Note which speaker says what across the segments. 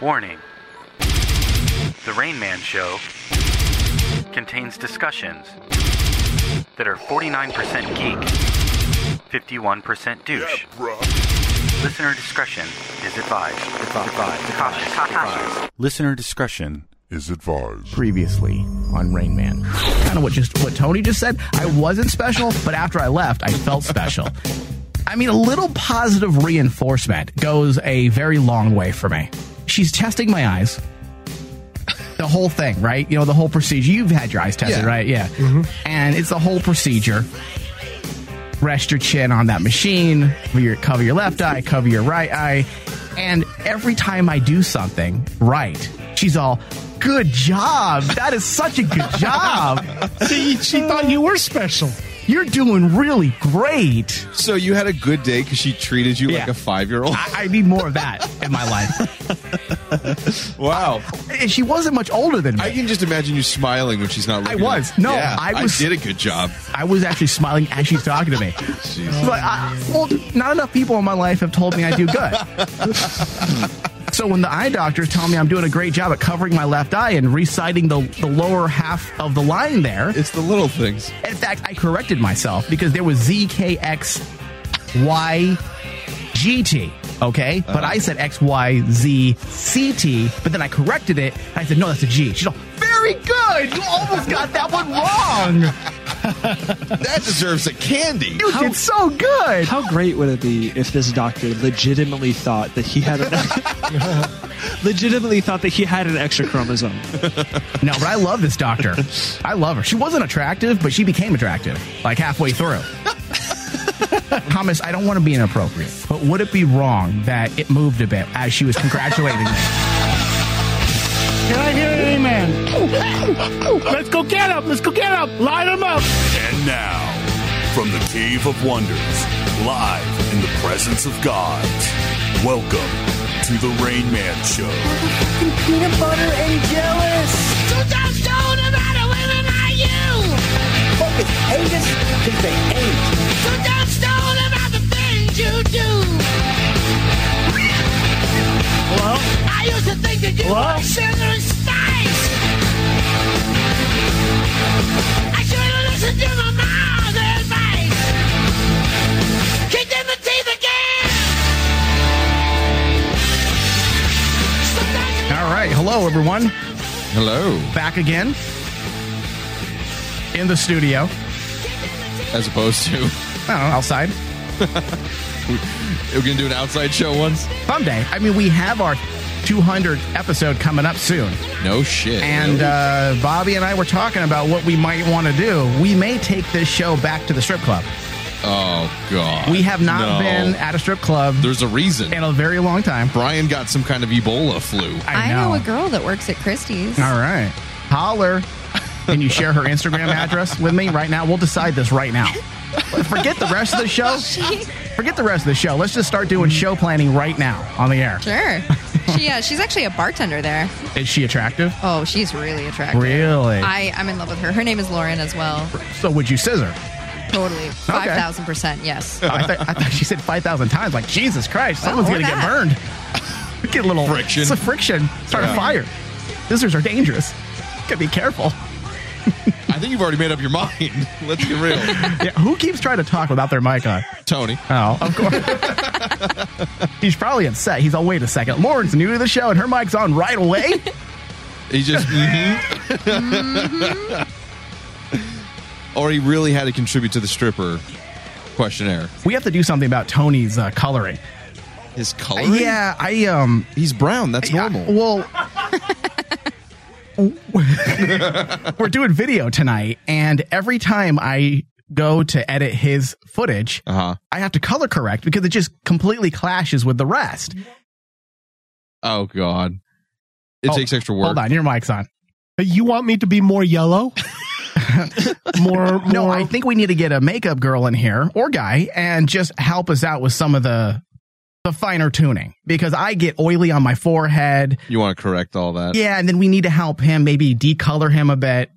Speaker 1: Warning The Rain Man Show contains discussions that are 49% geek, 51% douche. Listener discretion is advised. Cautious. Cautious. Listener discretion
Speaker 2: is advised.
Speaker 3: previously on Rain Man. Kind of what just what Tony just said. I wasn't special, but after I left, I felt special. I mean, a little positive reinforcement goes a very long way for me. She's testing my eyes. The whole thing, right? You know, the whole procedure. You've had your eyes tested,
Speaker 4: Yeah.
Speaker 3: right? Yeah. Mm-hmm. And it's the whole procedure. Rest your chin on that machine. Cover your, cover your left eye. Cover your right eye. And every time I do something right, she's all, "Good job! That is such a good job.
Speaker 5: She, she thought you were special.
Speaker 3: You're doing really great."
Speaker 4: So you had a good day because she treated you like
Speaker 3: Yeah.
Speaker 4: a five year old.
Speaker 3: I, I need more of that in my life.
Speaker 4: Wow.
Speaker 3: And she wasn't much older than
Speaker 4: I
Speaker 3: me.
Speaker 4: can just imagine you smiling when she's not looking.
Speaker 3: was. No,
Speaker 4: Yeah,
Speaker 3: I was-
Speaker 4: did a good job.
Speaker 3: I, was actually smiling as she's talking to me.
Speaker 4: Jeez.
Speaker 3: But I, well, not enough people in my life have told me I do good. so when the eye doctors tell me I'm doing a great job at covering my left eye and reciting the, the lower half of the line there,
Speaker 4: It's the little things.
Speaker 3: In fact, I corrected myself because there was ZKXYGT, okay?
Speaker 4: Uh-huh.
Speaker 3: But I said XYZCT, but then I corrected it. And I said, no, that's a G. She's all, very good. You almost got that one wrong.
Speaker 4: That deserves a candy.
Speaker 3: You did so good.
Speaker 6: How great would it be if this doctor legitimately thought that he had an legitimately thought that he had an extra chromosome?
Speaker 3: No, but I love this doctor. I love her. She wasn't attractive, but she became attractive like halfway through. Thomas, I don't want to be inappropriate, but would it be wrong that it moved a bit as she was congratulating me?
Speaker 5: Can I hear an amen? Let's go get him. Let's go get him. Line him up.
Speaker 2: And now, from the Cave of Wonders, live in the presence of gods, welcome to the Rain Man Show.
Speaker 7: peanut butter and jealous.
Speaker 8: So don't don't about it, women are you?
Speaker 7: Fuckers hate us because they ain't.
Speaker 8: So don't stone about the things you do.
Speaker 5: Hello?
Speaker 8: I used to think that you
Speaker 5: Hello?
Speaker 8: were sugar and spice. I should have listened to my mom's advice. Kicked in the teeth again. Sometimes
Speaker 3: All right. Hello, everyone.
Speaker 4: Hello.
Speaker 3: Back again in the studio. Oh,
Speaker 4: As opposed to
Speaker 3: I don't know, outside.
Speaker 4: we're gonna do an outside show once.
Speaker 3: Someday. I mean, we have our 200th episode coming up soon.
Speaker 4: No shit.
Speaker 3: And uh, Bobby and I were talking about what we might want to do. We may take this show back to the strip club.
Speaker 4: oh god.
Speaker 3: uh, We have not
Speaker 4: No.
Speaker 3: been at a strip club
Speaker 4: There's a reason.
Speaker 3: in a very long time.
Speaker 4: Brian got some kind of Ebola flu.
Speaker 3: I
Speaker 9: I
Speaker 3: know.
Speaker 9: know. a girl that works at Christie's.
Speaker 3: All right. Holler. Can you share her Instagram address with me right now? We'll decide this right now. Forget the rest of the show. Forget the rest of the show. Let's just start doing show planning right now on the air.
Speaker 9: Sure. she, uh, she's actually a bartender there.
Speaker 3: Is she attractive?
Speaker 9: Oh, she's really attractive.
Speaker 3: Really?
Speaker 9: I, I'm in love with her. Her name is Lauren as well.
Speaker 3: So would you scissor?
Speaker 9: Totally. 5,000%. Yes.
Speaker 3: I, th- I thought she said 5,000 times. Like, Jesus Christ, someone's
Speaker 9: or
Speaker 3: going to get
Speaker 9: that.
Speaker 3: burned. Get a little
Speaker 4: Friction.
Speaker 3: It's a friction. Start
Speaker 4: Yeah.
Speaker 3: a fire. Scissors are dangerous. Gotta be careful.
Speaker 4: I think you've already made up your mind. Let's get real.
Speaker 3: Yeah, who keeps trying to talk without their mic on?
Speaker 4: Tony.
Speaker 3: Oh, of course. He's probably upset. He's all, wait a second. Lauren's new to the show and her mic's on right away.
Speaker 4: He just. mhm.
Speaker 3: Mm-hmm.
Speaker 4: or he really had to contribute to the stripper questionnaire.
Speaker 3: we have to do something about Tony's uh, coloring. Uh,
Speaker 4: His color.
Speaker 3: Yeah, I um,
Speaker 4: He's brown. That's normal.
Speaker 3: I- well, we're doing video tonight, and every time I go to edit his footage,
Speaker 4: Uh-huh.
Speaker 3: I have to color correct because it just completely clashes with the rest.
Speaker 4: oh God. It
Speaker 3: Oh,
Speaker 4: takes extra work.
Speaker 3: Hold on, your mic's on.
Speaker 5: You want me to be more yellow? more, more.
Speaker 3: No, I think we need to get a makeup girl in here or guy and just help us out with some of the the finer tuning because I get oily on my forehead.
Speaker 4: You want to correct all that?
Speaker 3: Yeah, and then we need to help him maybe decolor him a bit.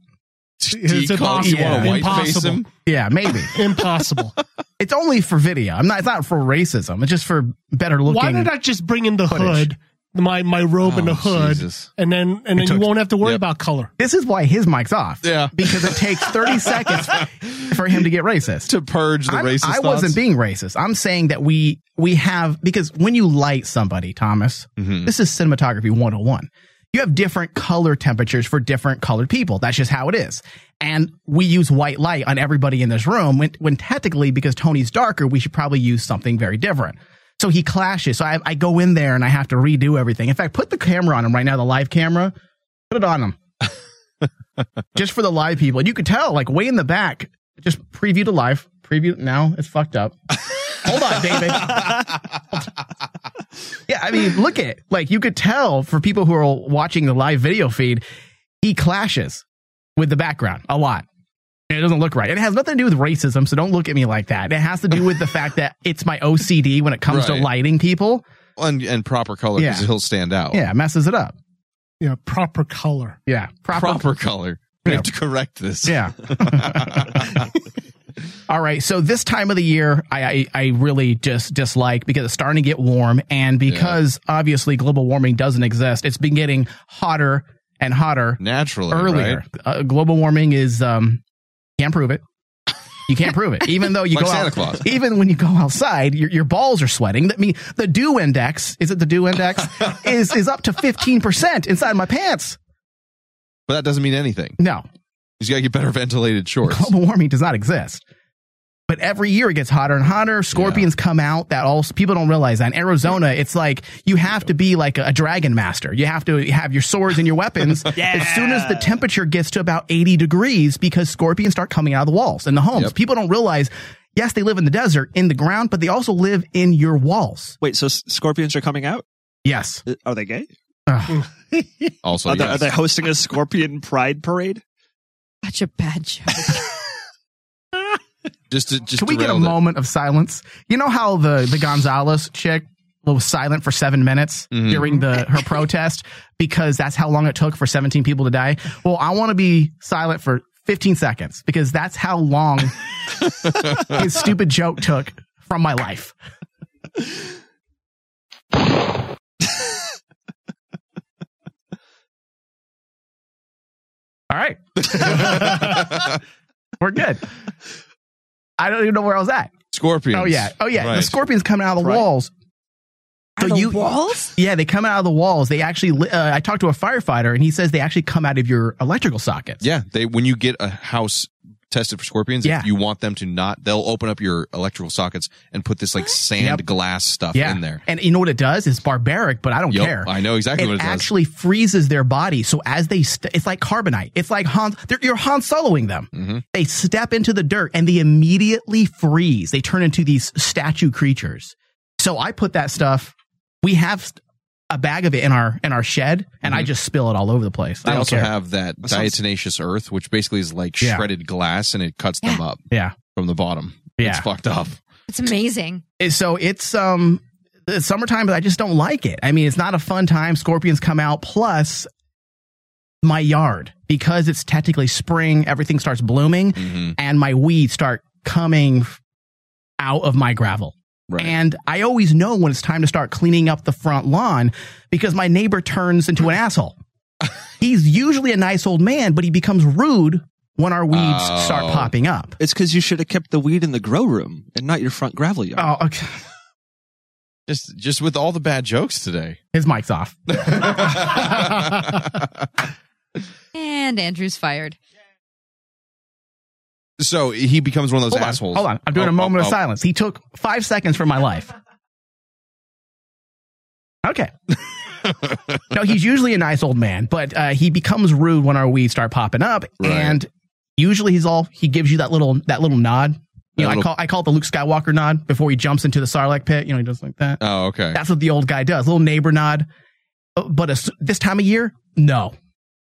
Speaker 5: It's impossible.
Speaker 4: You want to white face
Speaker 5: Impossible.
Speaker 4: him?
Speaker 3: Yeah, maybe.
Speaker 5: Impossible.
Speaker 3: it's only for video. I'm not. It's not for racism. It's just for better looking.
Speaker 5: Why did I just bring in the
Speaker 3: footage.
Speaker 5: hood my my robe and
Speaker 4: Oh,
Speaker 5: the hood,
Speaker 4: Jesus.
Speaker 5: and then and then you
Speaker 3: took-
Speaker 5: won't have to worry
Speaker 4: Yep.
Speaker 5: about color.
Speaker 3: This is why his mic's off.
Speaker 4: Yeah.
Speaker 3: Because it takes 30 seconds for him to get racist.
Speaker 4: to purge the
Speaker 3: I'm-
Speaker 4: racist.
Speaker 3: I wasn't being racist. I'm saying that we we have because when you light somebody, Thomas,
Speaker 4: Mm-hmm.
Speaker 3: this is cinematography 101. You have different color temperatures for different colored people. That's just how it is. And we use white light on everybody in this room when, when technically, because Tony's darker, we should probably use something very different. So he clashes. So I, I go in there and I have to redo everything. In fact, put the camera on him right now, the live camera. Put it on him just for the live people. And you could tell, like way in the back, just preview to live. Preview now. It's fucked up. Hold on, David. yeah, I mean, look at it. Like you could tell for people who are watching the live video feed, he clashes with the background a lot. And it doesn't look right. And it has nothing to do with racism, so don't look at me like that. It has to do with the fact that it's my OCD when it comes
Speaker 4: Right.
Speaker 3: to lighting people.
Speaker 4: and, and proper color because
Speaker 3: Yeah.
Speaker 4: he'll stand out.
Speaker 3: Yeah, it messes it up.
Speaker 5: Yeah, proper color.
Speaker 3: Yeah.
Speaker 4: proper color. We have to correct this.
Speaker 3: Yeah. All right. So this time of the year, I I, I really just dislike because it's starting to get warm, and because obviously global warming doesn't exist, it's been getting hotter and hotter
Speaker 4: naturally.
Speaker 3: earlier.
Speaker 4: right?
Speaker 3: Uh, global warming is um can't prove it. You can't prove it, even though you
Speaker 4: Like
Speaker 3: go
Speaker 4: Santa
Speaker 3: out-
Speaker 4: Claus.
Speaker 3: even when you go outside, your, your balls are sweating. That mean the dew index is it the dew index is is up to fifteen percent inside my pants.
Speaker 4: But that doesn't mean anything.
Speaker 3: No,
Speaker 4: You got to get better ventilated shorts.
Speaker 3: global warming does not exist. But every year it gets hotter and hotter. Scorpions come out. That all people don't realize that. In Arizona, it's like you have to be like a dragon master. You have to have your swords and your weapons as soon as the temperature gets to about eighty degrees because scorpions start coming out of the walls and the homes.
Speaker 4: Yep.
Speaker 3: People don't realize. Yes, they live in the desert, in the ground, but they also live in your walls.
Speaker 6: Wait, so s- scorpions are coming out?
Speaker 3: Yes.
Speaker 6: Uh, Are they gay?
Speaker 4: Also,
Speaker 6: are, they,
Speaker 4: yes.
Speaker 6: are they hosting a scorpion pride parade?
Speaker 9: Such a bad joke.
Speaker 4: just to, just
Speaker 3: Can we get a
Speaker 4: derailed it.
Speaker 3: moment of silence? You know how the the Gonzalez chick was silent for seven minutes
Speaker 4: Mhm.
Speaker 3: during the her protest because that's how long it took for 17 people to die. Well, I want to be silent for 15 seconds because that's how long his stupid joke took from my life. All right. We're good. I don't even know where I was at.
Speaker 4: Scorpions.
Speaker 3: Oh yeah. Oh yeah. The
Speaker 4: Right.
Speaker 3: scorpions coming out of the
Speaker 6: Right.
Speaker 3: walls. So you
Speaker 9: walls?
Speaker 3: yeah, they come out of the walls. They actually. li- Uh, I talked to a firefighter, and he says they actually come out of your electrical sockets.
Speaker 4: Yeah, they when you get a house tested for scorpions,
Speaker 3: Yeah.
Speaker 4: if you want them to not, they'll open up your electrical sockets and put this like sand
Speaker 3: Yep.
Speaker 4: glass stuff
Speaker 3: Yeah.
Speaker 4: in there.
Speaker 3: And you know what it does? It's barbaric, but I don't
Speaker 4: Yup,
Speaker 3: care.
Speaker 4: I know exactly
Speaker 3: it
Speaker 4: what it does.
Speaker 3: actually freezes their body. So as they, st- it's like carbonite. It's like Han. They're, you're Han Soloing them.
Speaker 4: Mm-hmm.
Speaker 3: They step into the dirt and they immediately freeze. They turn into these statue creatures. So I put that stuff. We have st- a bag of it in our in our shed, and I just spill it all over the place.
Speaker 4: Mm-hmm.
Speaker 3: I
Speaker 4: They
Speaker 3: don't
Speaker 4: also
Speaker 3: care.
Speaker 4: have that
Speaker 6: sounds-
Speaker 4: diatomaceous earth, which basically is like
Speaker 3: Yeah.
Speaker 4: shredded glass, and it cuts them
Speaker 9: Yeah.
Speaker 4: up
Speaker 3: yeah.
Speaker 4: from the bottom.
Speaker 3: Yeah.
Speaker 4: It's fucked up.
Speaker 9: It's amazing.
Speaker 3: And so it's um it's summertime but i just don't like it i mean it's not a fun time scorpions come out plus my yard because it's technically spring everything starts blooming
Speaker 4: Mhm.
Speaker 3: and my weeds start coming f- out of my gravel
Speaker 4: Right.
Speaker 3: and i always know when it's time to start cleaning up the front lawn because my neighbor turns into an asshole he's usually a nice old man but he becomes rude when our weeds
Speaker 4: Oh.
Speaker 3: start popping up
Speaker 6: It's because you should have kept the weed in the grow room and not your front gravel yard.
Speaker 3: oh okay
Speaker 4: just just with all the bad jokes today.
Speaker 3: his mic's off
Speaker 9: And Andrew's fired.
Speaker 4: So he becomes one of those
Speaker 3: hold
Speaker 4: assholes.
Speaker 3: On, hold on. I'm doing
Speaker 4: Oh,
Speaker 3: a moment
Speaker 4: oh,
Speaker 3: of
Speaker 4: oh.
Speaker 3: silence. He took five seconds from my life. Okay. no, he's usually a nice old man, but uh, he becomes rude when our weeds start popping up,
Speaker 4: Right.
Speaker 3: and usually he's all he gives you that little that little nod. You know,
Speaker 4: That little-
Speaker 3: I call I call it the Luke Skywalker nod before he jumps into the Sarlacc pit. You know, he does like that.
Speaker 4: Oh, okay.
Speaker 3: That's what the old guy does. Little neighbor nod. Uh, But as- this time of year, no,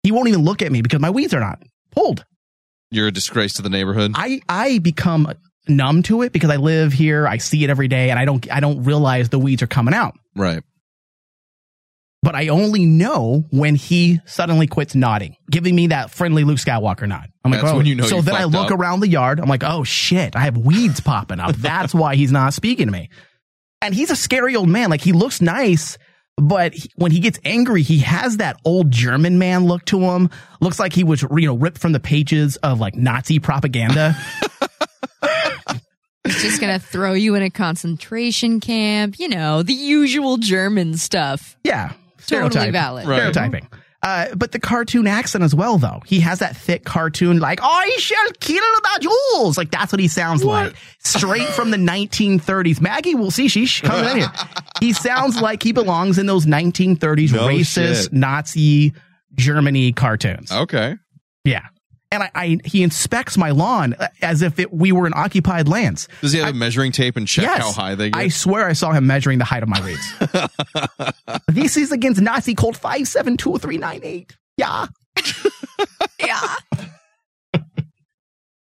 Speaker 3: he won't even look at me because my weeds are not pulled.
Speaker 4: You're a disgrace to the neighborhood.
Speaker 3: I I become numb to it because I live here, I see it every day, and I don't I don't realize the weeds are coming out.
Speaker 4: right.
Speaker 3: But I only know when he suddenly quits nodding, giving me that friendly Luke Skywalker nod. I'm like,
Speaker 4: That's
Speaker 3: oh.
Speaker 4: when you know
Speaker 3: so
Speaker 4: you
Speaker 3: then I
Speaker 4: fucked
Speaker 3: look
Speaker 4: up.
Speaker 3: around the yard. I'm like, oh shit, I have weeds popping up. That's why he's not speaking to me. And he's a scary old man. Like he looks nice, But he- when he gets angry, he has that old German man look to him. Looks like he was, you know, ripped from the pages of like Nazi propaganda.
Speaker 9: It's just gonna throw you in a concentration camp. You know the usual German stuff.
Speaker 3: yeah.
Speaker 9: Totally
Speaker 3: stereotype.
Speaker 9: valid.
Speaker 4: Right.
Speaker 3: Stereotyping. Uh, but the cartoon accent as well, though. He has that thick cartoon, like, I shall kill the Jews. Like, that's what he sounds like. Straight from the 1930s. Maggie will see she's coming in here. He sounds like he belongs in those 1930s
Speaker 4: No
Speaker 3: racist
Speaker 4: shit.
Speaker 3: Nazi Germany cartoons.
Speaker 4: Okay.
Speaker 3: Yeah. And I, I, he inspects my lawn uh, as if it, we were in occupied lands.
Speaker 4: Does he have a measuring tape and check
Speaker 3: Yes.
Speaker 4: how high they
Speaker 3: I
Speaker 4: get?
Speaker 3: swear I saw him measuring the height of my reeds. this is against Nazi Colt 5720398. Yeah.
Speaker 9: Yeah.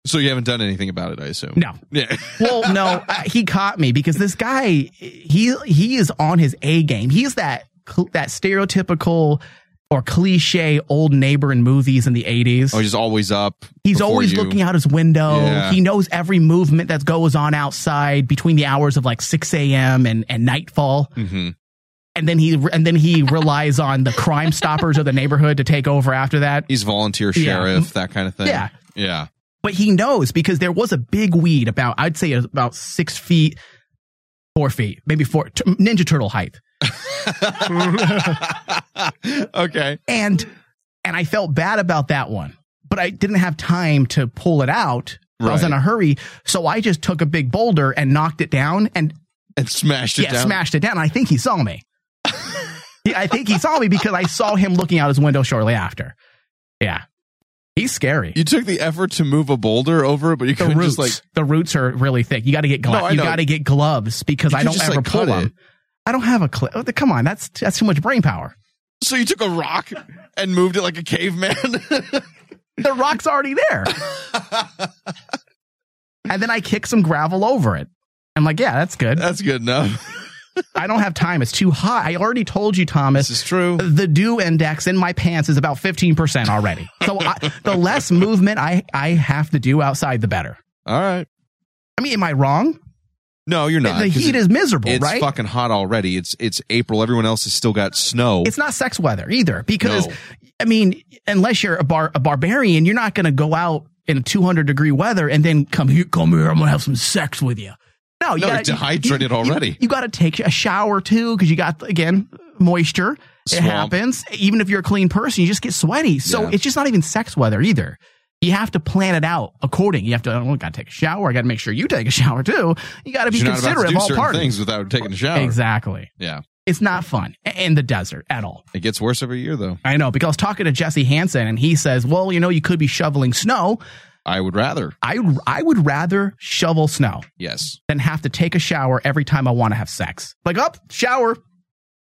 Speaker 4: so you haven't done anything about it, I assume.
Speaker 3: No.
Speaker 4: Yeah.
Speaker 3: Well, no, uh, he caught me because this guy, he he is on his A game. He's that cl- that stereotypical or cliche old neighbor in movies in the 80s.
Speaker 4: Oh, he's always up.
Speaker 3: He's
Speaker 4: before
Speaker 3: always
Speaker 4: you.
Speaker 3: looking out his window.
Speaker 4: Yeah.
Speaker 3: He knows every movement that goes on outside between the hours of like 6 a.m. and, and nightfall.
Speaker 4: Mhm.
Speaker 3: And then he and then he relies on the crime stoppers of the neighborhood to take over after that.
Speaker 4: He's volunteer
Speaker 3: Yeah.
Speaker 4: sheriff, that kind of thing.
Speaker 3: Yeah.
Speaker 4: Yeah.
Speaker 3: But he knows because there was a big weed about I'd say it was about six feet, four feet, maybe four t- Ninja Turtle height.
Speaker 4: okay.
Speaker 3: And and I felt bad about that one. But I didn't have time to pull it out. I was
Speaker 4: Right.
Speaker 3: in a hurry. So I just took a big boulder and knocked it down and
Speaker 4: And smashed it
Speaker 3: yeah,
Speaker 4: down.
Speaker 3: smashed it down. I think he saw me. Yeah, I think he saw me because I saw him looking out his window shortly after. Yeah. He's scary.
Speaker 4: You took the effort to move a boulder over it, but you
Speaker 3: the
Speaker 4: couldn't
Speaker 3: roots,
Speaker 4: just like
Speaker 3: the roots are really thick. You got to get gloves.
Speaker 4: No, I
Speaker 3: you
Speaker 4: know.
Speaker 3: got to get gloves because
Speaker 4: You
Speaker 3: I
Speaker 4: could
Speaker 3: don't
Speaker 4: just,
Speaker 3: ever
Speaker 4: like,
Speaker 3: pull
Speaker 4: cut
Speaker 3: them.
Speaker 4: it.
Speaker 3: I don't have a clip. Come on, that's that's too much brain power.
Speaker 4: So you took a rock and moved it like a caveman.
Speaker 3: The rock's already there. and then I kick some gravel over it. I'm like, yeah, that's good.
Speaker 4: That's good enough.
Speaker 3: I don't have time. It's too hot. I already told you, Thomas.
Speaker 4: This is true.
Speaker 3: the dew index in my pants is about 15% already. So I, the less movement I, I have to do outside, the better.
Speaker 4: All right.
Speaker 3: I mean, am I wrong?
Speaker 4: No, you're not.
Speaker 3: the
Speaker 4: 'cause
Speaker 3: heat
Speaker 4: it-
Speaker 3: is miserable,
Speaker 4: It's
Speaker 3: right?
Speaker 4: fucking hot already. It's it's April. Everyone else has still got snow.
Speaker 3: it's not sex weather either because
Speaker 4: No.
Speaker 3: I mean, unless you're a bar a barbarian, you're not going to go out in 200 degree weather and then come here, come here. I'm going to have some sex with you. No, you
Speaker 4: No,
Speaker 3: gotta,
Speaker 4: you're dehydrated
Speaker 3: you-
Speaker 4: already.
Speaker 3: You, got to take a shower too because you got again moisture. It
Speaker 4: Swamp.
Speaker 3: happens. Even if you're a clean person, you just get sweaty. So
Speaker 4: Yeah.
Speaker 3: it's just not even sex weather either. You have to plan it out according. You have to. oh, I got to take a shower. I got to make sure you take a shower too. You got to be
Speaker 4: you're not about to
Speaker 3: considerate of
Speaker 4: do
Speaker 3: all
Speaker 4: certain
Speaker 3: parties.
Speaker 4: things without taking a shower.
Speaker 3: Exactly.
Speaker 4: Yeah.
Speaker 3: It's not fun A- in the desert at all.
Speaker 4: It gets worse every year, though.
Speaker 3: I know because I was talking to Jesse Hansen and he says, "Well, you know, you could be shoveling snow.
Speaker 4: I would rather.
Speaker 3: I I would rather shovel snow
Speaker 4: Yes.
Speaker 3: than have to take a shower every time I want to have sex. Like up shower.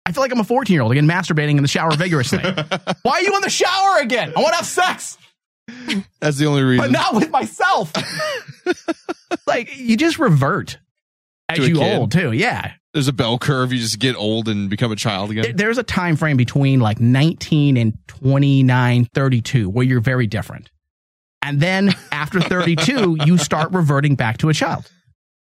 Speaker 3: I feel like I'm a 14 year old again, masturbating in the shower vigorously. Why are you in the shower again? I want to have sex,
Speaker 4: That's the only
Speaker 3: but
Speaker 4: reason.
Speaker 3: not with myself. like you just revert as
Speaker 4: To a
Speaker 3: you
Speaker 4: kid.
Speaker 3: old too. Yeah,
Speaker 4: There's a bell curve. You just get old and become a child
Speaker 3: There-
Speaker 4: again.
Speaker 3: there's a time frame between like 19 and 29 32 where you're very different and then after 32 you start reverting back to a child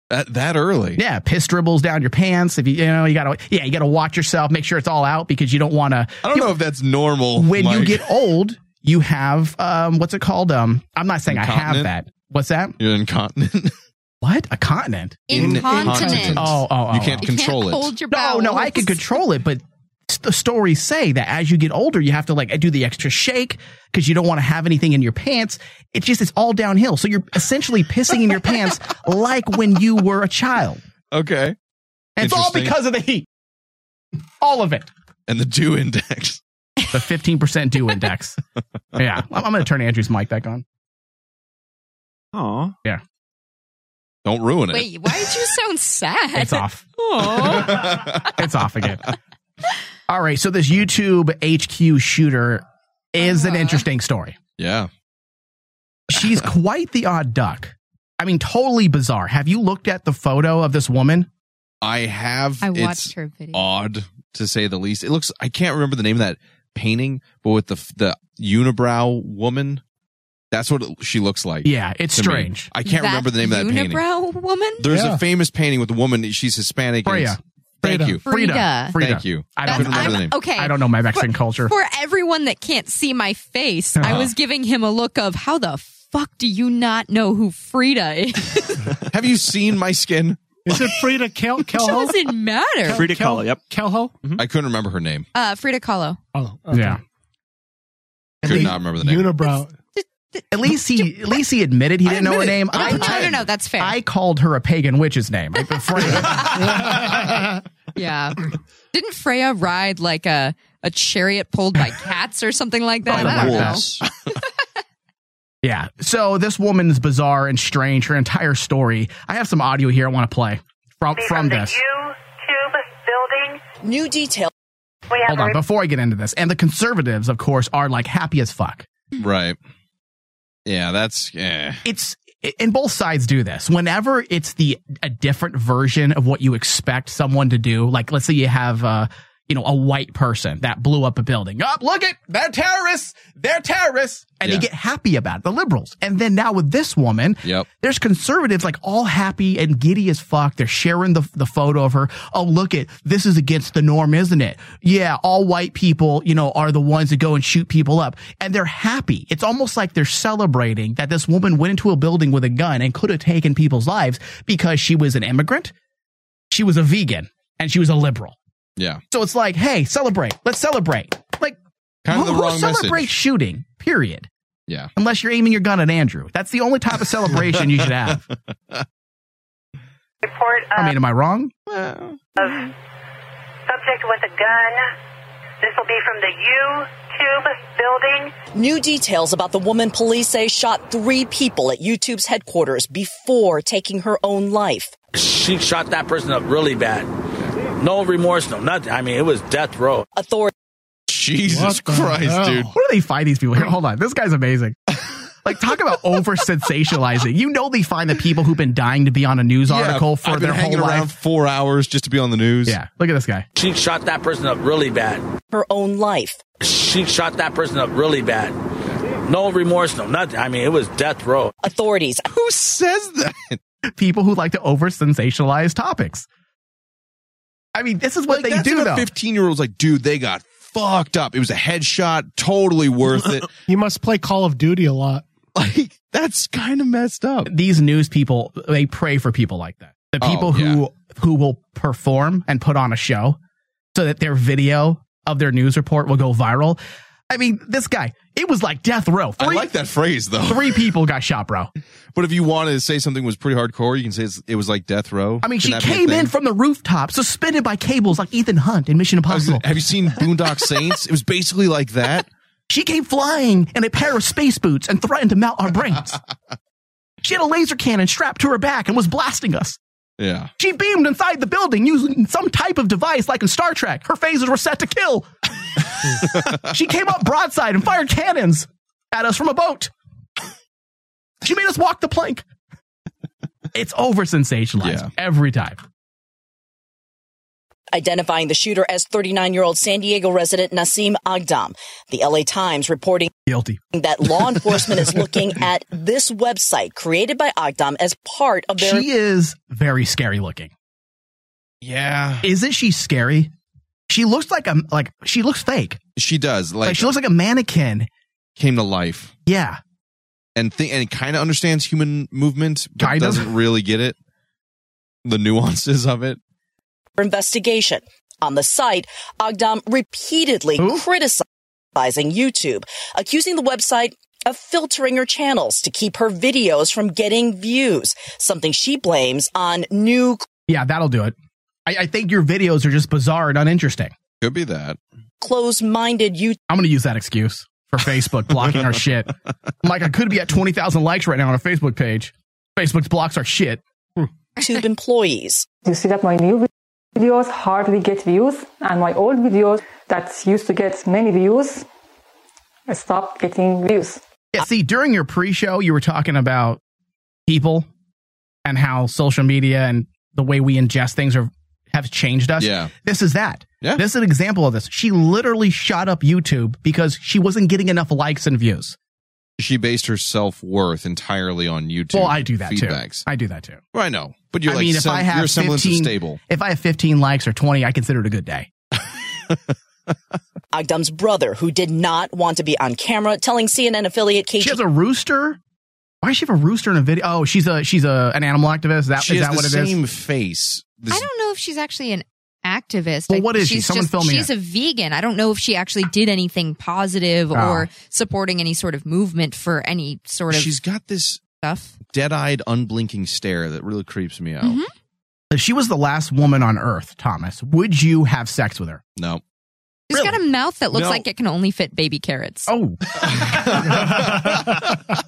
Speaker 4: That, that early.
Speaker 3: yeah piss dribbles down your pants if you you know you gotta yeah you gotta watch yourself make sure it's all out because you don't want to
Speaker 4: I don't know if that's normal.
Speaker 3: when you
Speaker 4: Mike.
Speaker 3: get old you have um what's it called um i'm not saying i have
Speaker 4: Incontinent?
Speaker 3: that what's that
Speaker 4: you're incontinent.
Speaker 3: what a continent
Speaker 9: Incontinent.
Speaker 3: oh oh, oh
Speaker 4: you can't
Speaker 3: oh.
Speaker 9: You can't
Speaker 4: control it.
Speaker 9: Hold your
Speaker 3: No, no, I
Speaker 9: bowels.
Speaker 3: could control it, but s- the stories say that as you get older, you have to like do the extra shake because you don't want to have anything in your pants. It's just it's all downhill. So you're essentially pissing in your pants like when you were a child.
Speaker 4: Okay.
Speaker 3: And it's all
Speaker 4: Interesting.
Speaker 3: because of the heat. All of it.
Speaker 4: And the dew index.
Speaker 3: The 15% dew index. yeah. I'm, I'm going to turn Andrew's mic back on.
Speaker 6: Aw.
Speaker 4: Don't ruin it.
Speaker 9: Wait, why did you sound sad?
Speaker 3: It's off.
Speaker 9: Aw.
Speaker 3: It's off again. All right. So this YouTube HQ shooter is an
Speaker 9: Uh-huh.
Speaker 3: interesting story.
Speaker 4: Yeah.
Speaker 3: She's quite the odd duck. I mean, totally bizarre. Have you looked at the photo of this woman?
Speaker 4: I have.
Speaker 9: I
Speaker 4: it's-
Speaker 9: watched her video.
Speaker 4: odd to say the least. It looks I can't remember the name of that painting, but with the the unibrow woman, that's what it- she looks like.
Speaker 3: Yeah, it's
Speaker 4: to me.
Speaker 3: strange.
Speaker 4: I can't remember the name of that painting.
Speaker 9: unibrow woman.
Speaker 4: There's
Speaker 10: Yeah.
Speaker 4: a famous painting with a woman. She's Hispanic. and
Speaker 3: Freya.
Speaker 4: it's- Thank
Speaker 3: Frida.
Speaker 4: you.
Speaker 3: Frida.
Speaker 9: Frida.
Speaker 3: Frida.
Speaker 4: Thank you.
Speaker 3: I don't
Speaker 4: That's-
Speaker 3: remember the
Speaker 4: I'm-
Speaker 3: name.
Speaker 9: okay.
Speaker 3: I don't know my Mexican
Speaker 9: For-
Speaker 3: culture. Uh-huh.
Speaker 9: For everyone that can't see my face, I was giving him a look of how the fuck do you not know who Frida is?
Speaker 4: Have you seen my skin?
Speaker 5: Is it Frida Kel-
Speaker 9: it
Speaker 5: Kelho?
Speaker 9: doesn't matter.
Speaker 6: Frida Kahlo. Yep.
Speaker 5: Kelho?
Speaker 4: I couldn't remember her name.
Speaker 9: Uh, Frida Kahlo.
Speaker 5: Oh,
Speaker 3: Yeah.
Speaker 4: Could not remember the name.
Speaker 5: Unibrow.
Speaker 3: At least he, at least he admitted he didn't know her
Speaker 4: admitted-
Speaker 3: name.
Speaker 4: I
Speaker 9: No,
Speaker 4: don't
Speaker 3: I,
Speaker 9: no,
Speaker 4: pretend.
Speaker 9: no, no, that's fair.
Speaker 3: I called her a pagan witch's name. Like before,
Speaker 9: yeah. Didn't Freya ride like a, a chariot pulled by cats or something like that? I don't know.
Speaker 6: Wolves.
Speaker 3: yeah. So this woman's bizarre and strange. Her entire story. I have some audio here. I want to play from from this.
Speaker 10: tube building.
Speaker 8: New detail.
Speaker 10: We have
Speaker 3: Hold on, before I get into this, and the conservatives, of course, are like happy as fuck.
Speaker 4: Right. Yeah, that's yeah.
Speaker 3: It's and both sides do this. Whenever it's the a different version of what you expect someone to do, like let's say you have uh you know a white person that blew up a building. Up, look at they're terrorists, they're terrorists, and
Speaker 4: Yeah.
Speaker 3: they get happy about it. The liberals, and then now with this woman,
Speaker 4: Yep.
Speaker 3: there's conservatives like all happy and giddy as fuck. They're sharing the, the photo of her. Oh, look at this is against the norm, isn't it? Yeah, all white people, you know, are the ones that go and shoot people up and they're happy. It's almost like they're celebrating that this woman went into a building with a gun and could have taken people's lives because she was an immigrant. She was a vegan and she was a liberal.
Speaker 4: Yeah.
Speaker 3: So it's like, hey, celebrate. Let's celebrate. Like,
Speaker 4: Kind of
Speaker 3: who,
Speaker 4: the
Speaker 3: who
Speaker 4: wrong
Speaker 3: celebrates
Speaker 4: message.
Speaker 3: shooting, period.
Speaker 4: Yeah.
Speaker 3: Unless you're aiming your gun at Andrew. That's the only type of celebration you should have.
Speaker 10: report of
Speaker 3: I mean, am I wrong?
Speaker 10: subject with a gun. This will be from the U tube building.
Speaker 8: New details about the woman police say shot three people at YouTube's headquarters before taking her own life.
Speaker 5: She shot that person up really bad. No remorse, no nothing. I mean, it was death row.
Speaker 8: Authorities
Speaker 4: Jesus
Speaker 5: What the
Speaker 4: Christ,
Speaker 5: hell?
Speaker 4: dude.
Speaker 3: What do they find these people? Here, hold on. This guy's amazing. Like, talk about over sensationalizing. You know, they find the people who've been dying to be on a news article for
Speaker 4: I've been
Speaker 3: their whole
Speaker 4: hanging around
Speaker 3: life.
Speaker 4: four hours just to be on the news.
Speaker 3: Yeah. Look at this guy.
Speaker 5: She shot that person up really bad.
Speaker 8: her own life.
Speaker 5: She shot that person up really bad. No remorse, no nothing. I mean, it was death row.
Speaker 8: Authorities
Speaker 4: Who says that?
Speaker 3: People who like to over sensationalize topics. I mean, this is what
Speaker 4: Like,
Speaker 3: they
Speaker 4: that's
Speaker 3: do,
Speaker 4: when
Speaker 3: though.
Speaker 4: A fifteen-year-old's like, dude, they got fucked up. It was a headshot, totally worth it.
Speaker 5: You must play Call of Duty a lot.
Speaker 4: like, that's kind of messed up.
Speaker 3: these news people, they pray for people like that. The
Speaker 4: Oh,
Speaker 3: people
Speaker 4: yeah.
Speaker 3: who who will perform and put on a show so that their video of their news report will go viral. I mean, this guy, it was like death row. Three,
Speaker 4: I like that phrase though.
Speaker 3: three people got shot, bro.
Speaker 4: But if you wanted to say something was pretty hardcore, you can say it's, it was like death row.
Speaker 3: I mean,
Speaker 4: Can
Speaker 3: she
Speaker 4: that be a
Speaker 3: came in
Speaker 4: thing?
Speaker 3: from the rooftop, suspended by cables like Ethan Hunt in
Speaker 4: I
Speaker 3: Mission
Speaker 4: was
Speaker 3: Impossible.
Speaker 4: gonna- Have you seen Boondock Saints? It was basically like that.
Speaker 3: She came flying in a pair of space boots and threatened to melt our brains. she had a laser cannon strapped to her back and was blasting us.
Speaker 4: Yeah.
Speaker 3: She beamed inside the building using some type of device like in Star Trek. Her phases were set to kill. she came up broadside and fired cannons at us from a boat. She made us walk the plank. It's over sensationalized
Speaker 4: Yeah.
Speaker 3: every time.
Speaker 8: identifying the shooter as 39 year old San Diego resident Nassim Agdam. The LA Times reporting
Speaker 3: Guilty.
Speaker 8: that law enforcement is looking at this website created by Agdam as part of their
Speaker 3: She is very scary looking.
Speaker 4: Yeah.
Speaker 3: Isn't she scary? She looks like a like she looks fake.
Speaker 4: She does.
Speaker 3: Like,
Speaker 4: Like,
Speaker 3: she looks like a mannequin.
Speaker 4: came to life
Speaker 3: Yeah.
Speaker 4: and think and kind of understands human movement, but
Speaker 3: Kind of.
Speaker 4: doesn't really get it. The nuances of it.
Speaker 8: investigation. On the site, Agdam repeatedly
Speaker 3: Who?
Speaker 8: criticizing YouTube, accusing the website of filtering her channels to keep her videos from getting views, something she blames on new
Speaker 3: Yeah, that'll do it. I, I think your videos are just bizarre and uninteresting.
Speaker 4: Could be that.
Speaker 8: closed-minded YouTube.
Speaker 3: I'm going to use that excuse for Facebook blocking our shit. I'm like, I could be at 20,000 likes right now on a Facebook page. Facebook blocks our shit.
Speaker 8: YouTube employees.
Speaker 10: You see that my new videos hardly get views, and my old videos that used to get many views stop getting views.
Speaker 3: Yeah, see, during your pre show, you were talking about people and how social media and the way we ingest things are, have changed us.
Speaker 4: Yeah.
Speaker 3: This is that.
Speaker 4: Yeah.
Speaker 3: This is an example of this. She literally shot up YouTube because she wasn't getting enough likes and views.
Speaker 4: she based her self worth entirely on YouTube.
Speaker 3: Well, I do that
Speaker 4: feedbacks.
Speaker 3: too. I do that too.
Speaker 4: Well, I know, but you're
Speaker 3: I
Speaker 4: like
Speaker 3: mean, if
Speaker 4: sem-
Speaker 3: I have
Speaker 4: your semblance
Speaker 3: 15,
Speaker 4: is stable.
Speaker 3: If I have 15 likes or 20, I consider it a good day.
Speaker 8: Ogdum's brother, who did not want to be on camera, telling CNN affiliate KG.
Speaker 3: She has a rooster. Why does she have a rooster in a video? Oh, she's a she's a an animal activist. Is That
Speaker 4: She
Speaker 3: is
Speaker 4: has
Speaker 3: that
Speaker 4: the
Speaker 3: what it is?
Speaker 4: same face.
Speaker 9: I don't know if she's actually an activist.
Speaker 3: Well,
Speaker 9: I-
Speaker 3: what is she?
Speaker 9: she's
Speaker 3: Someone
Speaker 9: just,
Speaker 3: fill me
Speaker 9: She's
Speaker 3: in.
Speaker 9: a vegan. I don't know if she actually did anything positive
Speaker 4: Ah.
Speaker 9: or supporting any sort of movement for any sort of.
Speaker 4: She's got this
Speaker 9: stuff.
Speaker 4: dead-eyed, unblinking stare that really creeps me out.
Speaker 9: Mm-hmm.
Speaker 3: If she was the last woman on Earth, Thomas, would you have sex with her?
Speaker 4: No.
Speaker 9: She's got a mouth that looks
Speaker 3: No.
Speaker 9: like it can only fit baby carrots.
Speaker 3: Oh,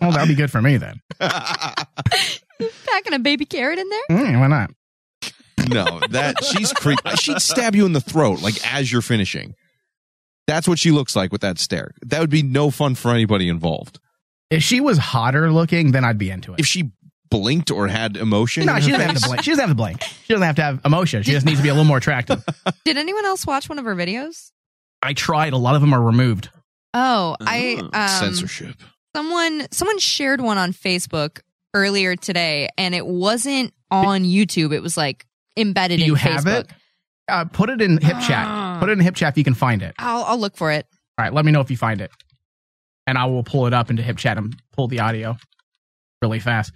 Speaker 3: Well, that'd be good for me then.
Speaker 9: packing a baby carrot in there.
Speaker 3: Mm, why not?
Speaker 4: No, that she's creep. She'd stab you in the throat like as you're finishing. That's what she looks like with that stare. That would be no fun for anybody involved.
Speaker 3: If she was hotter looking, then I'd be into it.
Speaker 4: If she blinked or had emotion,
Speaker 3: no,
Speaker 4: in
Speaker 3: she
Speaker 4: her
Speaker 3: doesn't have
Speaker 4: face-
Speaker 3: to blink. She doesn't have to blink. She doesn't have to have emotion. She just needs to be a little more attractive.
Speaker 9: Did anyone else watch one of her videos?
Speaker 3: I tried. A lot of them are removed.
Speaker 9: Oh, I um,
Speaker 4: Censorship.
Speaker 9: Someone someone shared one on Facebook earlier today, and it wasn't on YouTube. It was like embedded
Speaker 3: Do you
Speaker 9: in
Speaker 3: have
Speaker 9: Facebook. Ah.
Speaker 3: it? Uh, put it in hip chat. Put it in hip chat if you can find it.
Speaker 9: I'll I'll look for it.
Speaker 3: All right, let me know if you find it, and I will pull it up into hip chat and pull the audio really fast.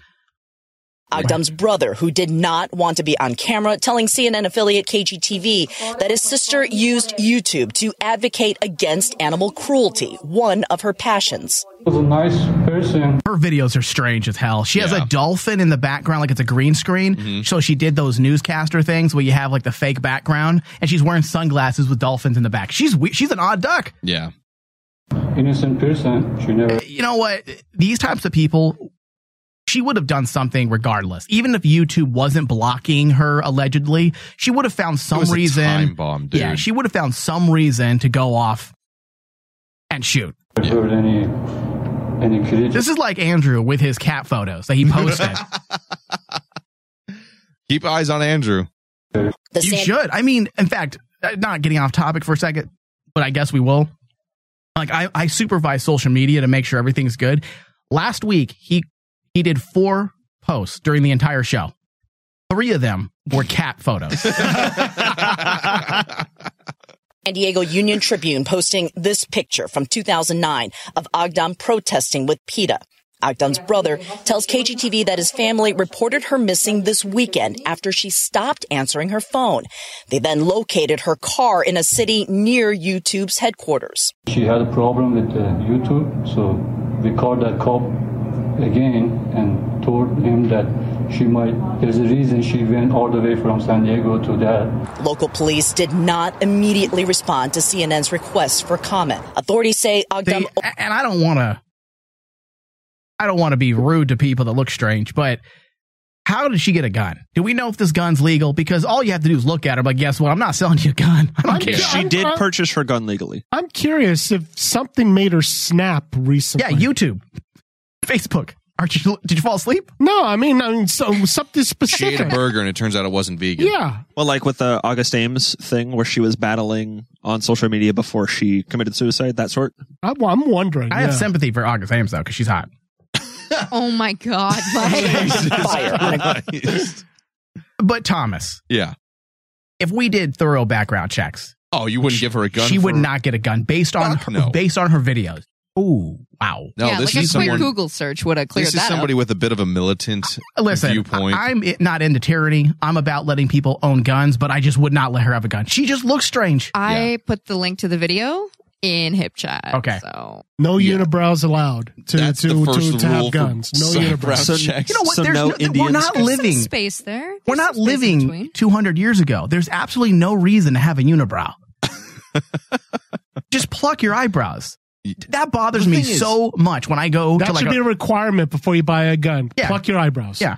Speaker 8: Ogdum's brother, who did not want to be on camera, telling CNN affiliate KGTV that his sister used YouTube to advocate against animal cruelty, one of her passions.
Speaker 3: was a nice person. Her videos are strange as hell. She has a dolphin in the background, like it's a green screen. So she did those newscaster things where you have like the fake background, and she's wearing sunglasses with dolphins in the back. She's we- she's an odd duck.
Speaker 4: Yeah.
Speaker 11: Innocent person. She never.
Speaker 3: You know what? These types of people, she would have done something regardless. Even if YouTube wasn't blocking her allegedly, she would have found some
Speaker 4: was a
Speaker 3: reason.
Speaker 4: time bomb, dude.
Speaker 3: Yeah, she would have found some reason to go off and shoot.
Speaker 11: heard any any criticism.
Speaker 3: This is like Andrew with his cat photos that he posted.
Speaker 4: Keep eyes on Andrew.
Speaker 3: you should. I mean, in fact, uh, not getting off topic for a second, but I guess we will. Like I, I supervise social media to make sure everything's good. Last week he he did four posts during the entire show. Three of them were cat photos.
Speaker 8: San Diego Union Tribune posting this picture from 2009 of Ogdom protesting with PETA. Ogdum's brother tells KGTV that his family reported her missing this weekend after she stopped answering her phone. They then located her car in a city near YouTube's headquarters.
Speaker 11: She had a problem with uh, YouTube, so we called that cop again and told him that she might. There's a reason she went all the way from San Diego to that.
Speaker 8: Local police did not immediately respond to CNN's request for comment. Authorities say Ogdom.
Speaker 3: A- and I don't want to. I don't want to be rude to people that look strange, but how did she get a gun? Do we know if this gun's legal? Because all you have to do is look at her. But guess what? I'm not selling you a gun. I don't care.
Speaker 6: She did purchase her gun legally.
Speaker 12: I'm curious if something made her snap recently.
Speaker 3: Yeah, YouTube, Facebook. Aren't you? Did you fall asleep?
Speaker 12: No, I mean, I mean, so something
Speaker 4: She ate a
Speaker 12: specific.
Speaker 4: burger and it turns out it wasn't vegan.
Speaker 12: Yeah.
Speaker 6: Well, like with the August Ames thing where she was battling on social media before she committed suicide, that sort.
Speaker 12: I, well, I'm wondering.
Speaker 3: I have
Speaker 12: yeah.
Speaker 3: sympathy for August Ames though, because she's hot.
Speaker 9: Oh my god! Like,
Speaker 3: But Thomas,
Speaker 4: Yeah.
Speaker 3: if we did thorough background checks,
Speaker 4: Oh, you wouldn't give her a gun.
Speaker 3: she would
Speaker 4: for-
Speaker 3: not get a gun based on her,
Speaker 4: no.
Speaker 3: based on her videos. Ooh, wow.
Speaker 4: No,
Speaker 9: yeah,
Speaker 4: this
Speaker 9: like
Speaker 4: is
Speaker 9: a quick
Speaker 4: someone.
Speaker 9: Google search would have cleared
Speaker 4: this is
Speaker 9: that
Speaker 4: somebody
Speaker 9: up.
Speaker 4: with a bit of a militant
Speaker 3: Uh, Listen,
Speaker 4: viewpoint.
Speaker 3: I- I'm i- not into tyranny. I'm about letting people own guns, but I just would not let her have a gun. She just looks strange.
Speaker 9: I put the link to the video in hip chat.
Speaker 3: Okay.
Speaker 9: So
Speaker 12: No unibrows allowed to
Speaker 4: That's
Speaker 12: to
Speaker 4: the first
Speaker 12: to, to
Speaker 4: rule
Speaker 12: have
Speaker 4: for
Speaker 12: guns. No
Speaker 4: some
Speaker 12: unibrows.
Speaker 4: brow checks.
Speaker 3: You know what?
Speaker 4: So
Speaker 3: There's
Speaker 4: no
Speaker 3: no, we're
Speaker 4: Indians. There's
Speaker 3: not
Speaker 4: some
Speaker 3: living
Speaker 9: space there.
Speaker 3: We're not living 200 years ago. There's absolutely no reason to have a unibrow. just pluck your eyebrows. That bothers
Speaker 12: The
Speaker 3: me
Speaker 12: thing is-
Speaker 3: so much when I go to
Speaker 12: That
Speaker 3: like
Speaker 12: should be a requirement before you buy a gun. Pluck your eyebrows.
Speaker 3: Yeah.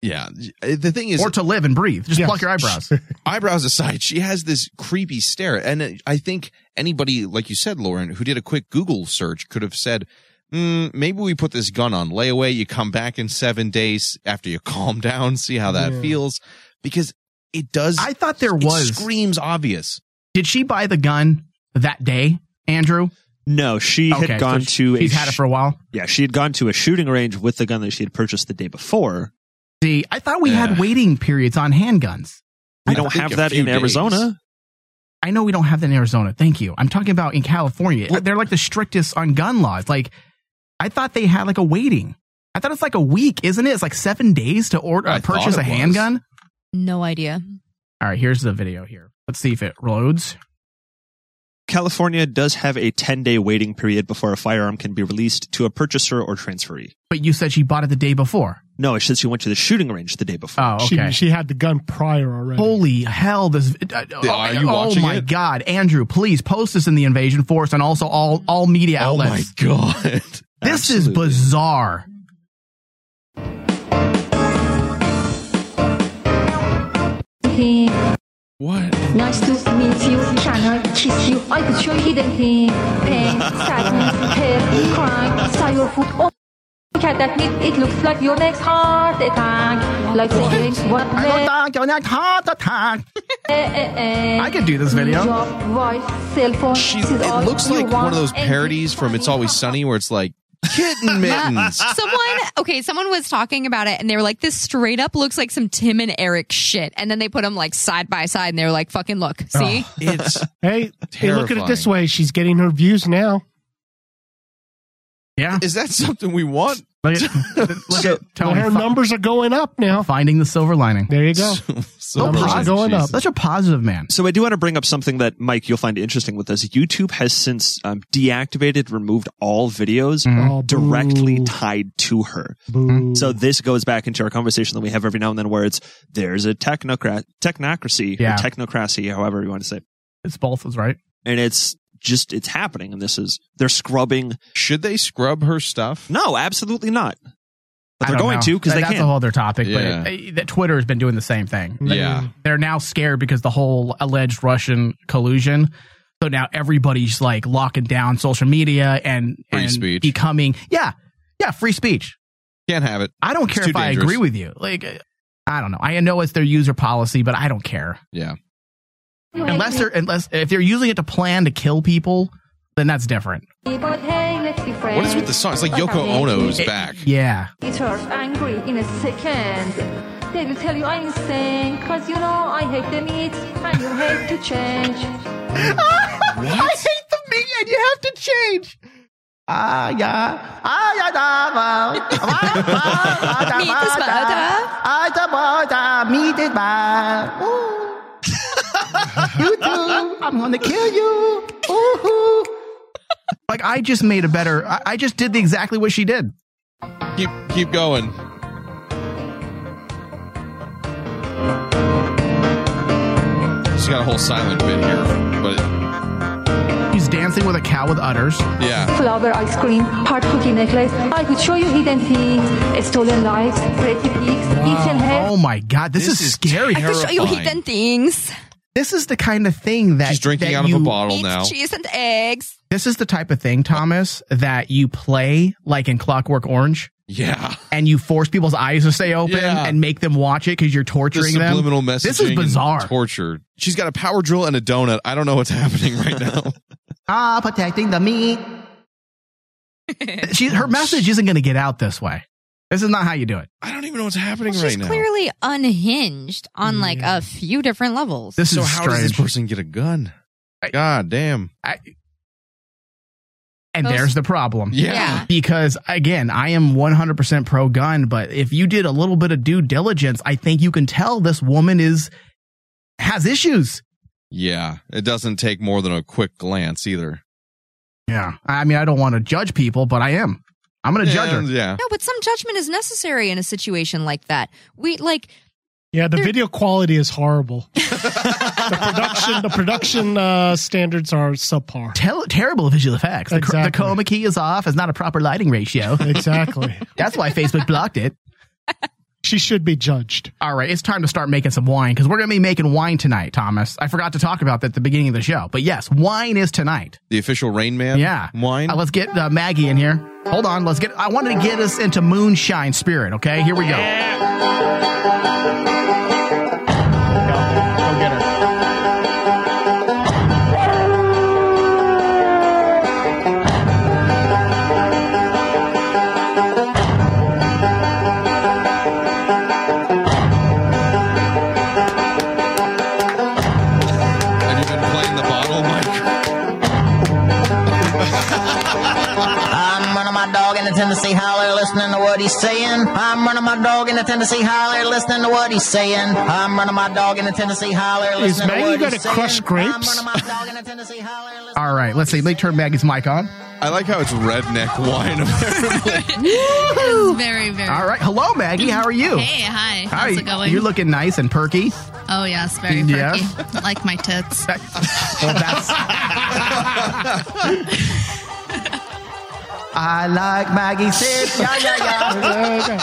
Speaker 4: yeah. Uh, The thing is,
Speaker 3: or to live and breathe. Just pluck your eyebrows.
Speaker 4: eyebrows aside, she has this creepy stare. And it- I think anybody, like you said, Lauren, who did a quick Google search could have said, mm, maybe we put this gun on layaway. You come back in seven days after you calm down, see how that
Speaker 3: Yeah.
Speaker 4: feels. Because it does.
Speaker 3: I thought there
Speaker 4: it
Speaker 3: was
Speaker 4: screams obvious.
Speaker 3: Did she buy the gun that day, Andrew?
Speaker 6: No, she
Speaker 3: Okay, so
Speaker 6: had gone
Speaker 3: sh-
Speaker 6: to.
Speaker 3: she's had it for a while.
Speaker 6: Yeah, she had gone to a shooting range with the gun that she had purchased the day before.
Speaker 3: See, I thought we had waiting periods on handguns.
Speaker 6: We don't have that in Arizona.
Speaker 3: I know we don't have that in Arizona. Thank you. I'm talking about in California. They're like the strictest on gun laws. Like, I thought they had like a waiting. I thought it's like a week, isn't it? It's like seven days to order uh, purchase a handgun.
Speaker 9: No idea.
Speaker 3: All right, here's the video. Here, let's see if it loads.
Speaker 6: California does have a 10 day waiting period before a firearm can be released to a purchaser or transferee.
Speaker 3: But you said she bought it the day before.
Speaker 6: No, it says she went to the shooting range the day before.
Speaker 3: Oh, okay.
Speaker 12: She had the gun prior already.
Speaker 3: Holy hell! This. Uh, oh,
Speaker 6: Are you
Speaker 3: oh
Speaker 6: watching
Speaker 3: my
Speaker 6: it?
Speaker 3: god, Andrew! Please post this in the Invasion Force and also all all media
Speaker 6: Oh
Speaker 3: outlets.
Speaker 4: Oh my god,
Speaker 3: this is bizarre.
Speaker 13: thing.
Speaker 4: What?
Speaker 13: Nice to meet you. Can I kiss you? I could show you hidden thing. Pain, sadness, hate, crime, sour food. Oh, look at that meat. It looks like your next heart attack. Like the drink, what? Eh,
Speaker 3: I don't think your next heart attack.
Speaker 13: I
Speaker 3: could do this video.
Speaker 13: Job, wife, cell phone. She's,
Speaker 4: It looks like one of those parodies from It's Always Sunny where it's like kitten mittens.
Speaker 9: someone okay, someone was talking about it and they were like, This straight up looks like some Tim and Eric shit. And then they put them like side by side and they were like, fucking look, see?
Speaker 4: Oh, It's
Speaker 12: hey, hey, look at it this
Speaker 4: terrifying.
Speaker 12: way. She's getting her views now.
Speaker 3: Yeah,
Speaker 4: is that something we want?
Speaker 3: Look at, look at Tony.
Speaker 12: her numbers are going up now.
Speaker 3: Finding the silver lining.
Speaker 12: There you go.
Speaker 4: So
Speaker 12: Numbers are going up.
Speaker 3: Such a positive man.
Speaker 6: So I do want to bring up something that Mike you'll find interesting with this. YouTube has since um, deactivated, removed all videos
Speaker 4: Mm-hmm.
Speaker 6: directly tied to her. So this goes back into our conversation that we have every now and then, where it's there's a technocrat technocracy,
Speaker 3: Yeah.
Speaker 6: or technocracy, however you want to say, it.
Speaker 3: It's both, is right.
Speaker 6: and it's just it's happening. And this is they're scrubbing.
Speaker 4: Should they scrub her stuff?
Speaker 6: No, absolutely not. But
Speaker 3: I
Speaker 6: they're
Speaker 3: don't
Speaker 6: going
Speaker 3: know.
Speaker 6: to because
Speaker 3: That-
Speaker 6: they
Speaker 3: that's
Speaker 6: can.
Speaker 3: a whole other topic.
Speaker 4: Yeah.
Speaker 3: But it, it- that Twitter has been doing the same thing.
Speaker 4: Yeah.
Speaker 3: they're now scared because the whole alleged Russian collusion. So now everybody's like locking down social media and
Speaker 4: Free
Speaker 3: and
Speaker 4: speech.
Speaker 3: becoming yeah yeah free speech.
Speaker 4: Can't have it.
Speaker 3: I don't
Speaker 4: It's
Speaker 3: care
Speaker 4: too
Speaker 3: if I
Speaker 4: dangerous.
Speaker 3: agree with you. Like I don't know. I know it's their user policy, but I don't care.
Speaker 4: Yeah.
Speaker 3: Unless they're unless if they're using it to plan to kill people, then that's different.
Speaker 13: But hey, let's be friends.
Speaker 4: What is with the song? It's like
Speaker 13: But
Speaker 4: Yoko
Speaker 13: I mean-
Speaker 4: Ono's back.
Speaker 3: Yeah.
Speaker 13: It hurts angry in a second. They will tell you I'm insane, cause you know I hate the meat and you hate to change.
Speaker 3: I hate the meat and you have to change. Ah yeah, ah yeah,
Speaker 7: Meat is butter.
Speaker 3: ah meat is bad. you too. I'm gonna kill you. Ooh. Like I just made a better. I, I just did the, exactly what she did.
Speaker 4: Keep keep going. She's got a whole silent bit here, but
Speaker 3: She's dancing with a cow with udders.
Speaker 4: yeah.
Speaker 13: Flower ice cream, heart cookie necklace. I could show you hidden things, stolen lives, pretty pigs, eaten hair.
Speaker 3: Oh my god, this,
Speaker 4: This
Speaker 3: is,
Speaker 4: is
Speaker 3: scary.
Speaker 9: I could show you hidden things.
Speaker 3: This is the kind of thing that
Speaker 4: She's drinking
Speaker 3: that
Speaker 4: out of a
Speaker 3: you-
Speaker 4: bottle
Speaker 9: Meats,
Speaker 4: now.
Speaker 9: cheese, and eggs.
Speaker 3: This is the type of thing, Thomas, that you play like in Clockwork Orange.
Speaker 4: Yeah.
Speaker 3: and you force people's eyes to stay open
Speaker 4: Yeah.
Speaker 3: and make them watch it because you're
Speaker 4: The
Speaker 3: torturing them.
Speaker 4: subliminal messaging.
Speaker 3: This is
Speaker 4: and
Speaker 3: bizarre.
Speaker 4: Torture. She's got a power drill and a donut. I don't know what's happening right now.
Speaker 3: Ah, protecting the meat. she, her message isn't going to get out this way. This is not how you do it.
Speaker 4: I don't even know what's happening
Speaker 9: She's
Speaker 4: right now.
Speaker 9: clearly unhinged on like a few different levels.
Speaker 3: This
Speaker 4: so
Speaker 3: is
Speaker 4: how
Speaker 3: strange.
Speaker 4: does this person get a gun? God damn.
Speaker 3: and
Speaker 9: Those-
Speaker 3: there's the problem.
Speaker 4: Yeah. Yeah.
Speaker 3: Because again, I am 100% pro gun, but if you did a little bit of due diligence, I think you can tell this woman is has issues.
Speaker 4: Yeah. It doesn't take more than a quick glance either.
Speaker 3: Yeah. I mean, I don't want to judge people, but I am. I'm going to judge her.
Speaker 4: And- Yeah.
Speaker 9: No, but some judgment is necessary in a situation like that. We like
Speaker 12: Yeah, the video quality is horrible. the
Speaker 14: Ah,
Speaker 12: production, the production uh, standards are subpar.
Speaker 3: Tell terrible visual effects. The, cr- the
Speaker 12: Exactly.
Speaker 3: chroma key is off. It's not a proper lighting ratio.
Speaker 12: Exactly.
Speaker 3: That's why Facebook blocked it.
Speaker 12: She should be judged.
Speaker 3: All right, it's time to start making some wine because we're going to be making wine tonight, Thomas. I forgot to talk about that at the beginning of the show, but yes, wine is tonight.
Speaker 4: The official Rain Man
Speaker 3: Yeah.
Speaker 4: wine.
Speaker 3: Uh, let's get uh, Maggie in here. Hold on, let's get. I wanted to get us into moonshine spirit. Okay, here we go.
Speaker 4: Oh
Speaker 15: my dog in the Tennessee holler, listening to what he's saying. I'm running my dog in the Tennessee holler, listening to what he's saying. I'm running my dog in the Tennessee holler,
Speaker 12: Is
Speaker 15: listening to
Speaker 12: Maggie
Speaker 15: what
Speaker 12: going to
Speaker 15: he's saying.
Speaker 12: crush grapes?
Speaker 3: All right, let's see. Let me turn Maggie's mic on.
Speaker 4: I like how it's redneck wine.
Speaker 14: It's very, very.
Speaker 3: All right. Hello, Maggie. How are you?
Speaker 14: Hey,
Speaker 3: Hi.
Speaker 14: hi. How's it going?
Speaker 3: You're looking nice and perky.
Speaker 14: Oh yes, very perky.
Speaker 3: Yeah.
Speaker 14: Like my tits.
Speaker 3: Well, that's. I like Maggie tits. Yeah, yeah,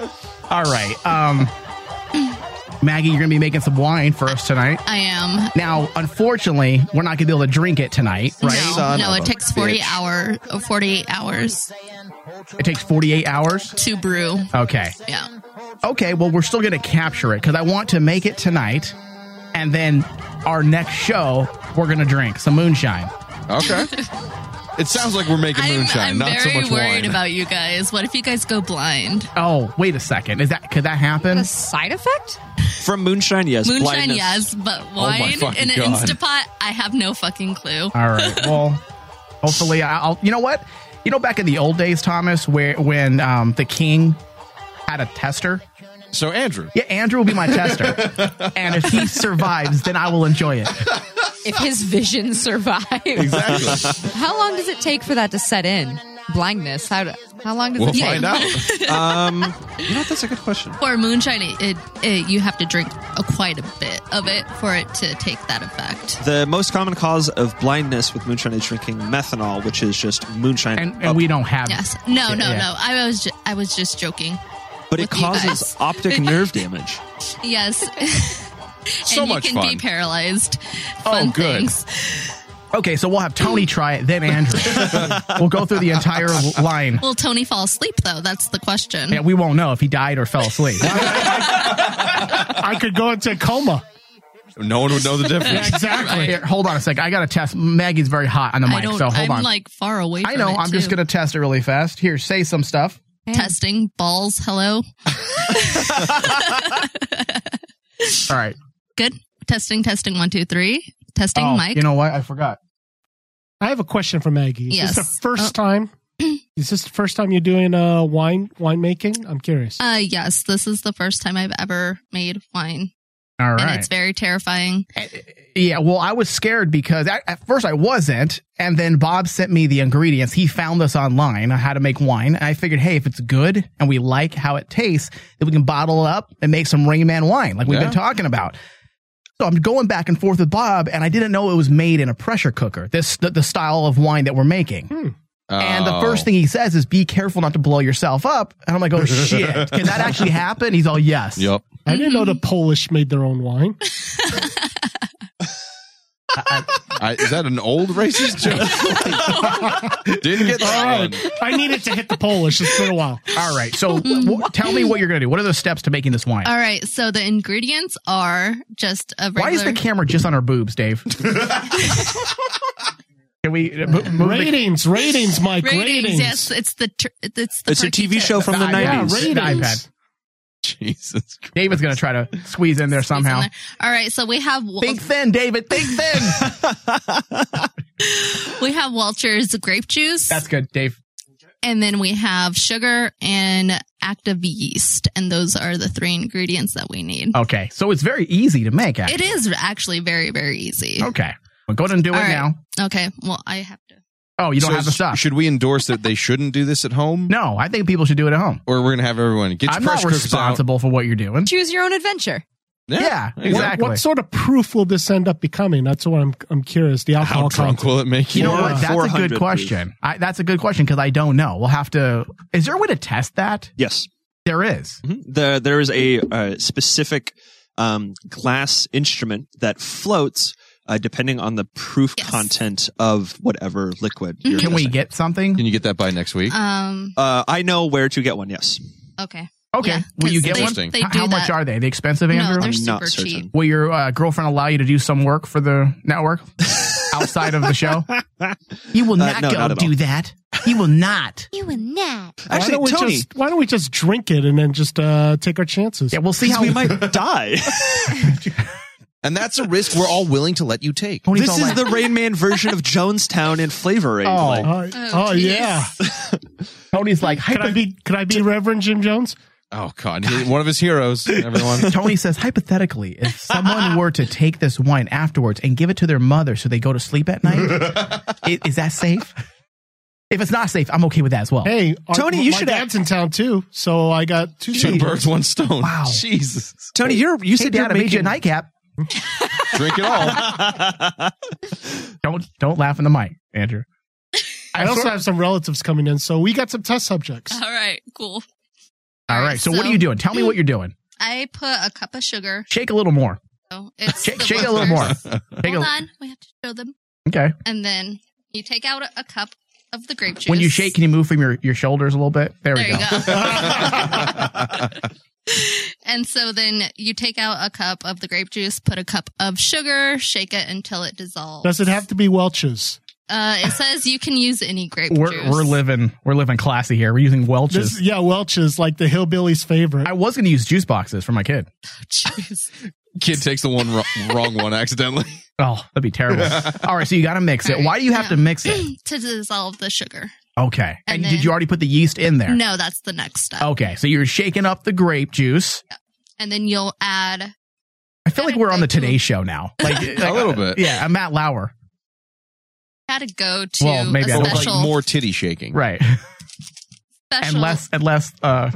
Speaker 3: yeah. All right. Um, Maggie, you're going to be making some wine for us tonight.
Speaker 14: I am.
Speaker 3: Now, unfortunately, we're not going to be able to drink it tonight, right?
Speaker 14: No, no, it takes forty hour, oh, forty hours
Speaker 3: It takes 48 hours.
Speaker 14: to brew.
Speaker 3: Okay.
Speaker 14: Yeah.
Speaker 3: Okay, well, we're still going to capture it because I want to make it tonight. And then our next show, we're going to drink some moonshine.
Speaker 4: Okay. it sounds like we're making moonshine,
Speaker 14: I'm
Speaker 4: not
Speaker 14: very
Speaker 4: so much
Speaker 14: worried
Speaker 4: wine.
Speaker 14: about you guys. What if you guys go blind?
Speaker 3: Oh, wait a second. Is that could that happen?
Speaker 14: Side effect?
Speaker 6: From moonshine, yes.
Speaker 14: Moonshine,
Speaker 6: blindness.
Speaker 14: yes, but
Speaker 6: Oh my
Speaker 14: wine
Speaker 6: fucking
Speaker 14: in an
Speaker 6: God.
Speaker 14: Instapot, I have no fucking clue.
Speaker 3: All right. Well, hopefully, I- I'll. You know what? You know, back in the old days, Thomas, where when um, the king had a tester.
Speaker 4: So Andrew.
Speaker 3: Yeah, Andrew will be my tester, and if he survives, then I will enjoy it.
Speaker 9: if his vision survives.
Speaker 3: Exactly.
Speaker 9: How long does it take for that to set in? Blindness. How, how long does it take?
Speaker 6: um, you know, what? that's a good question.
Speaker 14: For moonshine, it, it, it you have to drink a, quite a bit of it for it to take that effect.
Speaker 6: The most common cause of blindness with moonshine is drinking methanol, which is just moonshine. Oh.
Speaker 3: And, and we don't have
Speaker 14: Yes. No, no, no. I was ju- I was just joking.
Speaker 6: But it
Speaker 14: with you
Speaker 6: causes
Speaker 14: guys.
Speaker 6: optic nerve damage.
Speaker 14: Yes.
Speaker 6: So
Speaker 14: and
Speaker 6: much
Speaker 14: you can
Speaker 6: fun.
Speaker 14: be paralyzed. Fun things.
Speaker 3: Oh, Okay, so we'll have Tony try it, then Andrew. we'll go through the entire line.
Speaker 14: Will Tony fall asleep though? That's the question.
Speaker 3: Yeah, we won't know if he died or fell asleep.
Speaker 12: I could go into a coma.
Speaker 4: No one would know the difference.
Speaker 3: exactly. Here, hold on a sec. I got to test. Maggie's very hot on the
Speaker 14: I
Speaker 3: mic,
Speaker 14: don't.
Speaker 3: so hold
Speaker 14: I'm
Speaker 3: on.
Speaker 14: like far away. From
Speaker 3: I know.
Speaker 14: It
Speaker 3: I'm just
Speaker 14: too.
Speaker 3: going to test it really fast. Here, say some stuff.
Speaker 14: testing balls. Hello.
Speaker 3: All right.
Speaker 14: Good. Testing. Testing. One, two, three. Testing.
Speaker 12: Oh,
Speaker 14: Mike.
Speaker 12: you
Speaker 3: know what? I forgot.
Speaker 12: I have a question for Maggie. Is this
Speaker 14: Yes. Oh.
Speaker 12: the first time? Is this the first time you're doing uh, wine winemaking? I'm curious.
Speaker 14: Uh, yes. This is the first time I've ever made wine.
Speaker 3: All
Speaker 14: And
Speaker 3: right.
Speaker 14: it's very terrifying.
Speaker 3: Yeah, well, I was scared because I, at first I wasn't, and then Bob sent me the ingredients. He found this online on how to make wine. And I figured, hey, if it's good and we like how it tastes, then we can bottle it up and make some Rain Man wine, like we've
Speaker 5: Yeah.
Speaker 3: been talking about. So I'm going back and forth with Bob, and I didn't know it was made in a pressure cooker. This the, the style of wine that we're making. And
Speaker 4: Oh.
Speaker 3: the
Speaker 16: Oh.
Speaker 3: first thing he says is, "Be careful not to blow yourself up." And I'm like, "Oh shit, can that actually happen?" He's all, "Yes."
Speaker 4: Yep.
Speaker 12: I didn't know the
Speaker 14: Mm-hmm.
Speaker 12: Polish made their own wine.
Speaker 4: I, is that an old racist joke? Didn't get
Speaker 12: All
Speaker 4: that
Speaker 12: right.
Speaker 4: one.
Speaker 12: I needed to hit the Polish. It's been a while.
Speaker 3: All right. So w- tell me what you're gonna do. What are the steps to making this wine?
Speaker 14: All right. So the ingredients are just a regular.
Speaker 3: Why is the camera just on our boobs, Dave? Can we uh, mo- move the-
Speaker 12: Ratings, ratings, Mike,
Speaker 14: ratings,
Speaker 12: ratings.
Speaker 14: Yes, it's the tr- it's the
Speaker 12: It's a
Speaker 14: turkey
Speaker 12: TV
Speaker 14: tip.
Speaker 12: show from the
Speaker 3: iPad.
Speaker 12: 90s.
Speaker 3: Yeah,
Speaker 12: Ratings.
Speaker 3: iPad.
Speaker 4: Jesus.
Speaker 3: David's gonna try to squeeze in there somehow.
Speaker 14: All right, so we have
Speaker 3: Think thin, David. Think thin.
Speaker 14: we have Welch's grape juice,
Speaker 3: That's good, Dave.
Speaker 14: and then we have sugar and active yeast, and those are the three ingredients that we need.
Speaker 3: Okay, so it's very easy to make. Actually.
Speaker 14: It is actually very very easy.
Speaker 3: Okay, well, go ahead and do it
Speaker 14: All right.
Speaker 3: now.
Speaker 14: Okay, well I have to.
Speaker 3: Oh, you don't have the
Speaker 4: stuff. Should we endorse that they shouldn't do this at home?
Speaker 3: No, I think people should do it at home.
Speaker 4: Or we're gonna have everyone get your
Speaker 3: I'm not
Speaker 4: pressure cookers out.
Speaker 3: responsible for what you're doing.
Speaker 9: Choose your own adventure.
Speaker 4: Yeah,
Speaker 12: What-
Speaker 4: exactly.
Speaker 12: What, sort of proof will this end up becoming? That's what I'm. I'm curious. The alcohol.
Speaker 4: How drunk will it make you?
Speaker 3: You know what? That's a good question. I, that's a good question because I don't know. We'll have to. Is there a way to test that?
Speaker 6: Yes. Mm-hmm.
Speaker 3: There is.
Speaker 6: The, there is a uh, specific um, glass instrument that floats uh, depending on the proof content of whatever liquid. You're
Speaker 3: Can we get something? Can
Speaker 4: you get that by next week?
Speaker 14: Um.
Speaker 6: uh, I know where to get one. Yes.
Speaker 14: Okay.
Speaker 3: Okay.
Speaker 14: Yeah,
Speaker 3: Will you
Speaker 14: 'cause
Speaker 3: get
Speaker 14: they-
Speaker 3: one?
Speaker 14: they
Speaker 3: H-
Speaker 14: do
Speaker 3: How much
Speaker 14: that.
Speaker 3: are they? They expensive,
Speaker 14: No,
Speaker 3: Andrew?
Speaker 14: they're I'm super not certain. cheap.
Speaker 3: Will your uh, girlfriend allow you to do some work for the network outside of the show? You will
Speaker 12: Uh,
Speaker 3: not
Speaker 12: no,
Speaker 3: go
Speaker 12: not at all.
Speaker 3: do that. You will not.
Speaker 9: You and that.
Speaker 12: why don't we just Why don't we just drink it and then just uh, take our chances? Yeah,
Speaker 3: we'll see how
Speaker 6: we might die.
Speaker 4: And that's a risk we're all willing to let you take.
Speaker 3: oh,
Speaker 6: this is the Rain Man version of Jonestown in flavor. Aid.
Speaker 12: Oh,
Speaker 6: Like-
Speaker 12: oh, oh, yeah.
Speaker 3: Tony's like,
Speaker 12: could I be could I be Reverend Jim Jones?
Speaker 4: Oh God, He- one of his heroes. Everyone.
Speaker 3: Tony says, hypothetically, if someone were to take this wine afterwards and give it to their mother so they go to sleep at night, i- is that safe? If it's not safe, I'm okay with that as well.
Speaker 12: Hey, our-
Speaker 3: Tony, you
Speaker 12: my
Speaker 3: should
Speaker 12: dad's in town too, so I got two
Speaker 3: Two
Speaker 12: seeds.
Speaker 3: birds, one
Speaker 4: stone.
Speaker 3: Wow.
Speaker 4: Jesus,
Speaker 6: Tony, you're you
Speaker 3: Hey,
Speaker 6: said
Speaker 3: Dad,
Speaker 6: you're
Speaker 3: I made you a
Speaker 6: making
Speaker 3: nightcap.
Speaker 4: Drink it all.
Speaker 3: don't don't laugh in the mic, Andrew.
Speaker 12: I also have some relatives coming in, so we got some test subjects.
Speaker 14: All right, cool.
Speaker 3: All right. So, what
Speaker 14: so-
Speaker 3: are you doing? Tell me what you're doing.
Speaker 14: I put a cup of sugar.
Speaker 3: Shake a little more.
Speaker 14: So it's
Speaker 3: Shake,
Speaker 14: the
Speaker 3: shake it a little more.
Speaker 14: listeners.
Speaker 3: Shake
Speaker 14: Hold
Speaker 3: a-
Speaker 14: on, we have to show them.
Speaker 3: Okay.
Speaker 14: And then you take out a, a cup of the grape juice.
Speaker 3: When you shake, can you move from your, your shoulders a little bit? There,
Speaker 14: There
Speaker 3: we
Speaker 14: you
Speaker 3: go.
Speaker 14: and so then you take out a cup of the grape juice, put a cup of sugar, shake it until it dissolves.
Speaker 12: Does it have to be Welch's?
Speaker 14: Uh, it says you can use any grape juice.
Speaker 3: we're, we're living we're living classy here. We're using Welch's.
Speaker 12: This, yeah, Welch's, like the hillbilly's favorite.
Speaker 3: I was going to use juice boxes for my kid.
Speaker 4: Kid takes the one wro- wrong one accidentally.
Speaker 3: Oh, that'd be terrible. All right, so you got to mix it. Why do you have to mix it?
Speaker 14: to dissolve the sugar.
Speaker 3: Okay. And,
Speaker 14: And
Speaker 3: did you already put the yeast in there?
Speaker 14: No, that's the next step.
Speaker 3: Okay, so you're shaking up the grape juice.
Speaker 14: And then you'll add
Speaker 3: I feel like we're on the Today Show now. Like
Speaker 4: a little bit.
Speaker 3: Yeah, I'm Matt Lauer.
Speaker 14: gotta go to
Speaker 3: Well, maybe I
Speaker 14: a
Speaker 3: don't-
Speaker 14: special
Speaker 4: Like more titty shaking.
Speaker 3: Right.
Speaker 14: special
Speaker 3: And less and less uh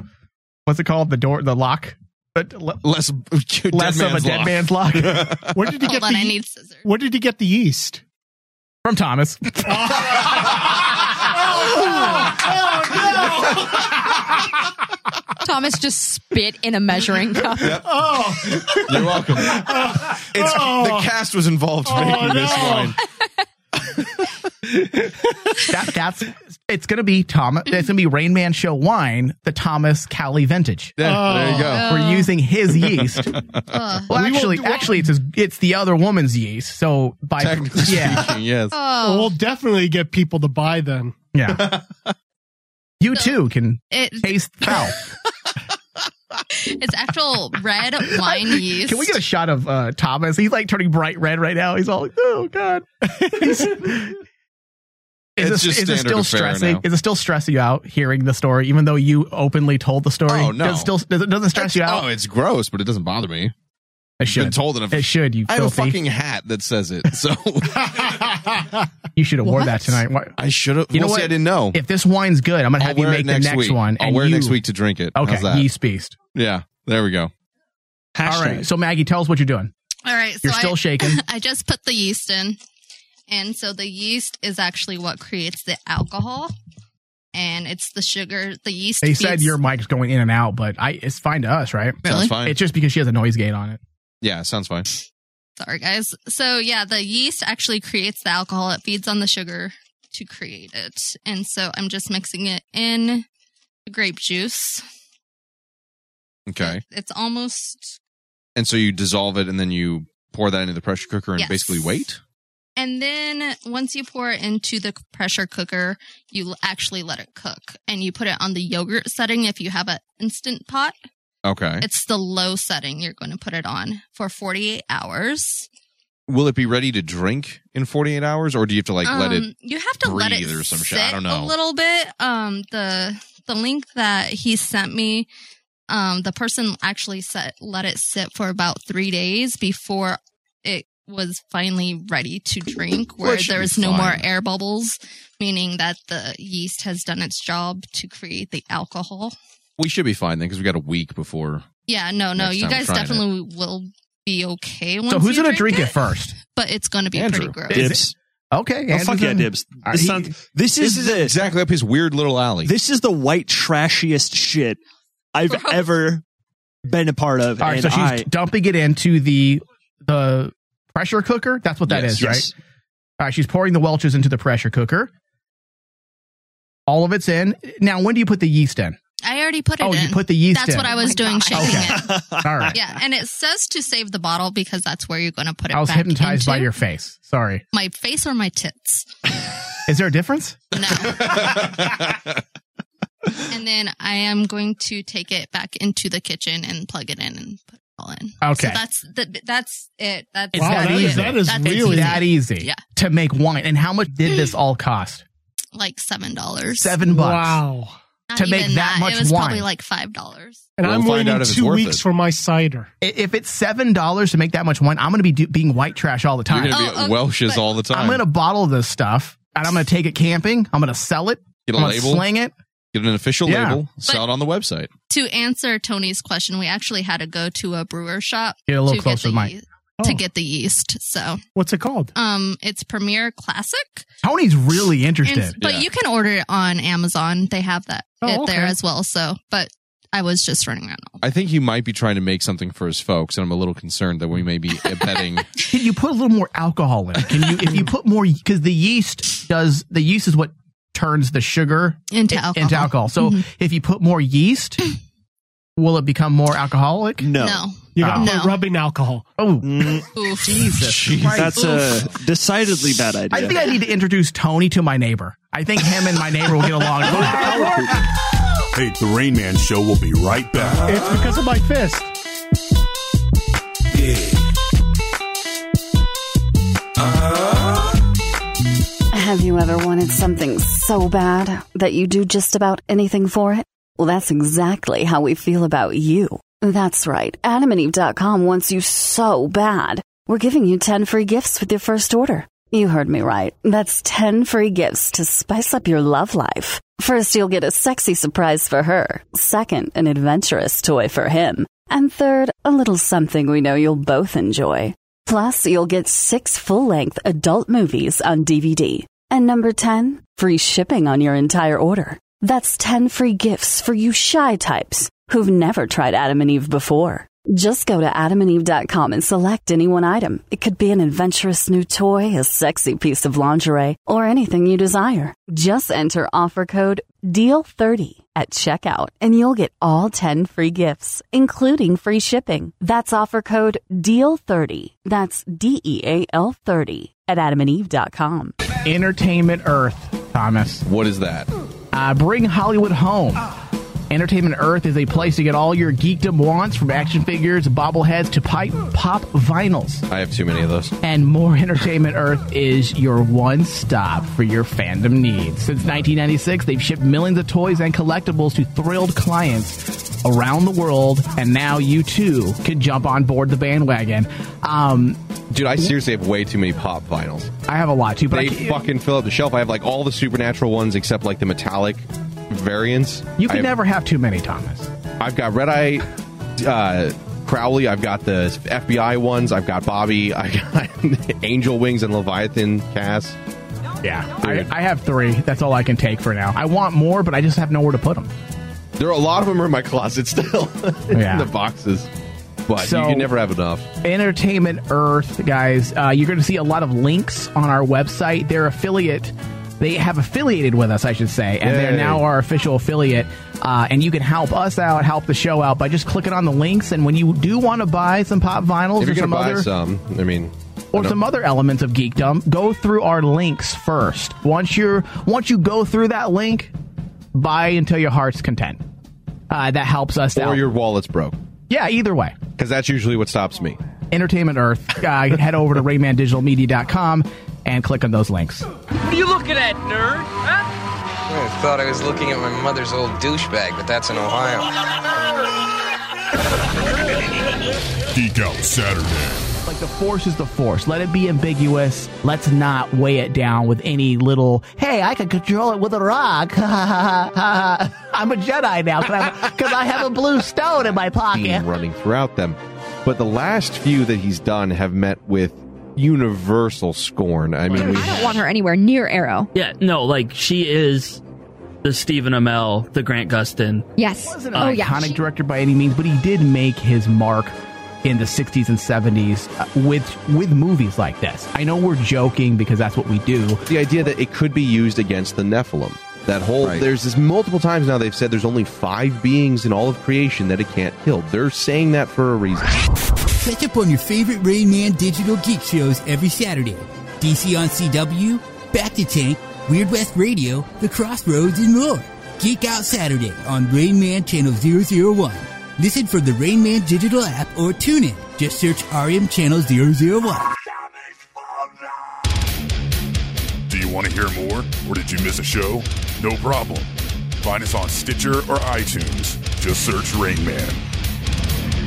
Speaker 3: what's it called? The door the lock? But le-
Speaker 4: Less, dead
Speaker 3: less of a
Speaker 4: man's
Speaker 3: dead
Speaker 4: lock.
Speaker 3: man's lock.
Speaker 12: Where did you
Speaker 14: Hold
Speaker 12: get
Speaker 14: on,
Speaker 12: the
Speaker 14: I
Speaker 12: ye-
Speaker 14: need scissors.
Speaker 12: Where did you get the yeast?
Speaker 3: From Thomas.
Speaker 9: Thomas just spit in a measuring cup.
Speaker 12: Oh,
Speaker 4: You're welcome. It's,
Speaker 3: Oh.
Speaker 4: The cast was involved in making this wine.
Speaker 3: that, that's it's gonna be Thomas it's gonna be Rain Man Show wine, the Thomas Cali vintage.
Speaker 4: Yeah, there you go.
Speaker 14: Oh.
Speaker 3: We're using his yeast.
Speaker 14: Ugh.
Speaker 3: Well, actually, actually, it's his, it's the other woman's yeast. So by
Speaker 4: Technically
Speaker 3: yeah,
Speaker 4: speaking, yes.
Speaker 14: Oh.
Speaker 12: Well, we'll definitely get people to buy then.
Speaker 3: yeah, you too can
Speaker 14: It-
Speaker 3: taste foul.
Speaker 14: It's actual red wine yeast.
Speaker 3: Can we get a shot of uh, Thomas? He's like turning bright red right now. He's all like, oh god. He's- Is,
Speaker 4: It's
Speaker 3: it,
Speaker 4: just
Speaker 3: is it
Speaker 4: standard
Speaker 3: still
Speaker 4: affair
Speaker 3: stressing?
Speaker 4: now.
Speaker 3: Is it still stressing you out hearing the story, even though you openly told the story?
Speaker 4: Oh, no.
Speaker 3: Does it still does it doesn't stress you out?
Speaker 4: Oh, it's gross, but it doesn't bother me.
Speaker 3: it
Speaker 4: I've been
Speaker 3: should.
Speaker 4: told enough.
Speaker 3: It should. You
Speaker 4: I have a
Speaker 3: filthy.
Speaker 4: fucking hat that says it, so
Speaker 3: you should have wore
Speaker 9: What?
Speaker 3: that tonight. Why-
Speaker 4: I should have.
Speaker 3: You know
Speaker 4: well, see,
Speaker 3: what?
Speaker 4: I didn't know.
Speaker 3: If this wine's good, I'm gonna
Speaker 4: I'll
Speaker 3: have you
Speaker 4: wear it
Speaker 3: make the next
Speaker 4: week.
Speaker 3: one.
Speaker 4: I'll
Speaker 3: and
Speaker 4: wear it
Speaker 3: you-
Speaker 4: next week to drink it.
Speaker 3: Okay,
Speaker 4: How's that?
Speaker 3: yeast beast.
Speaker 4: Yeah, there we go.
Speaker 3: All right. So Maggie, tell us what you're doing.
Speaker 14: All right, so
Speaker 3: You're still
Speaker 14: I,
Speaker 3: shaking.
Speaker 14: I just put the yeast in, and so the yeast is actually what creates the alcohol, and it's the sugar. The yeast.
Speaker 3: They said
Speaker 14: feeds-
Speaker 3: your mic's going in and out, but I it's fine to us, right?
Speaker 4: Yeah, Sounds fine.
Speaker 3: It's just because she has a noise gate on it.
Speaker 4: Yeah, sounds fine.
Speaker 14: Sorry, guys. So yeah, the yeast actually creates the alcohol. It feeds on the sugar to create it, and so I'm just mixing it in the grape juice.
Speaker 4: Okay.
Speaker 14: It's almost,
Speaker 4: And so you dissolve it and then you pour that into the pressure cooker and
Speaker 14: Yes.
Speaker 4: basically wait?
Speaker 14: and then once you pour it into the pressure cooker, you l- actually let it cook, and you put it on the yogurt setting if you have an instant pot.
Speaker 4: Okay.
Speaker 14: It's the low setting you're going to put it on for 48 hours.
Speaker 4: Will it be ready to drink in 48 hours or do you have to like let
Speaker 14: Um,
Speaker 4: it
Speaker 14: you have to let it
Speaker 4: breathe or some
Speaker 14: sit
Speaker 4: shit. I don't know.
Speaker 14: a little bit. Um, the the link that he sent me, um, the person actually set let it sit for about three days before it was finally ready to drink,
Speaker 4: Well,
Speaker 14: where
Speaker 4: it should
Speaker 14: there
Speaker 4: be
Speaker 14: was no more
Speaker 4: fine.
Speaker 14: air bubbles, meaning that the yeast has done its job to create the alcohol.
Speaker 4: We should be fine then because we got a week before.
Speaker 14: Yeah, no, no,
Speaker 4: Next
Speaker 14: you
Speaker 4: time
Speaker 14: guys
Speaker 4: trying it.
Speaker 14: definitely will be okay. Once
Speaker 3: so who's
Speaker 14: you
Speaker 3: gonna drink it,
Speaker 14: it?
Speaker 3: first?
Speaker 14: But it's going to be
Speaker 4: Andrew.
Speaker 14: pretty gross.
Speaker 6: dibs.
Speaker 3: Okay.
Speaker 6: Oh,
Speaker 3: Andrew's
Speaker 6: fuck yeah,
Speaker 3: in.
Speaker 6: dibs.
Speaker 3: Are
Speaker 6: This,
Speaker 3: he-
Speaker 6: sounds- this
Speaker 4: This
Speaker 6: is
Speaker 4: is
Speaker 6: the
Speaker 4: exactly up his weird little alley.
Speaker 6: this is the white trashiest shit I've
Speaker 14: Gross.
Speaker 6: ever been a part of.
Speaker 3: All right.
Speaker 6: and
Speaker 3: So she's
Speaker 6: I-
Speaker 3: dumping it into the the pressure cooker. That's what that
Speaker 4: Yes,
Speaker 3: is,
Speaker 6: yes.
Speaker 3: right? All right. She's pouring the Welch's into the pressure cooker. All of it's in. Now, when do you put the yeast in?
Speaker 14: I already put it
Speaker 3: Oh,
Speaker 14: in.
Speaker 3: you put the yeast
Speaker 14: That's
Speaker 3: in. Oh
Speaker 14: what I was doing, shaking it.
Speaker 3: All right.
Speaker 14: Yeah, and it says to save the bottle because that's where you're going to put it.
Speaker 3: I was
Speaker 14: back
Speaker 3: hypnotized by
Speaker 14: into.
Speaker 3: your face. Sorry.
Speaker 14: my face or my tits.
Speaker 3: Is there a difference?
Speaker 14: No. and then I am going to take it back into the kitchen and plug it in and put it all in.
Speaker 3: Okay.
Speaker 14: so that's the, that's it. That's
Speaker 3: It's Wow, that that is- easy.
Speaker 12: that is really-
Speaker 14: easy.
Speaker 3: It's that easy
Speaker 14: Yeah.
Speaker 3: to make wine. And how much did this all cost?
Speaker 14: like seven dollars.
Speaker 3: Seven bucks.
Speaker 12: Wow.
Speaker 14: Not
Speaker 3: to make
Speaker 14: even
Speaker 3: that, much
Speaker 14: It was
Speaker 3: wine.
Speaker 14: probably like five dollars.
Speaker 12: And
Speaker 3: We'll
Speaker 12: I'm
Speaker 3: find
Speaker 12: waiting
Speaker 3: out if it's
Speaker 12: two
Speaker 3: worth
Speaker 12: weeks
Speaker 3: it.
Speaker 12: for my cider.
Speaker 3: I- If it's seven dollars to make that much wine, I'm going to be do- being white trash all the time.
Speaker 14: Oh,
Speaker 4: You're gonna be at Welsh's all the time.
Speaker 3: I'm going to bottle this stuff and I'm going to take it camping. I'm going to sell it.
Speaker 4: Get a
Speaker 3: I'm gonna
Speaker 4: label.
Speaker 3: Sling it.
Speaker 4: Get an official
Speaker 3: Yeah.
Speaker 4: label. Sell it on the website.
Speaker 14: To answer Tony's question, we actually had to go to a brewer shop
Speaker 4: Get a little
Speaker 14: to
Speaker 4: closer,
Speaker 14: get the
Speaker 4: Mike.
Speaker 14: yeast,
Speaker 3: Oh.
Speaker 14: to get the yeast. So
Speaker 12: What's it called?
Speaker 14: um, it's Premier Classic,
Speaker 3: Tony's really interested.
Speaker 14: And- but you can order it on Amazon. They have that
Speaker 12: Oh,
Speaker 14: it there
Speaker 12: okay.
Speaker 14: as well. So, but I was just running around.
Speaker 4: I think he might be trying to make something for his folks, and I'm a little concerned that we may be abetting.
Speaker 3: Can you put a little more alcohol in? it? Can you if you put more because the yeast does the yeast is what turns the sugar
Speaker 14: into
Speaker 3: alcohol. Into alcohol. So if you put more yeast, will it become more alcoholic?
Speaker 6: No.
Speaker 12: You got
Speaker 3: Oh.
Speaker 12: my rubbing alcohol. Mm.
Speaker 3: Oh,
Speaker 12: Jesus.
Speaker 3: Christ.
Speaker 6: That's a decidedly bad idea.
Speaker 3: I think I need to introduce Tony to my neighbor. I think him and my neighbor will get along.
Speaker 2: Hey, the Rain Man Show will be right back.
Speaker 12: It's because of my fist.
Speaker 4: Uh-huh.
Speaker 17: Have you ever wanted something so bad that you do just about anything for it? Well, that's exactly how we feel about you. That's right. AdamandEve.com wants you so bad. We're giving you 10 free gifts with your first order. You heard me right. That's 10 free gifts to spice up your love life. First, you'll get a sexy surprise for her. Second, an adventurous toy for him. And third, a little something we know you'll both enjoy. Plus, you'll get six full length adult movies on DVD. And number 10, free shipping on your entire order. That's 10 free gifts for you shy types who've never tried Adam and Eve before. Just go to adamandeve.com and select any one item. It could be an adventurous new toy, a sexy piece of lingerie, or anything you desire. Just enter offer code E DEAL30 at checkout and you'll get all 10 free gifts, including free shipping. That's offer code E DEAL30. That's D E A L 30 at adamandeve.com.
Speaker 3: Entertainment Earth, Thomas.
Speaker 4: What is that?
Speaker 3: Uh, bring Hollywood home. Entertainment Earth is a place to get all your geekdom wants from action figures, bobbleheads to pipe pop vinyls.
Speaker 4: I have too many of those.
Speaker 3: And more Entertainment Earth is your one stop for your fandom needs. Since 1996, they've shipped millions of toys and collectibles to thrilled clients around the world, and now you too can jump on board the bandwagon. Um,
Speaker 4: Dude, I seriously have way too many pop vinyls.
Speaker 3: I have a lot too, but I
Speaker 4: They
Speaker 3: can't-
Speaker 4: fucking fill up the shelf. I have like all the supernatural ones except like the metallic variants.
Speaker 3: you can
Speaker 4: I have-
Speaker 3: never have too many, Thomas.
Speaker 4: I've got Red Eye uh, Crowley. I've got the FBI ones. I've got Bobby. I got Angel Wings and Leviathan Cass.
Speaker 3: Yeah, I, I have three. That's all I can take for now. I want more, but I just have nowhere to put them.
Speaker 4: there are a lot of them are in my closet still
Speaker 3: Yeah.
Speaker 4: in the boxes, but
Speaker 3: So-
Speaker 4: you can never have enough.
Speaker 3: Entertainment Earth, guys. Uh, you're going to see a lot of links on our website. Their affiliate, they have affiliated with us, I should say, and they're
Speaker 4: Yay.
Speaker 3: now our official affiliate. Uh, and you can help us out, help the show out by just clicking on the links. And when you do want to buy some pop vinyls
Speaker 4: If
Speaker 3: or
Speaker 4: you're gonna
Speaker 3: some
Speaker 4: buy
Speaker 3: other
Speaker 4: some, I mean,
Speaker 3: or some other elements of geekdom, go through our links first. Once you're once you go through that link, buy until your heart's content. Uh, that helps us
Speaker 4: or
Speaker 3: out.
Speaker 4: your wallet's broke
Speaker 3: yeah, either way.
Speaker 4: because that's usually what stops me.
Speaker 3: Entertainment Earth. Uh, head over to RaymanDigitalMedia.com and click on those links.
Speaker 18: What are you looking at, nerd? I thought I was looking at my mother's old douchebag, but that's in Ohio.
Speaker 2: Geek Out Saturday.
Speaker 3: Like the force is the force. Let it be ambiguous. Let's not weigh it down with any little. Hey, I can control it with a rock. I'm a Jedi now because I have a blue stone in my pocket.
Speaker 4: theme running throughout them. But the last few that he's done have met with universal scorn. I mean, we,
Speaker 9: I don't want her anywhere near Arrow.
Speaker 19: Yeah, no, like she is the Stephen Amell, the Grant Gustin.
Speaker 9: Yes.
Speaker 3: wasn't an
Speaker 9: oh,
Speaker 3: iconic
Speaker 9: yeah.
Speaker 3: director by any means, but he did make his mark in the 60s and 70s uh, with with movies like this. I know we're joking because that's what we do.
Speaker 4: the idea that it could be used against the Nephilim. That whole there's this multiple times now they've said there's only five beings in all of creation that it can't kill. They're saying that for a reason.
Speaker 20: Catch up on your favorite Rain Man digital geek shows every Saturday. DC on CW, Back to Tank, Weird West Radio, The Crossroads, and more. Geek Out Saturday on Rain Man Channel 001. Listen from the Rain Man digital app or tune in. Just search RM Channel 001.
Speaker 2: Do you want to hear more? Or did you miss a show? No problem. Find us on Stitcher or iTunes. Just search Rain Man.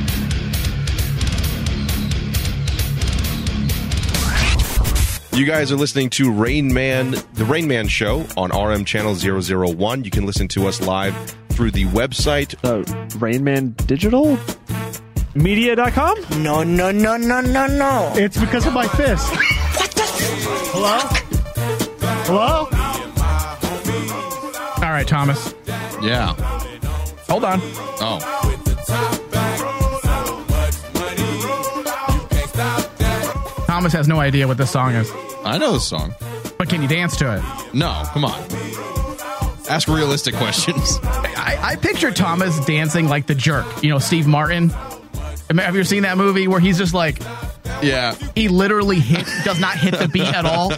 Speaker 4: You guys are listening to Rain Man, the Rain Man Show on RM Channel 001. You can listen to us live through the website. Uh, Rain Man Digital?
Speaker 6: Media.com?
Speaker 7: No, no, no, no, no, no.
Speaker 12: It's because of my fist.
Speaker 7: Hello?
Speaker 12: Hello?
Speaker 3: All right, Thomas.
Speaker 4: Yeah.
Speaker 3: Hold on.
Speaker 4: Oh.
Speaker 3: Thomas has no idea what this song is.
Speaker 4: I know this song.
Speaker 3: But can you dance to it?
Speaker 4: No, come on. Ask realistic questions.
Speaker 3: I, I picture Thomas dancing like the jerk. You know, Steve Martin. Am- Have you ever seen that movie where he's just like,
Speaker 4: yeah,
Speaker 3: he literally hit, does not hit the beat at all?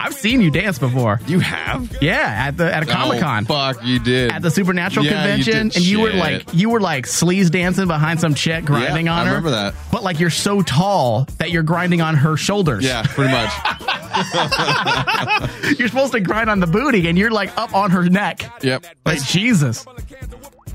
Speaker 3: I've seen you dance before.
Speaker 4: You have?
Speaker 3: Yeah, at the at a
Speaker 4: Oh,
Speaker 3: Comic Con.
Speaker 4: fuck, you did.
Speaker 3: At the Supernatural
Speaker 4: Yeah, you
Speaker 3: convention,
Speaker 4: did
Speaker 3: and you were
Speaker 4: shit.
Speaker 3: like you were like sleaze dancing behind some chick, grinding
Speaker 4: Yeah,
Speaker 3: on
Speaker 4: I
Speaker 3: her.
Speaker 4: remember that.
Speaker 3: But like you're so tall that you're grinding on her shoulders.
Speaker 4: Yeah, pretty much.
Speaker 3: you're supposed to grind on the booty, and you're like up on her neck.
Speaker 4: Yep.
Speaker 3: Like Jesus.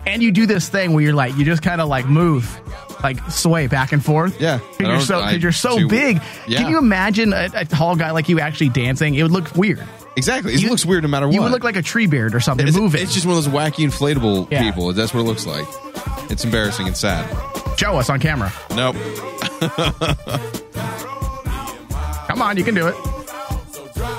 Speaker 3: And you do this thing where you're like you just kind of like move, like sway back and forth. Yeah.
Speaker 4: I
Speaker 3: You're
Speaker 4: don't-
Speaker 3: so
Speaker 4: I
Speaker 3: because you're so
Speaker 4: do-
Speaker 3: big.
Speaker 4: Yeah.
Speaker 3: Can you imagine a, a tall guy like you actually dancing? It would look weird.
Speaker 4: Exactly. It looks weird no matter
Speaker 3: You
Speaker 4: what.
Speaker 3: would look like a tree beard or something.
Speaker 4: It's,
Speaker 3: moving.
Speaker 4: it's just one of those wacky inflatable
Speaker 3: Yeah.
Speaker 4: people. That's what it looks like. It's embarrassing and sad.
Speaker 3: Show us on camera.
Speaker 4: Nope.
Speaker 3: Come on, you can do it.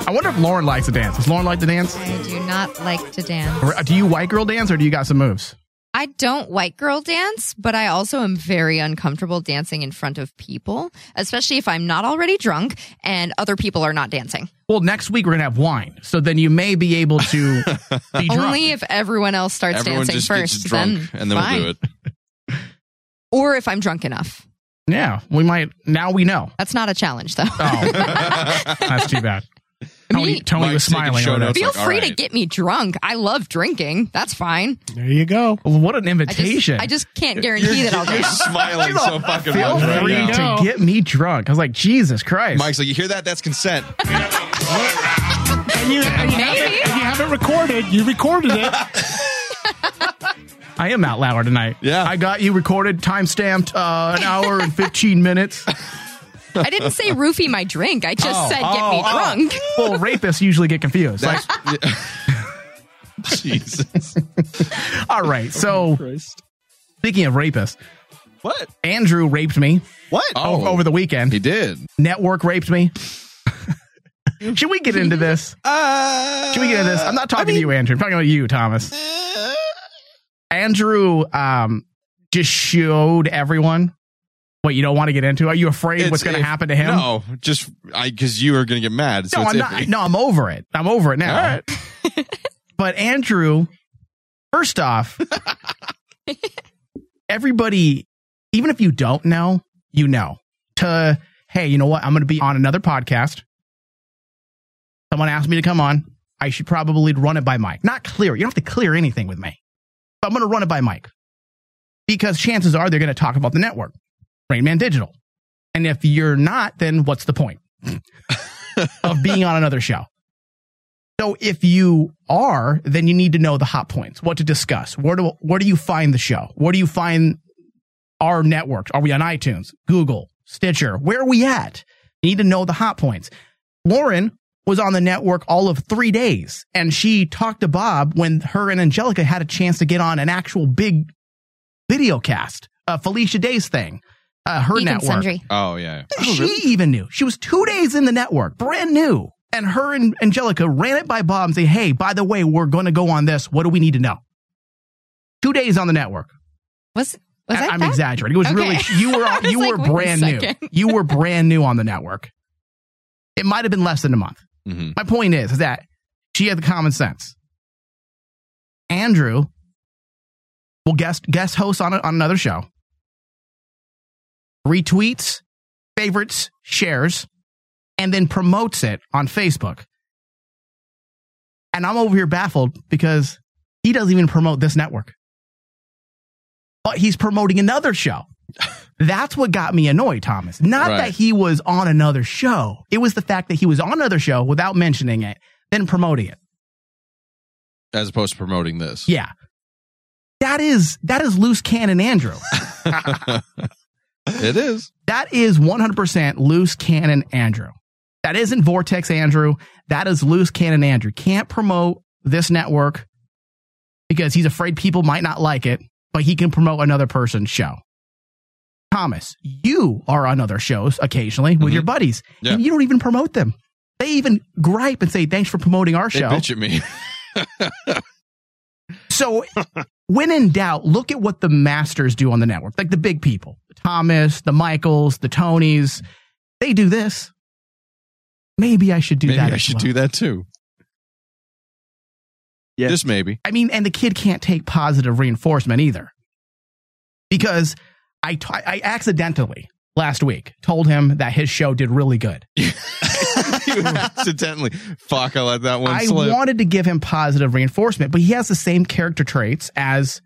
Speaker 3: I wonder if Lauren likes to dance. Does Lauren like to dance?
Speaker 9: I do not like to dance.
Speaker 3: Or uh, do you white girl dance or do you got some moves?
Speaker 9: I don't white girl dance, but I also am very uncomfortable dancing in front of people, especially if I'm not already drunk and other people are not dancing.
Speaker 3: Well, next week we're gonna have wine, so then you may be able to be drunk.
Speaker 9: Only if everyone else starts
Speaker 3: Everyone
Speaker 9: dancing
Speaker 3: just
Speaker 9: first,
Speaker 3: gets drunk,
Speaker 9: then
Speaker 3: and then we'll
Speaker 9: fine.
Speaker 3: do it.
Speaker 9: Or if I'm drunk enough.
Speaker 3: yeah, we might. Now we know.
Speaker 9: That's not a challenge, though.
Speaker 3: That's too bad. Tony, Tony
Speaker 4: Mike's
Speaker 3: was
Speaker 4: taking
Speaker 3: smiling.
Speaker 4: show
Speaker 3: over there.
Speaker 4: notes
Speaker 9: Feel free to get me drunk. I love drinking. That's fine.
Speaker 3: There you go. What an invitation!
Speaker 9: I just can't guarantee that I'll dance.
Speaker 4: smiling so fucking
Speaker 3: Feel
Speaker 4: much right
Speaker 3: free
Speaker 4: now.
Speaker 3: to get me drunk. I was like, Jesus Christ!
Speaker 4: Mike's like, you hear that? That's consent.
Speaker 12: And you, and you, haven't, and you haven't recorded. You recorded it.
Speaker 3: I am out loud tonight. Yeah, I got you recorded, time stamped, uh, an hour and fifteen minutes.
Speaker 9: I didn't say roofie my drink. I just
Speaker 3: Oh,
Speaker 9: said get me
Speaker 3: oh, oh.
Speaker 9: drunk.
Speaker 3: Well, rapists usually get confused. Like,
Speaker 4: Jesus. Oh,
Speaker 3: All right. So, speaking of rapists,
Speaker 4: what?
Speaker 3: Andrew raped me.
Speaker 4: What? Oh,
Speaker 3: Over, the weekend. He
Speaker 4: did.
Speaker 3: Network raped me. Should we get into this?
Speaker 4: Uh,
Speaker 3: Should we get into this? I'm not talking to you, Andrew. I'm talking about you, Thomas.
Speaker 4: Uh.
Speaker 3: Andrew um, just showed everyone what you don't want to get into. Are you afraid
Speaker 4: It's
Speaker 3: what's going to
Speaker 4: if-
Speaker 3: happen to him?
Speaker 4: No, just I because you are going to get mad. So
Speaker 3: no,
Speaker 4: it's
Speaker 3: I'm
Speaker 4: iffy.
Speaker 3: not. No, I'm over it. I'm over it now.
Speaker 4: All right.
Speaker 3: but Andrew, first off, everybody, even if you don't know, you know. To hey, you know what? I'm going to be on another podcast. Someone asked me to come on. I should probably run it by Mike. Not clear. You don't have to clear anything with me. But I'm going to run it by Mike because chances are they're going to talk about the network, Rain Man Digital. And if you're not, then what's the point? of being on another show. So if you are, then you need to know the hot points, what to discuss. Where do where do you find the show? Where do you find our networks? Are we on iTunes, Google, Stitcher? Where are we at? You need to know the hot points. Lauren was on the network all of three days, and she talked to Bob when her and Angelica had a chance to get on an actual big video cast, uh, Felicia Day's thing, uh, her
Speaker 9: Geek and
Speaker 3: network
Speaker 9: Sundry.
Speaker 4: Oh yeah.
Speaker 3: she even knew. She was two days in the network, brand new. And her and Angelica ran it by Bob and say, hey, by the way, we're going to go on this. What do we need to know? Two days on the network.
Speaker 9: Was, was
Speaker 3: I, am exaggerating. It was
Speaker 9: Okay.
Speaker 3: really, you were,
Speaker 9: I was
Speaker 3: you
Speaker 9: like,
Speaker 3: were
Speaker 9: wait a
Speaker 3: brand new.
Speaker 9: second.
Speaker 3: You were brand new on the network. It might have been less than a month.
Speaker 9: Mm-hmm.
Speaker 3: My point is, is that she had the common sense. Andrew will guest guest host on a, on another show. Retweets, favorites, shares, and then promotes it on Facebook. And I'm over here baffled because he doesn't even promote this network. But he's promoting another show. That's what got me annoyed, Thomas. Not
Speaker 5: Right.
Speaker 3: that he was on another show. It was the fact that he was on another show without mentioning it, then promoting it.
Speaker 4: as opposed to promoting this.
Speaker 3: Yeah. That is that is loose cannon Andrew.
Speaker 4: it is.
Speaker 3: That is 100% loose cannon Andrew. That isn't Vortex Andrew. That is loose cannon Andrew. Can't promote this network because he's afraid people might not like it, but he can promote another person's show. Thomas, you are on other shows occasionally
Speaker 4: Mm-hmm.
Speaker 3: with your buddies, and you don't even promote them. They even gripe and say, Thanks for promoting our
Speaker 4: They
Speaker 3: show.
Speaker 4: bitch at me.
Speaker 3: So, when in doubt, look at what the masters do on the network, like the big people, the Thomas, the Michaels, the Tonys. They do this. Maybe I should do
Speaker 4: maybe
Speaker 3: that.
Speaker 4: I
Speaker 3: as
Speaker 4: should
Speaker 3: well.
Speaker 4: do that too. Yeah. Just maybe.
Speaker 3: I mean, and the kid can't take positive reinforcement either. Because I t- I accidentally last week told him that his show did really good.
Speaker 4: Accidentally. Fuck, I let that one
Speaker 3: I
Speaker 4: slip.
Speaker 3: wanted to give him positive reinforcement, but he has the same character traits as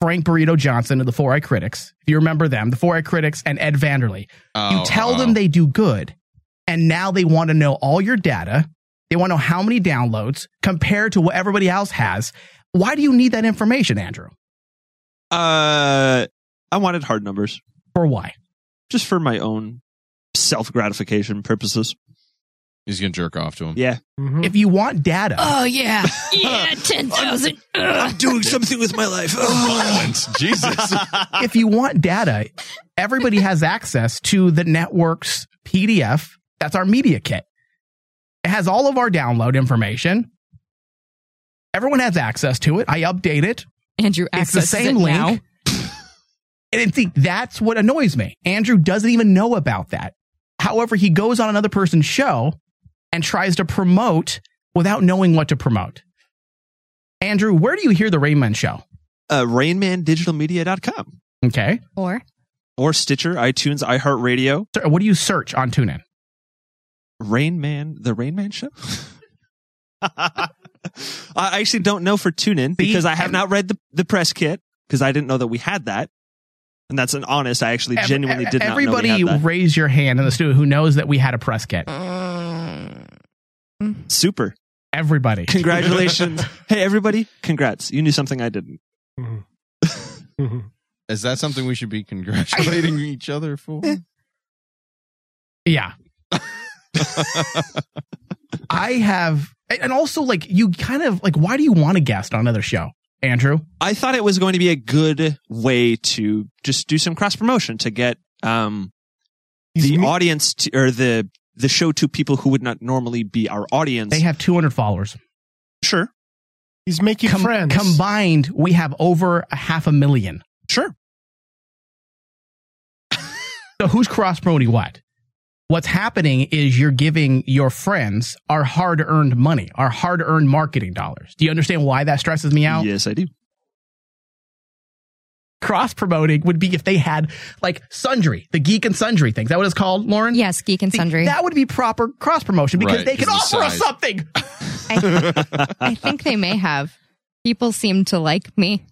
Speaker 3: Frank Burrito Johnson of the Four Eye Critics. If you remember them, the Four Eye Critics and Ed Vanderley.
Speaker 4: Oh,
Speaker 3: you tell
Speaker 4: oh.
Speaker 3: them they do good, and now they want to know all your data. They want to know how many downloads compared to what everybody else has. Why do you need that information, Andrew?
Speaker 6: Uh, I wanted hard numbers.
Speaker 3: For why?
Speaker 6: Just for my own self gratification purposes.
Speaker 4: He's gonna jerk off to him.
Speaker 6: Yeah.
Speaker 3: If you want data,
Speaker 9: Oh yeah, yeah, ten thousand. I'm
Speaker 6: doing something with my life.
Speaker 4: Jesus.
Speaker 3: if you want data, everybody has access to the network's PDF. That's our media kit. It has all of our download information. Everyone has access to it. I update it.
Speaker 9: Andrew accesses it now.
Speaker 3: and I think that's what annoys me. Andrew doesn't even know about that. However, he goes on another person's show and tries to promote without knowing what to promote. Andrew, where do you hear the Raymond show?
Speaker 6: Uh, RainmanDigitalMedia.com.
Speaker 3: Okay.
Speaker 9: Or
Speaker 6: Or Stitcher, iTunes, iHeartRadio.
Speaker 3: What do you search on TuneIn?
Speaker 6: Rain Man, The Rain Man Show? I actually don't know for TuneIn because I have not read the, the press kit because I didn't know that we had that. And that's an honest, I actually
Speaker 3: Ev-
Speaker 6: genuinely
Speaker 3: ev-
Speaker 6: did not
Speaker 3: Everybody
Speaker 6: know we had that.
Speaker 3: raise your hand in the studio who knows that we had a press kit.
Speaker 6: Super.
Speaker 3: Everybody.
Speaker 6: Congratulations. hey, everybody, congrats. You knew something I didn't.
Speaker 4: Is that something we should be congratulating each other for?
Speaker 3: yeah. I have, and also like you kind of like, why do you want a guest on another show, Andrew?
Speaker 6: I thought it was going to be a good way to just do some cross promotion to get um, the audience to, or the the show to people who would not normally be our audience.
Speaker 3: They have 200 followers.
Speaker 6: Sure.
Speaker 3: He's making
Speaker 12: friends.
Speaker 3: Combined, we have over a half a million.
Speaker 6: Sure.
Speaker 3: so who's cross promoting what? What's happening is you're giving your friends our hard earned money, our hard earned marketing dollars. Do you understand why that stresses me out?
Speaker 6: Yes, I do.
Speaker 3: Cross promoting would be if they had like Sundry, the Geek and Sundry thing. Is that what it's called, Lauren?
Speaker 9: Yes, Geek and Sundry.
Speaker 3: That would be proper cross promotion because
Speaker 9: Right,
Speaker 3: they could
Speaker 9: 'cause
Speaker 3: offer
Speaker 9: of
Speaker 3: us
Speaker 9: size.
Speaker 3: something.
Speaker 9: I think they may have. People seem to like me.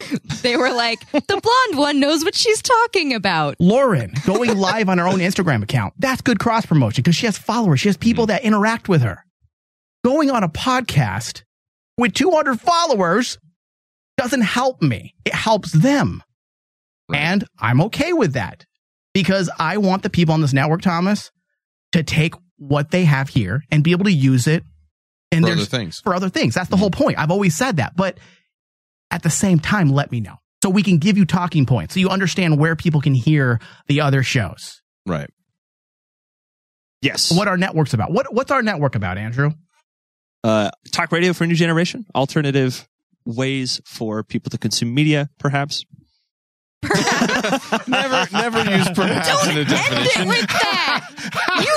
Speaker 9: They were like, the blonde one knows what she's talking about.
Speaker 3: Lauren going live on her own Instagram account. That's good cross promotion because she has followers. She has people that interact with her. Going on a podcast with 200 followers doesn't help me. It helps them. And I'm okay with that because I want the people on this network, Thomas, to take what they have here and be able to use it and
Speaker 4: For
Speaker 3: there's-
Speaker 4: other things. Mm-hmm.
Speaker 3: For other things. That's the whole point. I've always said that. But at the same time, let me know so we can give you talking points so you understand where people can hear the other shows.
Speaker 4: Right.
Speaker 6: Yes.
Speaker 3: What our network's about. What What's our network about, Andrew?
Speaker 6: Uh, talk radio for a new generation, alternative ways for people to consume media, perhaps.
Speaker 4: never, never use perhaps in a definition.
Speaker 9: You,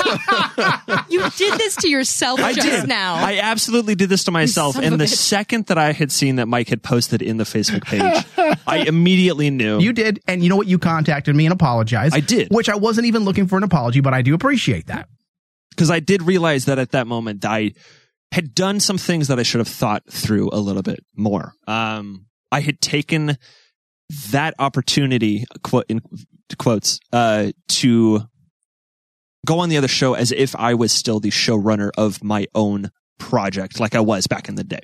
Speaker 9: you did this to yourself
Speaker 6: I
Speaker 9: Oh, just
Speaker 6: did.
Speaker 9: now.
Speaker 6: I absolutely did this to myself.
Speaker 9: son of
Speaker 6: And
Speaker 9: a
Speaker 6: the
Speaker 9: bitch.
Speaker 6: second that I had seen that Mike had posted in the Facebook page, I immediately knew.
Speaker 3: You did. And you know what? You contacted me and apologized. I did. Which I wasn't even looking for an apology, but I do appreciate that.
Speaker 6: because I did realize that at that moment I had done some things that I should have thought through a little bit more. Um, I had taken that opportunity, quote in quotes, uh, to go on the other show as if I was still the showrunner of my own project, like I was back in the day.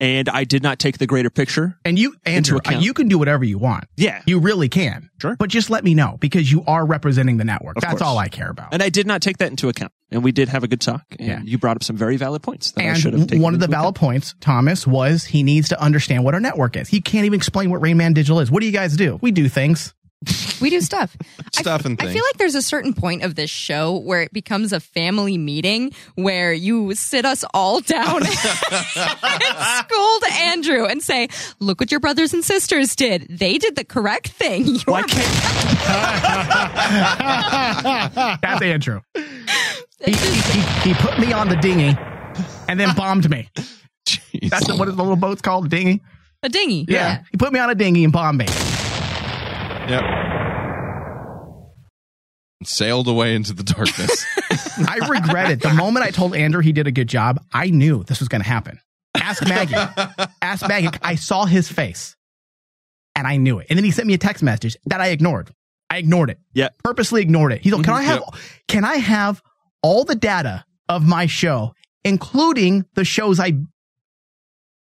Speaker 6: and I did not take the greater picture.
Speaker 3: And you, Andrew,
Speaker 6: account.
Speaker 3: you can do whatever you want.
Speaker 6: Yeah.
Speaker 3: You really can. Sure. But just let me know because you are representing the network.
Speaker 6: Of
Speaker 3: That's
Speaker 6: course.
Speaker 3: all I care about.
Speaker 6: And I did not take that into account. And we did have a good talk. And you brought up some very valid points that I should have
Speaker 3: And
Speaker 6: taken.
Speaker 3: one of the
Speaker 6: into account.
Speaker 3: valid points, Thomas, was he needs to understand what our network is. He can't even explain what Rain Man Digital is. What do you guys do? We do things.
Speaker 9: We do stuff.
Speaker 4: Stuff and
Speaker 9: I feel like there's a certain point of this show where it becomes a family meeting where you sit us all down and scold Andrew and say, "Look what your brothers and sisters did. They did the correct thing. You are
Speaker 3: That's Andrew. He, he- he- he put me on the dinghy and then bombed me. That's what the little boat's called, a dinghy.
Speaker 9: a dinghy.
Speaker 3: He put me on a dinghy and bombed me.
Speaker 4: Yep. Sailed away into the darkness.
Speaker 3: I regret it. The moment I told Andrew he did a good job, I knew this was going to happen. Ask Maggie. Ask Maggie. I saw his face and I knew it. And then he sent me a text message that I ignored. I ignored it.
Speaker 6: Yeah.
Speaker 3: Purposely ignored it. He's like, "Can I have can I have all the data of my show, including the shows I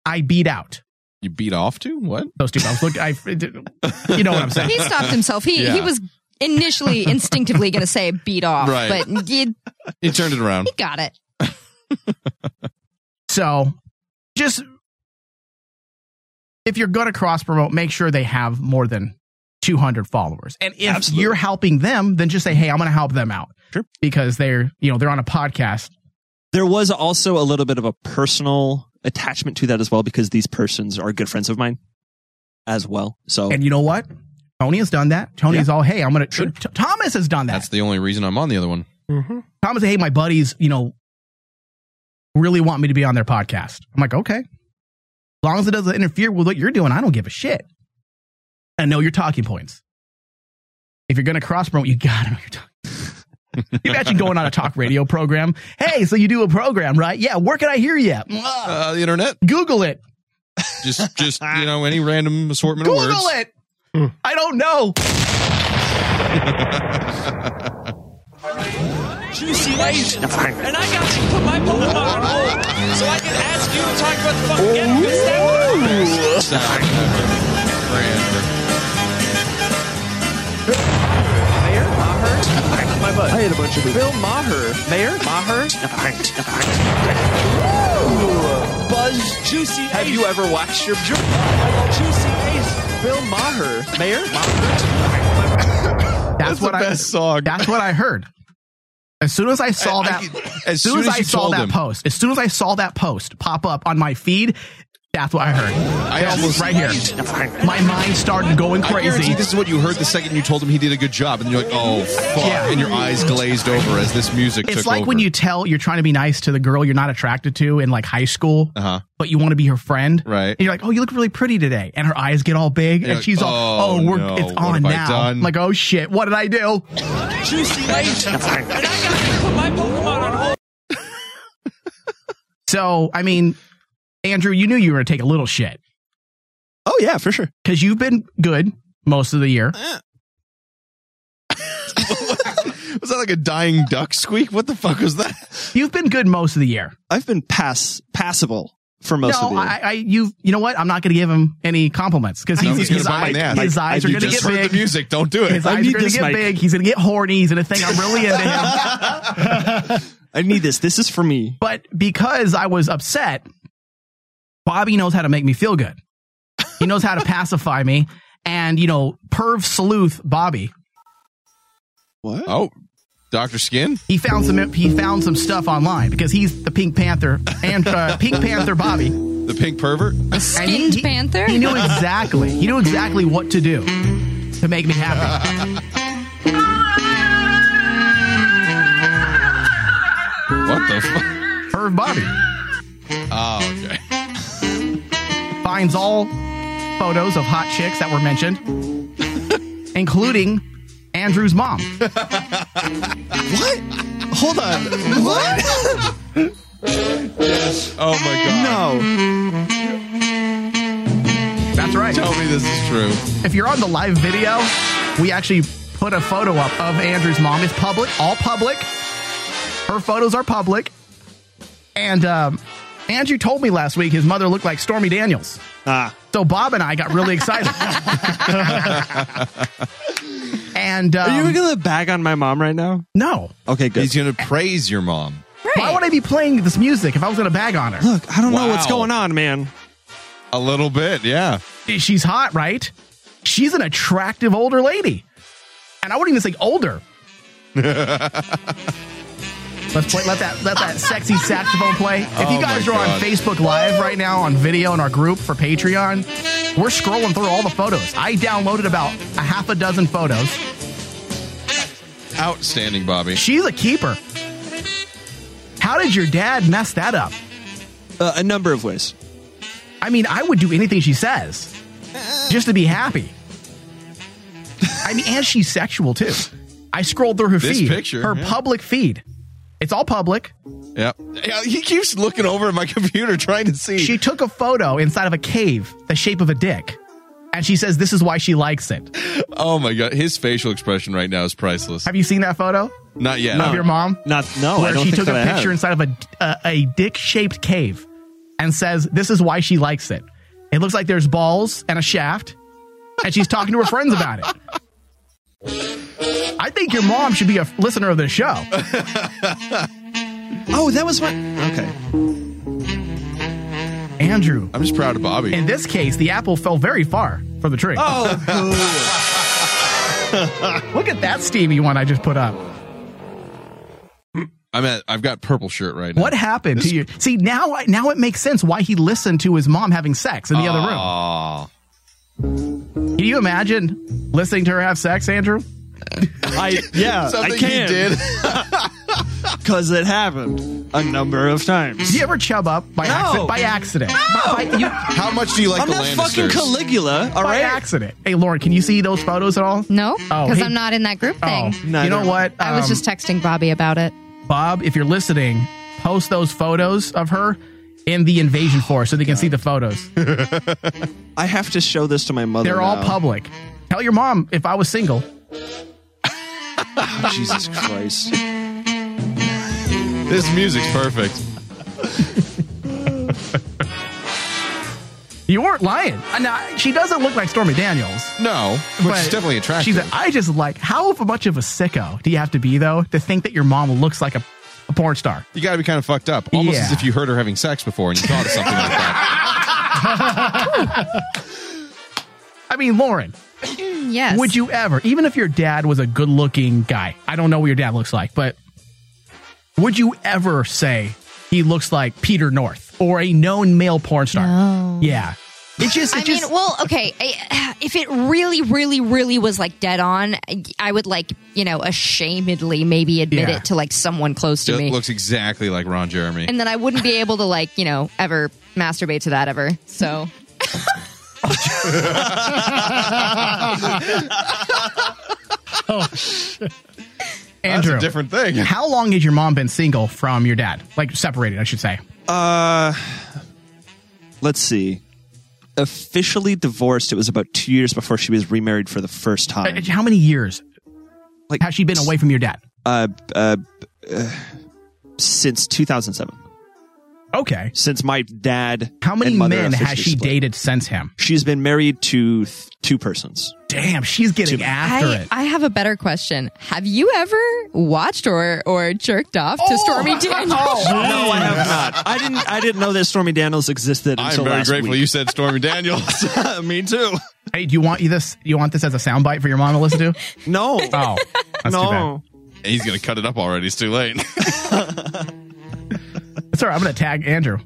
Speaker 3: I beat out?"
Speaker 4: you beat off to what?
Speaker 3: Those two bumps. Look, I, you know what I'm saying.
Speaker 9: He stopped himself. He he
Speaker 4: Yeah.
Speaker 9: was initially instinctively going to say beat off,
Speaker 4: Right. Um,
Speaker 9: but he,
Speaker 4: He turned it around.
Speaker 9: he got it.
Speaker 3: So just if you're going to cross promote, make sure they have more than 200 followers. And if you're helping them, then just say, "Hey, I'm going to help them out." Because they're, you know, they're on a podcast.
Speaker 6: there was also a little bit of a personal attachment to that as well because these persons are good friends of mine as well. So
Speaker 3: And you know what? Tony has done that. Tony's all, "Hey, I'm going to Thomas has done that.
Speaker 4: That's the only reason I'm on the other one.
Speaker 3: Thomas, hey, my buddies, you know, really want me to be on their podcast. I'm like, okay. As long as it doesn't interfere with what you're doing, I don't give a shit. And know your talking points. If you're going to cross promote, you got to know your talking You imagine going on a talk radio program. Hey, so you do a program, right? Yeah. Where can I hear you? Ah.
Speaker 4: Uh, the internet.
Speaker 3: Google it.
Speaker 4: Just, just you know, any random assortment of words.
Speaker 3: Google it. I don't know.
Speaker 5: Juicy laser. And I got to put my Pokemon on hold so I can ask you to talk about the fucking game.
Speaker 7: Mayor Maher. My butt.
Speaker 6: I had a bunch of Bill Maher.
Speaker 7: Mayor Maher. Buzz Juicy. Have you ever watched your Juicy Ace? Bill Maher. Mayor
Speaker 3: That's, what I That's what I heard. As soon as I saw
Speaker 4: I- I-
Speaker 3: that,
Speaker 4: as
Speaker 3: as
Speaker 4: soon
Speaker 3: soon as,
Speaker 4: as
Speaker 3: I
Speaker 4: you
Speaker 3: saw
Speaker 4: told
Speaker 3: that
Speaker 4: him.
Speaker 3: post, as soon as I saw that post pop up on my feed, that's what I heard.
Speaker 4: I
Speaker 3: Yes,
Speaker 4: almost-
Speaker 3: right here. My mind started going
Speaker 4: I guarantee
Speaker 3: crazy.
Speaker 4: this is what you heard the second you told him he did a good job, and you're like, "Oh fuck!" And your eyes glazed over as this music
Speaker 3: It's
Speaker 4: took
Speaker 3: like
Speaker 4: over.
Speaker 3: when you tell you're trying to be nice to the girl you're not attracted to in like high school,
Speaker 4: uh-huh.
Speaker 3: but you want to be her friend.
Speaker 4: Right.
Speaker 3: And you're like, oh, you look really pretty today, and her eyes get all big,
Speaker 4: You're
Speaker 3: and
Speaker 4: like,
Speaker 3: she's all,
Speaker 4: "Oh,
Speaker 3: oh, we're
Speaker 4: no,
Speaker 3: it's
Speaker 4: what
Speaker 3: on
Speaker 4: have I
Speaker 3: now.
Speaker 4: done?
Speaker 3: I'm like, oh shit, what did I do?
Speaker 5: Juicy laser. And I got to put my Pokemon on hold.
Speaker 3: So, I mean, Andrew, you knew you were going to take a little shit.
Speaker 6: Oh, yeah, for sure.
Speaker 3: Because you've been good most of the year.
Speaker 4: Was that like a dying duck squeak? What the fuck was that?
Speaker 3: You've been good most of the year.
Speaker 6: I've been pass passable for most
Speaker 3: no,
Speaker 6: of the year.
Speaker 3: I, I, you, you know what? I'm not going to give him any compliments because
Speaker 4: No, he's
Speaker 3: his,
Speaker 4: gonna
Speaker 3: his,
Speaker 4: bite my
Speaker 3: eyes,
Speaker 4: ass.
Speaker 3: his
Speaker 4: Like,
Speaker 3: eyes
Speaker 4: I-
Speaker 3: are
Speaker 4: you
Speaker 3: going to get
Speaker 4: just heard
Speaker 3: big.
Speaker 4: the music.
Speaker 6: Oh,
Speaker 4: Don't do it.
Speaker 3: His
Speaker 4: I
Speaker 3: eyes are
Speaker 4: need
Speaker 3: going to
Speaker 4: this
Speaker 3: get
Speaker 4: mic.
Speaker 3: big. He's going to get horny. He's going to think I'm really into him.
Speaker 6: I need this. This is for me.
Speaker 3: But because I was upset, Bobby knows how to make me feel good. He knows how to pacify me. And, you know, perv sleuth Bobby,
Speaker 6: What?
Speaker 4: Oh, Doctor Skin.
Speaker 3: he found some he found some stuff online because he's the Pink Panther and uh, Pink Panther Bobby.
Speaker 4: The pink pervert.
Speaker 3: And he-
Speaker 9: Skinned panther.
Speaker 3: He knew exactly. He knew exactly what to do to make me happy.
Speaker 4: What the fuck?
Speaker 3: Perv Bobby
Speaker 4: Oh, okay.
Speaker 3: finds all photos of hot chicks that were mentioned, including Andrew's mom.
Speaker 6: What? Hold on. What?
Speaker 4: Oh my god.
Speaker 6: no.
Speaker 3: That's right.
Speaker 4: Tell me this is true.
Speaker 3: If you're on the live video, we actually put a photo up of Andrew's mom. It's public, all public. Her photos are public. And um, Andrew told me last week his mother looked like Stormy Daniels. Ah. So Bob and I got really excited. and um,
Speaker 6: Are you going to bag on my mom right now?
Speaker 3: No.
Speaker 6: Okay, good.
Speaker 4: He's going to praise your mom.
Speaker 3: why would I be playing this music if I was going to bag on her?
Speaker 6: Look, I don't know what's going on, man.
Speaker 4: A little bit, yeah.
Speaker 3: She's hot, right? She's an attractive older lady, and I wouldn't even say older. Let's play. Let that let that sexy saxophone play. If
Speaker 4: Oh
Speaker 3: you guys are
Speaker 4: my
Speaker 3: on
Speaker 4: God.
Speaker 3: Facebook Live right now on video in our group for Patreon, we're scrolling through all the photos. I downloaded about a half a dozen photos.
Speaker 4: Outstanding, Bobby.
Speaker 3: She's a keeper. How did your dad mess that up?
Speaker 6: Uh, a number of ways.
Speaker 3: I mean, I would do anything she says just to be happy. I mean, and she's sexual too. I scrolled through her
Speaker 4: This
Speaker 3: feed,
Speaker 4: picture,
Speaker 3: her
Speaker 4: yeah.
Speaker 3: public feed. It's all public.
Speaker 4: Yep. Yeah, He keeps looking over at my computer trying to see.
Speaker 3: She took a photo inside of a cave, the shape of a dick, and she says this is why she likes it.
Speaker 4: Oh my god, his facial expression right now is priceless.
Speaker 3: Have you seen that photo?
Speaker 4: Not yet.
Speaker 3: Of your mom?
Speaker 6: Not no.
Speaker 3: Where
Speaker 6: I don't
Speaker 3: she
Speaker 6: think
Speaker 3: took
Speaker 6: that I
Speaker 3: a
Speaker 6: have.
Speaker 3: picture inside of a a, a dick shaped cave, and says this is why she likes it. It looks like there's balls and a shaft, and she's talking to her friends about it. I think your mom should be a listener of this show.
Speaker 6: oh, that was my Okay.
Speaker 3: Andrew.
Speaker 4: I'm just proud of Bobby. Oh,
Speaker 3: In this case, the apple fell very far from the tree. Look at that steamy one I just put up.
Speaker 4: I'm at. I've got purple shirt right now.
Speaker 3: What happened to you? See now, I- now it makes sense why he listened to his mom having sex in the other room.
Speaker 4: Aw.
Speaker 3: Can you imagine listening to her have sex, Andrew?
Speaker 6: I yeah, I can. Because it happened a number of times.
Speaker 3: Did you ever chub up by
Speaker 6: No.
Speaker 3: accident? By accident. By- by- you-
Speaker 4: How much do you like
Speaker 6: I'm
Speaker 4: the
Speaker 6: not fucking
Speaker 4: Lannisters?
Speaker 6: Caligula. All
Speaker 3: by
Speaker 6: right.
Speaker 3: accident. Hey, Lauren, can you see those photos at all?
Speaker 9: No,
Speaker 3: Oh,
Speaker 9: because
Speaker 3: hey-
Speaker 9: I'm not in that group
Speaker 3: Oh,
Speaker 9: thing.
Speaker 3: you know what?
Speaker 9: I was
Speaker 3: Um,
Speaker 9: just texting Bobby about it.
Speaker 3: Bob, if you're listening, post those photos of her in the invasion
Speaker 4: Oh,
Speaker 3: force so they can see the photos.
Speaker 6: I have to show this to my mother.
Speaker 3: They're all
Speaker 6: now.
Speaker 3: public. Tell your mom if I was single.
Speaker 6: Oh, Jesus Christ.
Speaker 4: This music's perfect.
Speaker 3: You weren't lying. Uh, Now, she doesn't look like Stormy Daniels.
Speaker 4: No, which is definitely attractive.
Speaker 3: She's a, I just like, how much of a sicko do you have to be, though, to think that your mom looks like a, a porn star?
Speaker 4: you got to be kind of fucked up, almost
Speaker 3: Yeah.
Speaker 4: as if you heard her having sex before and you thought of something like that.
Speaker 3: I mean, Lauren,
Speaker 9: yes.
Speaker 3: would you ever, even if your dad was a good looking guy, I don't know what your dad looks like, but would you ever say he looks like Peter North or a known male porn star? Yeah. It just, it
Speaker 9: I
Speaker 3: just,
Speaker 9: mean, well, okay. I, if it really, really, really was like dead on, I would like, you know, ashamedly maybe admit
Speaker 4: Yeah.
Speaker 9: it to like someone close to
Speaker 4: It
Speaker 9: me.
Speaker 4: looks exactly like Ron Jeremy.
Speaker 9: and then I wouldn't be able to like, you know, ever masturbate to that ever. So
Speaker 3: Oh, Andrew,
Speaker 4: different thing.
Speaker 3: How long has your mom been single from your dad? Like separated, I should say.
Speaker 6: Uh, let's see. Officially divorced, it was about two years before she was remarried for the first time.
Speaker 3: Uh, How many years?
Speaker 6: Like,
Speaker 3: has she been away from your dad?
Speaker 6: Uh, uh, uh, since 2007.
Speaker 3: Okay.
Speaker 6: Since my dad.
Speaker 3: How many
Speaker 6: and mother
Speaker 3: men has
Speaker 6: officially
Speaker 3: she
Speaker 6: split.
Speaker 3: dated since him?
Speaker 6: She's been married to th- two persons.
Speaker 3: Damn, she's getting after
Speaker 9: I,
Speaker 3: it.
Speaker 9: I have a better question. Have you ever watched or or jerked off
Speaker 3: Oh,
Speaker 9: to Stormy Daniels?
Speaker 6: Oh, No, I have not. I didn't. I didn't know that Stormy Daniels existed.
Speaker 4: I'm
Speaker 6: until
Speaker 4: very
Speaker 6: last
Speaker 4: grateful
Speaker 6: week.
Speaker 4: you said Stormy Daniels.
Speaker 6: Me too.
Speaker 3: Hey, do you want you this? You want this as a soundbite for your mom to listen to?
Speaker 6: No.
Speaker 3: Oh, that's
Speaker 6: no.
Speaker 3: too
Speaker 4: He's going to cut it up already. It's too late.
Speaker 3: bad. It's all right. I'm going to tag Andrew.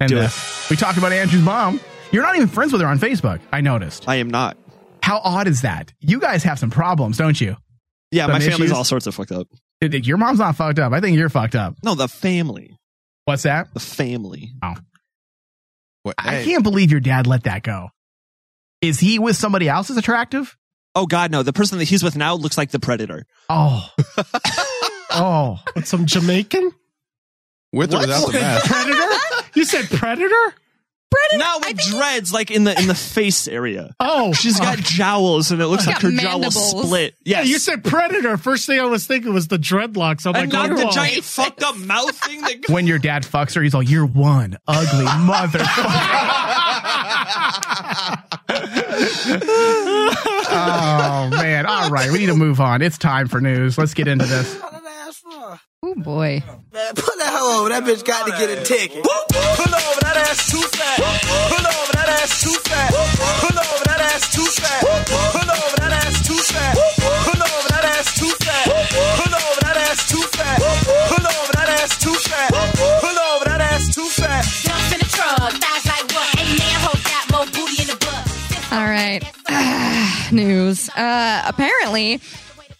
Speaker 3: And
Speaker 6: Do
Speaker 3: this. we talked about Andrew's mom. You're not even friends with her on Facebook. I noticed.
Speaker 6: I am not.
Speaker 3: How odd is that? You guys have some problems, don't you?
Speaker 6: Yeah,
Speaker 3: Some
Speaker 6: my family's
Speaker 3: issues?
Speaker 6: all sorts of fucked up.
Speaker 3: Dude, dude, Your mom's not fucked up. I think you're fucked up.
Speaker 6: No, the family.
Speaker 3: What's that?
Speaker 6: The family.
Speaker 3: Oh.
Speaker 4: What-
Speaker 3: I can't believe your dad let that go. Is he with somebody else as attractive?
Speaker 6: Oh God, no! The person that he's with now looks like the predator.
Speaker 3: Oh. oh.
Speaker 12: With some Jamaican
Speaker 4: With or without the mask.
Speaker 12: predator? You said predator?
Speaker 9: Brennan,
Speaker 6: Not with dreads, like in the in the face area.
Speaker 12: Oh,
Speaker 6: she's got jowls, and it looks
Speaker 12: She's
Speaker 6: like her
Speaker 12: got mandibles.
Speaker 6: jowl split.
Speaker 12: Yeah,
Speaker 6: Yes.
Speaker 12: you said predator. First thing I was thinking was the dreadlocks. I'm
Speaker 6: And
Speaker 12: like,
Speaker 6: not the
Speaker 12: oh,
Speaker 6: giant fucked up mouth thing that
Speaker 3: When your dad fucks her, he's like, "You're one ugly motherfucker." oh man! All right, we need to move on. It's time for news. Let's get into this.
Speaker 9: Oh boy.
Speaker 16: Man, pull that hoe over. That bitch got to get a ticket. Pull over that ass too fat. Pull over that ass too fat. Pull over that ass too fat. Pull over that ass too fat. Pull over that ass too fat. Pull over that ass too fat. Pull over that ass too fat. Pull over that ass too fat.
Speaker 21: Jump in the truck, thighs like what? Ain't man hold that more booty in the butt.
Speaker 9: All right. News. Uh, apparently,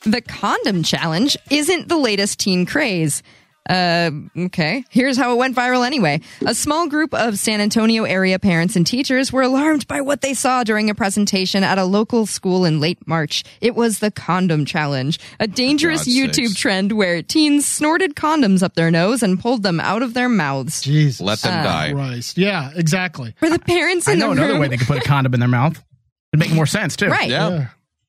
Speaker 9: the condom challenge isn't the latest teen craze. Uh, okay. Here's how it went viral anyway. A small group of San Antonio area parents and teachers were alarmed by what they saw during a presentation at a local school in late March. It was the condom challenge, a dangerous
Speaker 21: God's
Speaker 9: YouTube
Speaker 21: sakes.
Speaker 9: trend where teens snorted condoms up their nose and pulled them out of their mouths. Uh,
Speaker 12: Jesus.
Speaker 4: Let them die.
Speaker 12: Christ. Yeah, exactly.
Speaker 9: For the parents Ah. in
Speaker 3: I know
Speaker 9: the
Speaker 3: another
Speaker 9: room.
Speaker 3: way they could put a condom in their mouth. It'd make more sense too.
Speaker 9: Right.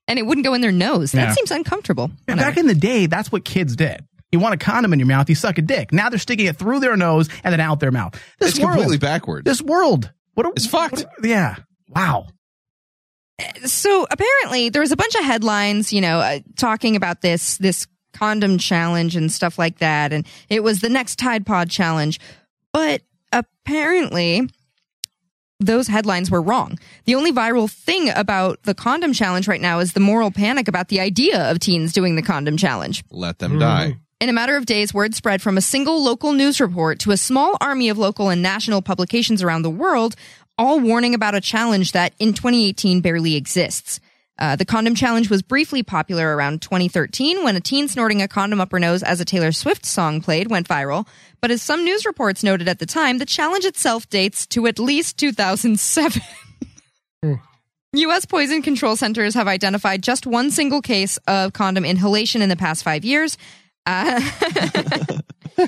Speaker 9: And it wouldn't go in their nose. That
Speaker 3: Yeah.
Speaker 9: seems uncomfortable.
Speaker 3: And back in the day, that's what kids did. You want a condom in your mouth, you suck a dick. Now they're sticking it through their nose and then out their mouth. This
Speaker 4: It's
Speaker 3: world,
Speaker 4: completely backwards.
Speaker 3: This world. What a, it's fucked. yeah. Wow.
Speaker 9: uh, so apparently there was a bunch of headlines, you know, uh, talking about this this condom challenge and stuff like that, and it was the next Tide Pod challenge, but apparently those headlines were wrong. The only viral thing about the condom challenge right now is the moral panic about the idea of teens doing the condom challenge.
Speaker 4: Let
Speaker 3: Mm-hmm.
Speaker 4: them die.
Speaker 9: In a matter of days, word spread from a single local news report to a small army of local and national publications around the world, all warning about a challenge that in 2018 barely exists. Uh, the condom challenge was briefly popular around 2013 when a teen snorting a condom up her nose as a Taylor Swift song played went viral. But as some news reports noted at the time, the challenge itself dates to at least 2007. U.S. poison control centers have identified just one single case of condom inhalation in the past five years. Uh,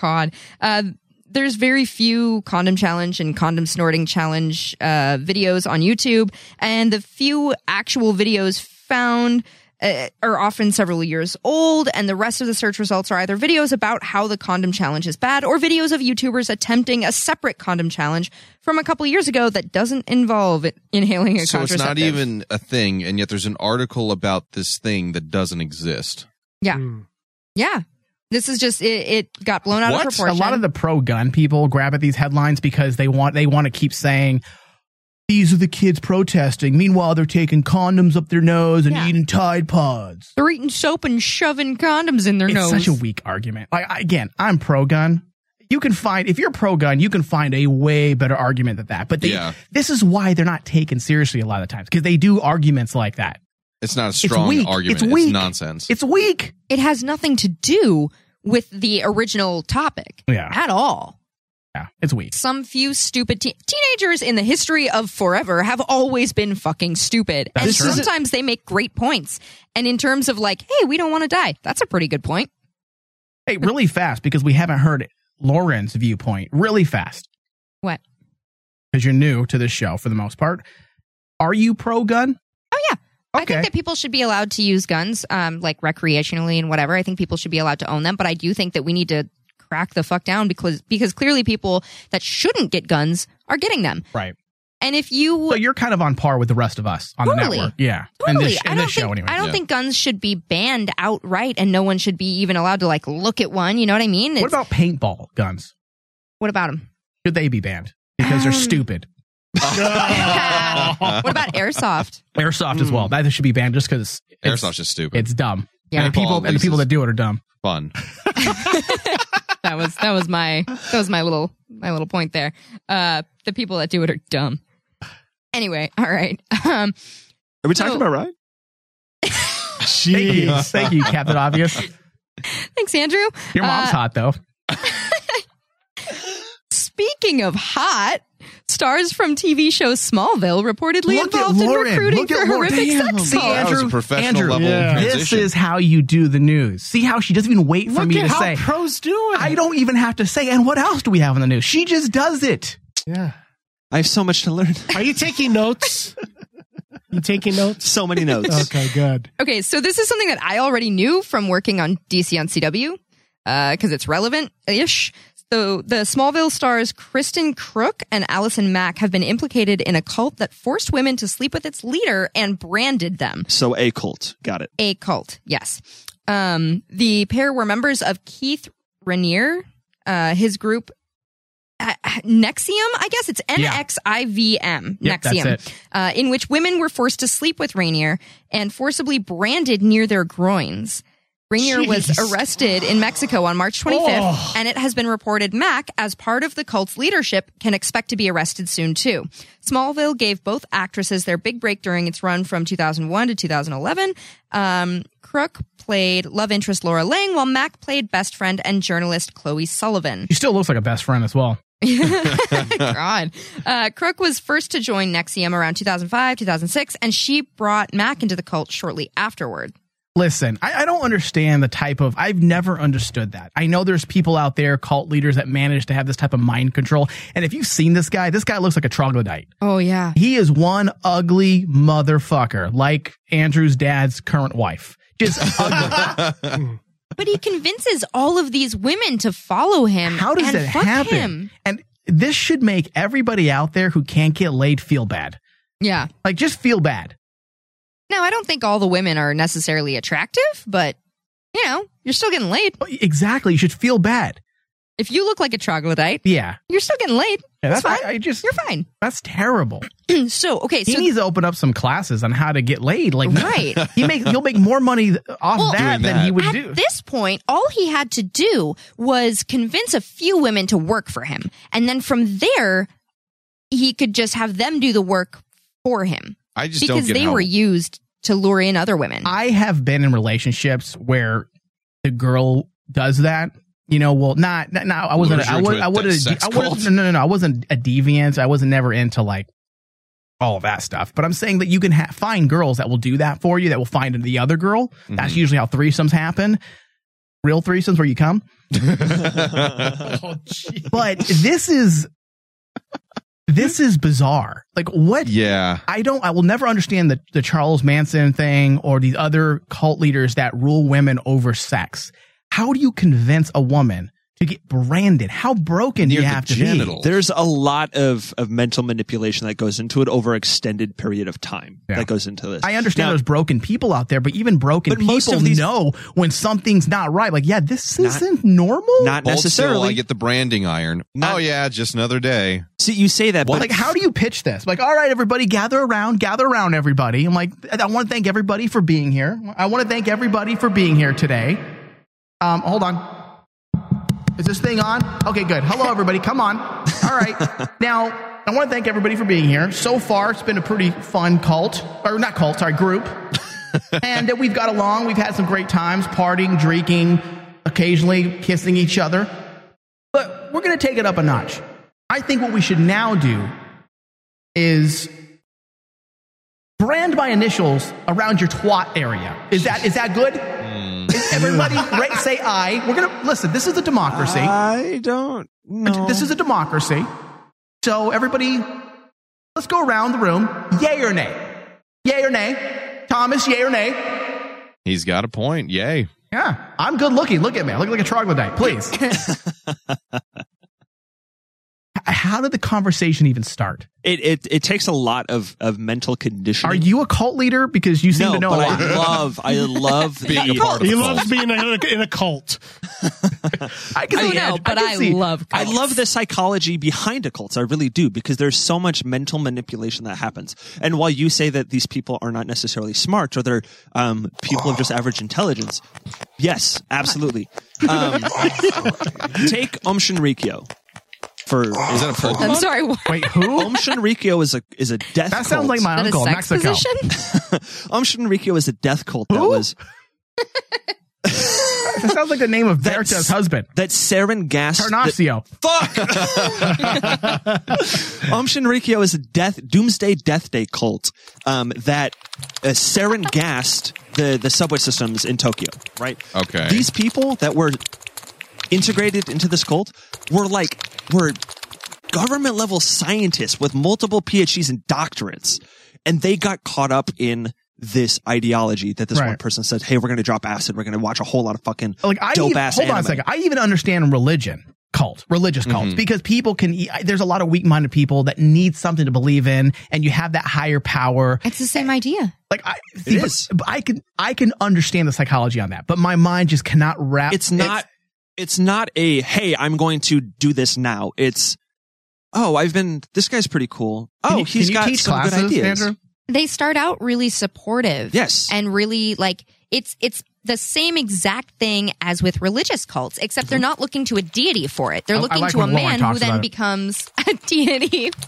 Speaker 9: God, uh, there's very few condom challenge and condom snorting challenge uh, videos on YouTube, and the few actual videos found. Uh, are often several years old, and the rest of the search results are either videos about how the condom challenge is bad or videos of YouTubers attempting a separate condom challenge from a couple years ago that doesn't involve it- inhaling a
Speaker 4: So it's
Speaker 9: contraceptive.
Speaker 4: not even a thing, and yet there's an article about this thing that doesn't exist.
Speaker 9: Yeah.
Speaker 4: Hmm.
Speaker 9: Yeah. This is just it, it got blown out of proportion.
Speaker 3: A lot of the pro gun people grab at these headlines because they want they want to keep saying these are the kids protesting. Meanwhile, they're taking condoms up their nose and eating Tide Pods.
Speaker 9: They're eating soap and shoving condoms in their
Speaker 3: it's
Speaker 9: nose.
Speaker 3: such a weak argument. Like I- again, I'm pro gun. You can find if you're pro gun, you can find a way better argument than that. But they,
Speaker 4: Yeah.
Speaker 3: this is why they're not taken seriously a lot of times because they do arguments like that.
Speaker 4: It's not a strong
Speaker 3: weak.
Speaker 4: argument.
Speaker 3: It's weak.
Speaker 4: nonsense.
Speaker 3: It's weak.
Speaker 9: It has nothing to do with the original topic
Speaker 3: Yeah.
Speaker 9: at all.
Speaker 3: Yeah, it's weak.
Speaker 9: Some few stupid teen teenagers in the history of forever have always been fucking stupid.
Speaker 3: That's
Speaker 9: and
Speaker 3: true.
Speaker 9: sometimes they make great points. And in terms of like, hey, we don't want to die, that's a pretty good point.
Speaker 3: Hey, really fast because we haven't heard Lauren's viewpoint. Really fast
Speaker 9: What?
Speaker 3: because you're new to this show for the most part. Are you pro gun?
Speaker 9: I think that people should be allowed to use guns, um, like recreationally and whatever. I think people should be allowed to own them, but I do think that we need to crack the fuck down because because clearly people that shouldn't get guns are getting them.
Speaker 3: Right.
Speaker 9: And if you
Speaker 3: So you're kind of on par with the rest of us on
Speaker 9: Totally.
Speaker 3: the network. Yeah. And
Speaker 9: totally,
Speaker 3: this,
Speaker 9: I
Speaker 3: and
Speaker 9: don't
Speaker 3: this
Speaker 9: think
Speaker 3: show anyway.
Speaker 9: I don't think guns should be banned outright, and no one should be even allowed to like look at one. You know what I mean?
Speaker 3: What about paintball guns?
Speaker 9: what about them?
Speaker 3: Should they be banned because they're stupid?
Speaker 9: Um, what about airsoft?
Speaker 3: Airsoft as well. That should be banned just because
Speaker 4: Hmm. Airsoft's just stupid.
Speaker 3: It's dumb.
Speaker 9: Yeah.
Speaker 3: And the people
Speaker 9: Paintball
Speaker 3: and the people that do it are dumb.
Speaker 4: Fun.
Speaker 9: That was that was my that was my little my little point there. Uh, the people that do it are dumb. Anyway, all right. Um,
Speaker 6: Are we talking about Ryan?
Speaker 3: Thank you, thank you, Captain Obvious.
Speaker 9: Thanks, Andrew.
Speaker 3: Your mom's
Speaker 9: Uh,
Speaker 3: hot though.
Speaker 9: Speaking of hot, stars from TV show Smallville reportedly involved in recruiting for horrific sex
Speaker 3: See,
Speaker 9: assaults.
Speaker 3: Andrew, Andrew,
Speaker 4: level
Speaker 3: this
Speaker 4: transition.
Speaker 3: is how you do the news. See how she doesn't even wait for
Speaker 12: Look
Speaker 3: me
Speaker 12: at
Speaker 3: to
Speaker 12: how
Speaker 3: say.
Speaker 12: pros do it.
Speaker 3: I don't even have to say. And what else do we have on the news? She just does it.
Speaker 12: Yeah.
Speaker 6: I have so much to learn.
Speaker 12: Are you taking notes? you taking notes?
Speaker 6: So many notes.
Speaker 12: okay, good.
Speaker 9: Okay, so this is something that I already knew from working on DC on CW because it's relevant ish. So the Smallville stars Kristen Crook and Allison Mack have been implicated in a cult that forced women to sleep with its leader and branded them.
Speaker 6: So a cult. Got it.
Speaker 9: A cult, yes. Um, the pair were members of Keith Rainier, uh, his group uh, Nexium, I guess it's N X I V M,
Speaker 8: Yep, that's
Speaker 9: Nexium,
Speaker 8: it.
Speaker 9: uh, in which women were forced to sleep with Rainier and forcibly branded near their groins. Rainier was
Speaker 8: Jeez.
Speaker 9: arrested in Mexico on March 25th,
Speaker 8: Oh.
Speaker 9: and it has been reported Mac, as part of the cult's leadership, can expect to be arrested soon too. Smallville gave both actresses their big break during its run from 2001 to 2011. Um, Crook played love interest Laura Lang, while Mac played best friend and journalist Chloe Sullivan.
Speaker 3: She still looks like a best friend as well.
Speaker 9: God. Uh, Crook was first to join Nexium around 2005, 2006, and she brought Mac into the cult shortly afterward.
Speaker 3: Listen, I, I don't understand the type of. I've never understood that. I know there's people out there, cult leaders, that manage to have this type of mind control. And if you've seen this guy, this guy looks like a troglodyte.
Speaker 9: Oh, yeah.
Speaker 3: He is one ugly motherfucker, like Andrew's dad's current wife. Just ugly.
Speaker 9: But he convinces all of these women to follow him.
Speaker 3: How does
Speaker 9: and
Speaker 3: that
Speaker 9: fuck
Speaker 3: happen?
Speaker 9: Him.
Speaker 3: And this should make everybody out there who can't get laid feel bad.
Speaker 9: Yeah.
Speaker 3: Like, just feel bad.
Speaker 9: Now, I don't think all the women are necessarily attractive, but, you know, you're still getting laid.
Speaker 3: Oh, Exactly. You should feel bad.
Speaker 9: If you look like a troglodyte,
Speaker 3: Yeah.
Speaker 9: you're still getting laid.
Speaker 3: Yeah,
Speaker 9: that's,
Speaker 3: that's-
Speaker 9: fine.
Speaker 3: I- I just,
Speaker 9: you're fine.
Speaker 3: That's terrible.
Speaker 9: so, okay.
Speaker 3: he
Speaker 9: so
Speaker 3: needs to open up some classes on how to get laid. Like,
Speaker 9: Right.
Speaker 3: He make you'll make more money th- off
Speaker 9: Well,
Speaker 3: that than he would
Speaker 9: at
Speaker 3: do.
Speaker 9: this point, all he had to do was convince a few women to work for him, and then from there, he could just have them do the work for him.
Speaker 4: I just don't
Speaker 9: because
Speaker 4: get
Speaker 9: they
Speaker 4: how-
Speaker 9: were used to lure in other women.
Speaker 3: I have been in relationships where the girl does that. You know, well, not not. not I wasn't.
Speaker 7: Lures you
Speaker 3: I
Speaker 7: into
Speaker 3: was.
Speaker 7: a
Speaker 3: I wasn't.
Speaker 7: sex
Speaker 3: I wasn't.
Speaker 7: cult.
Speaker 3: No, no, no. I wasn't a deviant. I wasn't never into like all that stuff. But I'm saying that you can ha- find girls that will do that for you. That will find the other girl.
Speaker 7: Mm-hmm.
Speaker 3: That's usually how threesomes happen. Real threesomes where you come. but this is this is bizarre. Like what?
Speaker 4: Yeah.
Speaker 3: I don't. I will never understand the the Charles Manson thing or these other cult leaders that rule women over sex. How do you convince a woman to get branded? How broken do you have to be?
Speaker 6: There's a lot of, of mental manipulation that goes into it over extended period of time that goes into this.
Speaker 3: I understand
Speaker 6: Now-
Speaker 3: there's broken people out there, but even broken
Speaker 6: But most
Speaker 3: people
Speaker 6: of these-
Speaker 3: know when something's not right. Like, yeah, this
Speaker 6: Not-
Speaker 3: isn't normal.
Speaker 6: not
Speaker 4: Hold still,
Speaker 6: necessarily.
Speaker 4: I get the branding iron. oh yeah, just another day.
Speaker 6: See, you say that,
Speaker 3: Like, how do you pitch this? Like, all right, everybody, gather around, gather around, everybody. I'm like, I want to thank everybody for being here. I want to thank everybody for being here today. Um, hold on. Is this thing on? Okay, good. Hello, everybody. Come on. All right. Now, I want to thank everybody for being here. So far, it's been a pretty fun cult, or not cult, sorry, group. and uh, we've got along. We've had some great times, partying, drinking, occasionally kissing each other. But we're going to take it up a notch. I think what we should now do is brand my initials around your twat area. Is that is that good?
Speaker 6: Hmm.
Speaker 3: Is everybody ra- say I. We're gonna listen. This is a democracy.
Speaker 6: I don't know.
Speaker 3: This is a democracy. So everybody, let's go around the room. Yay or nay? Yay or nay? Thomas, yay or nay?
Speaker 4: He's got a point. Yay.
Speaker 3: Yeah, I'm good looking. Look at me. I look like a troglodyte. Please. How did the conversation even start?
Speaker 6: It, it it takes a lot of, of mental
Speaker 3: Are
Speaker 6: conditioning.
Speaker 3: you a cult leader? Because you seem
Speaker 6: no,
Speaker 3: to know a
Speaker 6: but
Speaker 3: lot.
Speaker 6: I love I love being a part of
Speaker 12: He
Speaker 6: the
Speaker 12: loves
Speaker 6: cult.
Speaker 12: being in a, in a cult.
Speaker 3: I can
Speaker 9: I see know, it. but I can I see- love
Speaker 6: I love the psychology behind occults. I really do because there's so much mental manipulation that happens. And while you say that these people are not necessarily smart or they're um, people of just
Speaker 3: Oh.
Speaker 6: average intelligence, yes, absolutely. Um, take Om Shinrikyo. For
Speaker 3: Oh.
Speaker 6: is that a Pokemon?
Speaker 9: I'm sorry. What?
Speaker 3: Wait, who?
Speaker 6: Om Shinrikyo is a is a death.
Speaker 3: That sounds like my Is that a uncle in sex Mexico. position?
Speaker 6: Om Shinrikyo is a death cult that was
Speaker 3: That sounds like the name of Verta's husband.
Speaker 6: That Saren Gas.
Speaker 3: Tarnasio.
Speaker 6: Om Shinrikyo is a death doomsday death day cult um, that uh, sarin gassed the the subway systems in Tokyo. Right.
Speaker 4: Okay.
Speaker 6: These people that were integrated into this cult were like were government level scientists with multiple PhDs and doctorates. And they got caught up in this ideology that this
Speaker 3: Right.
Speaker 6: one person said, Hey, we're going to drop acid. We're going to watch a whole lot of fucking
Speaker 3: like I
Speaker 6: dope
Speaker 3: even-
Speaker 6: ass.
Speaker 3: hold on a
Speaker 6: anime."
Speaker 3: second. I even understand religion, cult, religious cults,
Speaker 6: Mhm.
Speaker 3: because people can. e- There's a lot of weak-minded people that need something to believe in, and you have that higher power.
Speaker 9: It's the same idea.
Speaker 3: Like I, See, but- but I can I can understand the psychology on that, but my mind just cannot wrap.
Speaker 6: It's not. It's not a hey, I'm going to do this now. It's oh, I've been. This guy's pretty cool.
Speaker 3: Can
Speaker 6: Oh,
Speaker 3: you-
Speaker 6: he's
Speaker 3: can you
Speaker 6: got
Speaker 3: teach
Speaker 6: some
Speaker 3: classes,
Speaker 6: good ideas.
Speaker 3: Andrew?
Speaker 9: They start out really supportive.
Speaker 6: Yes.
Speaker 9: And really like it's it's the same exact thing as with religious cults, except they're not looking to a deity for it. They're
Speaker 3: I- I
Speaker 9: looking
Speaker 3: like
Speaker 9: to a
Speaker 3: when Lauren
Speaker 9: man
Speaker 3: talks
Speaker 9: who
Speaker 3: about
Speaker 9: then
Speaker 3: it.
Speaker 9: becomes a deity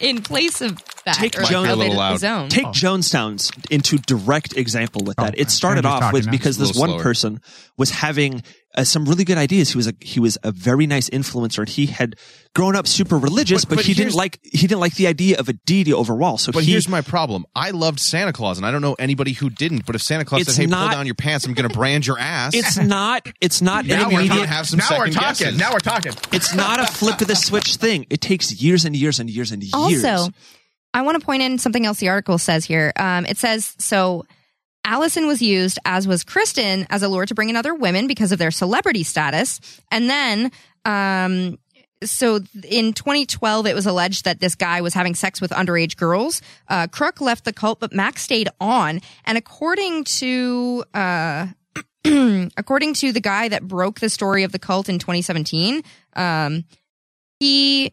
Speaker 9: in place of that
Speaker 6: Take,
Speaker 9: or like Oh.
Speaker 6: Jones,
Speaker 9: of it- his own.
Speaker 3: Oh.
Speaker 6: take Jonestown's into direct example
Speaker 4: Oh,
Speaker 6: with that. it started
Speaker 7: Andrew's
Speaker 6: off with
Speaker 7: talking now.
Speaker 6: because
Speaker 7: It's a
Speaker 6: this
Speaker 7: little
Speaker 6: one
Speaker 7: slower.
Speaker 6: person was having uh, some really good ideas. He was a he was a very nice influencer, and he had grown up super religious,
Speaker 4: But-
Speaker 6: but,
Speaker 4: but
Speaker 6: he
Speaker 4: here's-
Speaker 6: didn't like he didn't like the idea of a deity overall. So
Speaker 4: but
Speaker 6: he,
Speaker 4: here's my problem. I loved Santa Claus, and I don't know anybody who didn't. But if Santa Claus
Speaker 6: It's
Speaker 4: said, "Hey,
Speaker 6: not-
Speaker 4: pull down your pants, I'm going to brand your ass,"
Speaker 6: It's not. It's not
Speaker 4: Now
Speaker 6: an
Speaker 4: we're
Speaker 6: immediate.
Speaker 4: gonna have some Now we're second talking. guesses. Now we're
Speaker 3: talking.
Speaker 6: It's not a flip of the switch thing. It takes years and years and years and years.
Speaker 9: Also, I want to point in something else the article says here. Um, it says so. Allison was used, as was Kristen, as a lure to bring in other women because of their celebrity status. And then, um, so in 2012, it was alleged that this guy was having sex with underage girls. Uh, Crook left the cult, but Max stayed on. And according to, uh, according to the guy that broke the story of the cult in 2017, um, he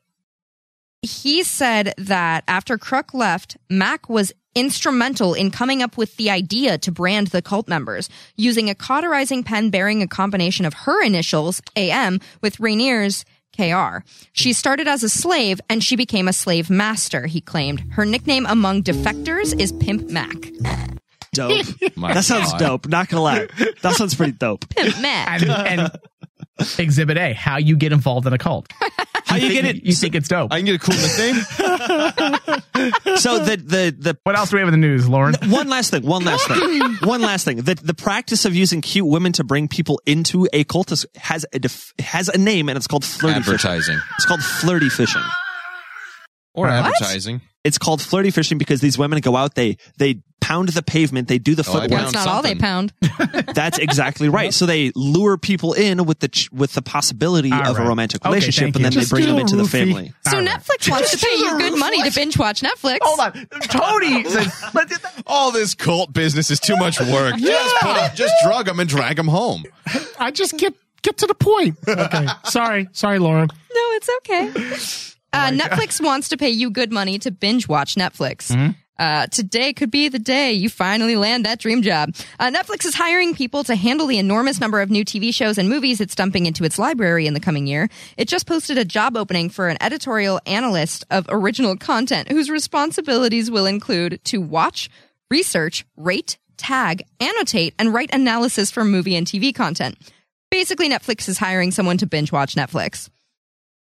Speaker 9: he said that after Crook left, Mac was instrumental in coming up with the idea to brand the cult members using a cauterizing pen bearing a combination of her initials, AM, with Rainier's. KR. She started as a slave and she became a slave master, he claimed. Her nickname among defectors is Pimp Mac.
Speaker 6: dope.
Speaker 9: My
Speaker 6: that sounds
Speaker 9: God.
Speaker 6: dope. Not gonna lie, that sounds pretty dope.
Speaker 9: Pimp Mac.
Speaker 3: And, and Exhibit A: How you get involved in a cult? How you, get it? You think it's dope? I
Speaker 4: can get a cool nickname.
Speaker 6: So the the the
Speaker 3: what else do we have in the news, Lauren?
Speaker 6: One last thing. One last thing. one last thing. The the practice of using cute women to bring people into a cult is, has a def, has a name, and it's called flirty
Speaker 4: Advertising.
Speaker 6: Fishing. It's called flirty fishing.
Speaker 4: Or What? advertising.
Speaker 6: It's called flirty fishing because these women go out, they they pound the pavement, they do the
Speaker 4: Oh, I
Speaker 6: footwork.
Speaker 9: That's not all they pound.
Speaker 6: That's exactly right. So they lure people in with the ch- with the possibility of a romantic
Speaker 3: Okay,
Speaker 6: relationship,
Speaker 3: thank
Speaker 6: and
Speaker 3: you.
Speaker 6: then
Speaker 3: Just
Speaker 6: they bring
Speaker 3: do
Speaker 6: them
Speaker 3: a
Speaker 6: into the
Speaker 3: roofie.
Speaker 6: family.
Speaker 9: So Netflix wants to pay you good money to binge watch Netflix. Hold
Speaker 3: on. Tony says,
Speaker 4: all this cult business is too much work. Just put 'em- just drug them and drag them home.
Speaker 12: I just get get to the point. Okay, sorry, sorry, Lauren.
Speaker 9: No, it's okay. Uh, Netflix wants to pay you good money to binge watch Netflix.
Speaker 12: Mhm.
Speaker 9: Uh, today could be the day you finally land that dream job. Uh, Netflix is hiring people to handle the enormous number of new TV shows and movies it's dumping into its library in the coming year. It just posted a job opening for an editorial analyst of original content whose responsibilities will include to watch, research, rate, tag, annotate, and write analysis for movie and TV content. Basically, Netflix is hiring someone to binge watch Netflix.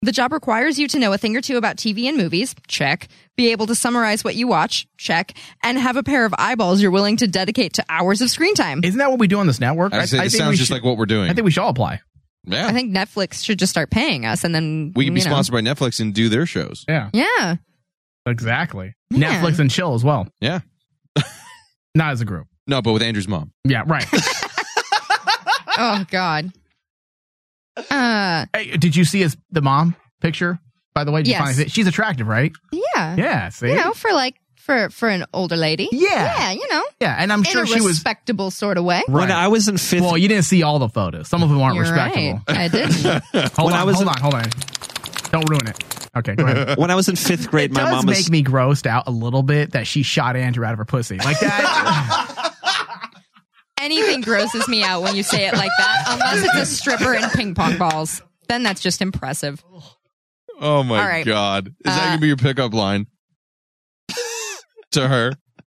Speaker 9: The job requires you to know a thing or two about TV and movies, check. Be able to summarize what you watch, check. And have a pair of eyeballs you're willing to dedicate to hours of screen time.
Speaker 3: Isn't that what we do on this network?
Speaker 4: I, say, this
Speaker 3: think we
Speaker 4: sounds just
Speaker 3: should-
Speaker 4: like what we're doing.
Speaker 3: I think we should all apply.
Speaker 4: yeah,
Speaker 9: I think Netflix should just start paying us and then
Speaker 4: we could be
Speaker 9: you know.
Speaker 4: sponsored by Netflix and do their shows.
Speaker 3: Yeah,
Speaker 9: Yeah.
Speaker 3: exactly.
Speaker 9: Yeah.
Speaker 3: Netflix and chill as well.
Speaker 4: Yeah.
Speaker 3: Not as a group.
Speaker 4: No, but with Andrew's mom.
Speaker 3: Yeah, right.
Speaker 9: oh God. Uh
Speaker 3: Hey, did you see his the mom picture? By the way, Did you
Speaker 9: Yes.
Speaker 3: finally see it? she's attractive, right?
Speaker 9: yeah.
Speaker 3: Yeah, see?
Speaker 9: You know, for like for for an older lady.
Speaker 3: Yeah.
Speaker 9: Yeah, you know.
Speaker 3: Yeah, and I'm
Speaker 9: In
Speaker 3: sure
Speaker 9: a
Speaker 3: she was-
Speaker 9: respectable sort of way.
Speaker 6: When I was in fifth,
Speaker 3: well, you didn't see all the photos. Some of them aren't
Speaker 9: You're
Speaker 3: respectable.
Speaker 9: right. I didn't.
Speaker 3: Hold
Speaker 6: When
Speaker 3: on,
Speaker 6: I was in-
Speaker 3: hold on, hold on. Don't ruin it. Okay, go ahead.
Speaker 6: When I was in fifth grade,
Speaker 3: it
Speaker 6: my
Speaker 3: does
Speaker 6: mom
Speaker 3: make
Speaker 6: was
Speaker 3: me grossed out a little bit that she shot Andrew out of her pussy like that.
Speaker 9: Anything grosses me out when you say it like that, unless it's a stripper and ping pong balls. Then that's just impressive.
Speaker 4: Oh my
Speaker 9: All right.
Speaker 4: god. Is that
Speaker 9: Uh,
Speaker 4: gonna be your pickup line? to her.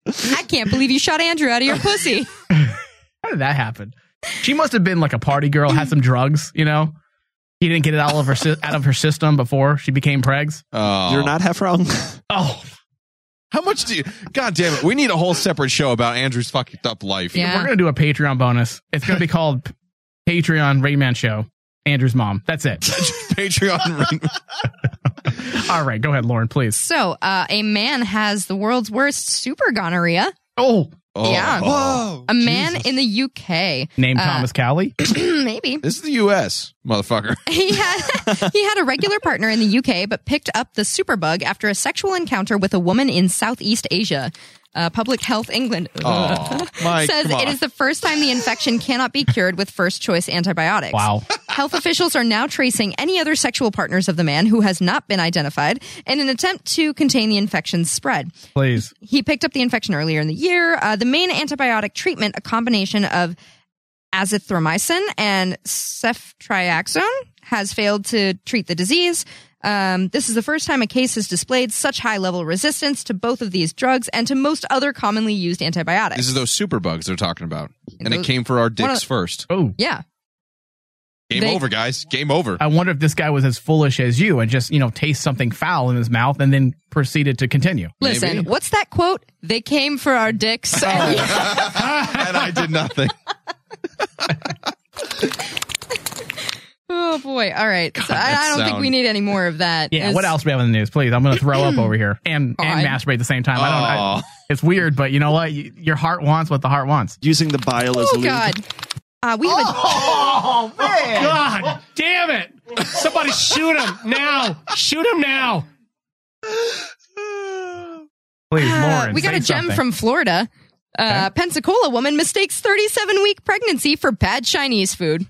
Speaker 9: I can't believe you shot Andrew out of your pussy.
Speaker 3: How did that happen? She must have been like a party girl, had some drugs, you know. He didn't get it out of her sy- out of her system before she became pregs.
Speaker 4: Oh.
Speaker 6: You're not half wrong.
Speaker 3: Oh.
Speaker 4: How much do you God damn it. We need a whole separate show about Andrew's fucked up life.
Speaker 3: We're gonna do a Patreon bonus. It's gonna be called Patreon Rayman Show. Andrew's mom. That's it.
Speaker 4: Patreon
Speaker 3: All right, go ahead, Lauren, please.
Speaker 9: So, uh, a man has the world's worst super gonorrhea.
Speaker 3: Oh,
Speaker 9: yeah.
Speaker 4: Whoa.
Speaker 9: A man in the UK
Speaker 4: Name
Speaker 9: uh,
Speaker 3: Cowley?
Speaker 9: maybe.
Speaker 4: This is the U.S., motherfucker.
Speaker 9: he had he had a regular partner in the UK, but picked up the superbug after a sexual encounter with a woman in Southeast Asia. Uh, Public Health England
Speaker 4: Aw, Mike,
Speaker 9: says
Speaker 4: come
Speaker 9: it
Speaker 4: on.
Speaker 9: is the first time the infection cannot be cured with first choice antibiotics.
Speaker 3: Wow.
Speaker 9: Health officials are now tracing any other sexual partners of the man who has not been identified in an attempt to contain the infection's spread.
Speaker 3: Please.
Speaker 9: He picked up the infection earlier in the year. Uh, the main antibiotic treatment, a combination of azithromycin and ceftriaxone, has failed to treat the disease. Um, this is the first time a case has displayed such high level resistance to both of these drugs and to most other commonly used antibiotics.
Speaker 4: This is those superbugs they're talking about. And it
Speaker 9: Those-
Speaker 4: came for our
Speaker 9: one of
Speaker 4: dicks
Speaker 9: the-
Speaker 4: first.
Speaker 3: Oh.
Speaker 9: yeah.
Speaker 4: Game
Speaker 3: They-
Speaker 4: over, guys. Game over.
Speaker 3: I wonder if this guy was as foolish as you and just, you know, taste something foul in his mouth and then proceeded to continue.
Speaker 9: Listen, what's that quote? They came for our dicks.
Speaker 4: and I did nothing.
Speaker 9: oh boy. All right. so I, I don't think
Speaker 3: sound-
Speaker 9: we need any more of that.
Speaker 3: Yeah,
Speaker 9: It's-
Speaker 3: what else do we have in the news? Please, I'm going to throw up over here and, and
Speaker 9: God.
Speaker 3: masturbate at the same time. I don't. I, it's weird, but you know what? You, your heart wants what the heart wants.
Speaker 6: Using the bile
Speaker 9: Oh God. Uh, we have a-
Speaker 5: Oh, man. God damn it. Somebody shoot him now. Shoot him now.
Speaker 3: Please,
Speaker 9: Uh,
Speaker 3: Lauren.
Speaker 9: we got
Speaker 3: say
Speaker 9: a gem
Speaker 3: something.
Speaker 9: from Florida. Uh, Pensacola woman mistakes 37 week pregnancy for bad Chinese food.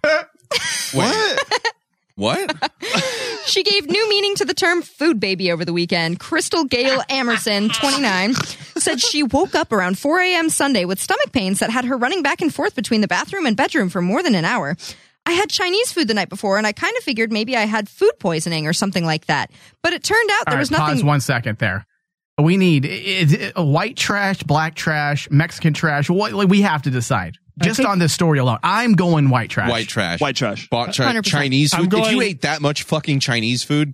Speaker 4: What?
Speaker 9: she gave new meaning to the term food baby over the weekend. Crystal Gail Amerson, 29, said she woke up around 4 a.m. Sunday with stomach pains that had her running back and forth between the bathroom and bedroom for more than an hour. I had Chinese food the night before, and I kind of figured maybe I had food poisoning or something like that. But it turned out
Speaker 3: All
Speaker 9: there
Speaker 3: right,
Speaker 9: was nothing.
Speaker 3: Pause one second there. We need is it a white trash, black trash, Mexican trash. What like, we have to decide just on this story alone. I'm going white trash.
Speaker 4: White trash.
Speaker 6: White trash.
Speaker 4: Bought tra-
Speaker 3: 100%.
Speaker 4: Chinese
Speaker 3: I'm
Speaker 4: food. if you
Speaker 3: going-
Speaker 4: ate that much fucking Chinese food,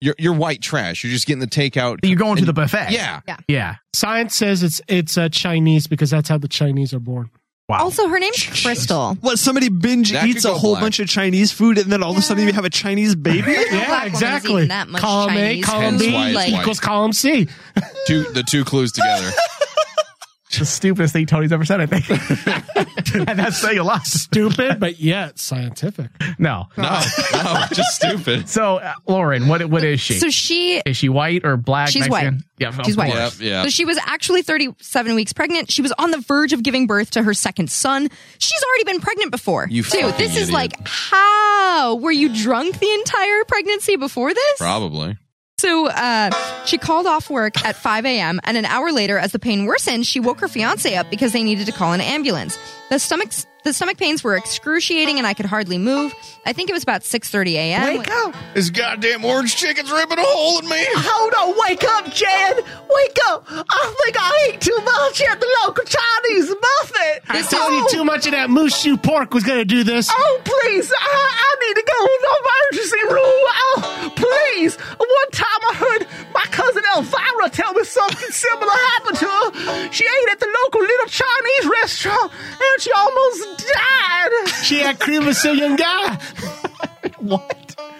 Speaker 4: you're you're white trash. You're just getting the takeout.
Speaker 3: You're going to the buffet.
Speaker 4: Yeah.
Speaker 9: Yeah.
Speaker 3: Yeah.
Speaker 12: Science says it's it's uh, Chinese because that's how the Chinese are born.
Speaker 9: Also, her name's Crystal.
Speaker 6: What somebody binge
Speaker 12: That could
Speaker 6: eats a
Speaker 12: go
Speaker 6: whole
Speaker 12: black.
Speaker 6: bunch of Chinese food and then all of a sudden you have a Chinese baby?
Speaker 12: yeah, exactly.
Speaker 9: that much
Speaker 12: column
Speaker 9: Chinese
Speaker 12: A, column
Speaker 4: food,
Speaker 12: B
Speaker 4: Hence why it's
Speaker 12: equals
Speaker 4: white.
Speaker 12: column C.
Speaker 4: Two the two clues together.
Speaker 3: the stupidest thing Tony's ever said. I think, and that's saying a lot.
Speaker 12: Stupid, but yet scientific.
Speaker 3: No,
Speaker 4: no,
Speaker 9: Oh.
Speaker 4: no, just stupid.
Speaker 3: So, uh, Lauren, what what is she?
Speaker 9: So she
Speaker 3: is she white or black?
Speaker 9: She's
Speaker 3: Mexican?
Speaker 9: white.
Speaker 3: Yeah, of
Speaker 9: she's white.
Speaker 3: course.
Speaker 9: So she was actually 37 weeks pregnant. She was on the verge of giving birth to her second son. She's already been pregnant before.
Speaker 4: You
Speaker 9: too.
Speaker 4: fucking
Speaker 9: This is
Speaker 4: idiot.
Speaker 9: like how were you drunk the entire pregnancy before this?
Speaker 4: Probably.
Speaker 9: So uh, she called off work at 5 a.m. and an hour later, as the pain worsened, she woke her fiance up because they needed to call an ambulance. The stomach the stomach pains were excruciating, and I could hardly move. I think it was about 6:30 a.m.
Speaker 16: Wake up.
Speaker 4: This goddamn orange chicken's ripping a hole in me.
Speaker 16: Hold on, wake up, Jan. Wake up. I think I ate too much at the local Chinese buffet.
Speaker 12: I told you too much of that moose shoe pork was going to do this.
Speaker 16: Oh, please. I, I need to go to the emergency room. Oh, please. One time I heard my cousin Elvira tell me something similar happened to her. She ate at the local little Chinese restaurant and she almost died.
Speaker 12: She had cream of Sicilian guy.
Speaker 3: Oh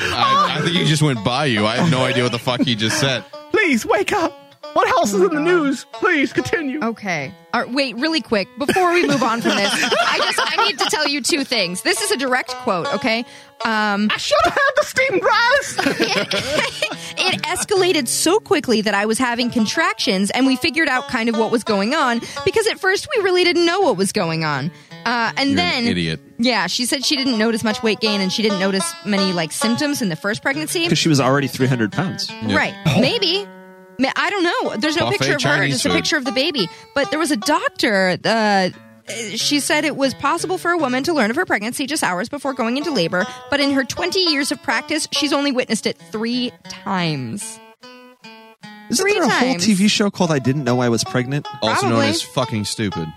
Speaker 4: I, I think he just went by you. I have no idea what the fuck he just said.
Speaker 3: Please wake up. What
Speaker 4: Oh
Speaker 3: else is in the news? Please continue.
Speaker 9: Okay. All right, wait, really quick before we move on from this, I just I need to tell you two things. This is a direct quote, okay? Um, I
Speaker 16: should have had the steamed
Speaker 9: rice. it escalated so quickly that I was having contractions, and we figured out kind of what was going on because at first we really didn't know what was going on. Uh, and
Speaker 4: You're an
Speaker 9: then
Speaker 4: idiot.
Speaker 9: Yeah, she said she didn't notice much weight gain, and she didn't notice many like symptoms in the first pregnancy.
Speaker 6: Because she was already 300 pounds.
Speaker 9: Right. Maybe. Ma- I don't know. There's no
Speaker 6: Oh. Buffet
Speaker 9: picture of her,
Speaker 6: Chinese
Speaker 9: just a
Speaker 6: food.
Speaker 9: picture of the baby. But there was a doctor. Uh, she said it was possible for a woman to learn of her pregnancy just hours before going into labor, but in her 20 years of practice, she's only witnessed it three times.
Speaker 6: Isn't
Speaker 9: Three
Speaker 6: there a whole
Speaker 9: times.
Speaker 6: TV show called I Didn't Know I Was Pregnant?
Speaker 4: Also known
Speaker 9: Probably.
Speaker 4: as fucking stupid.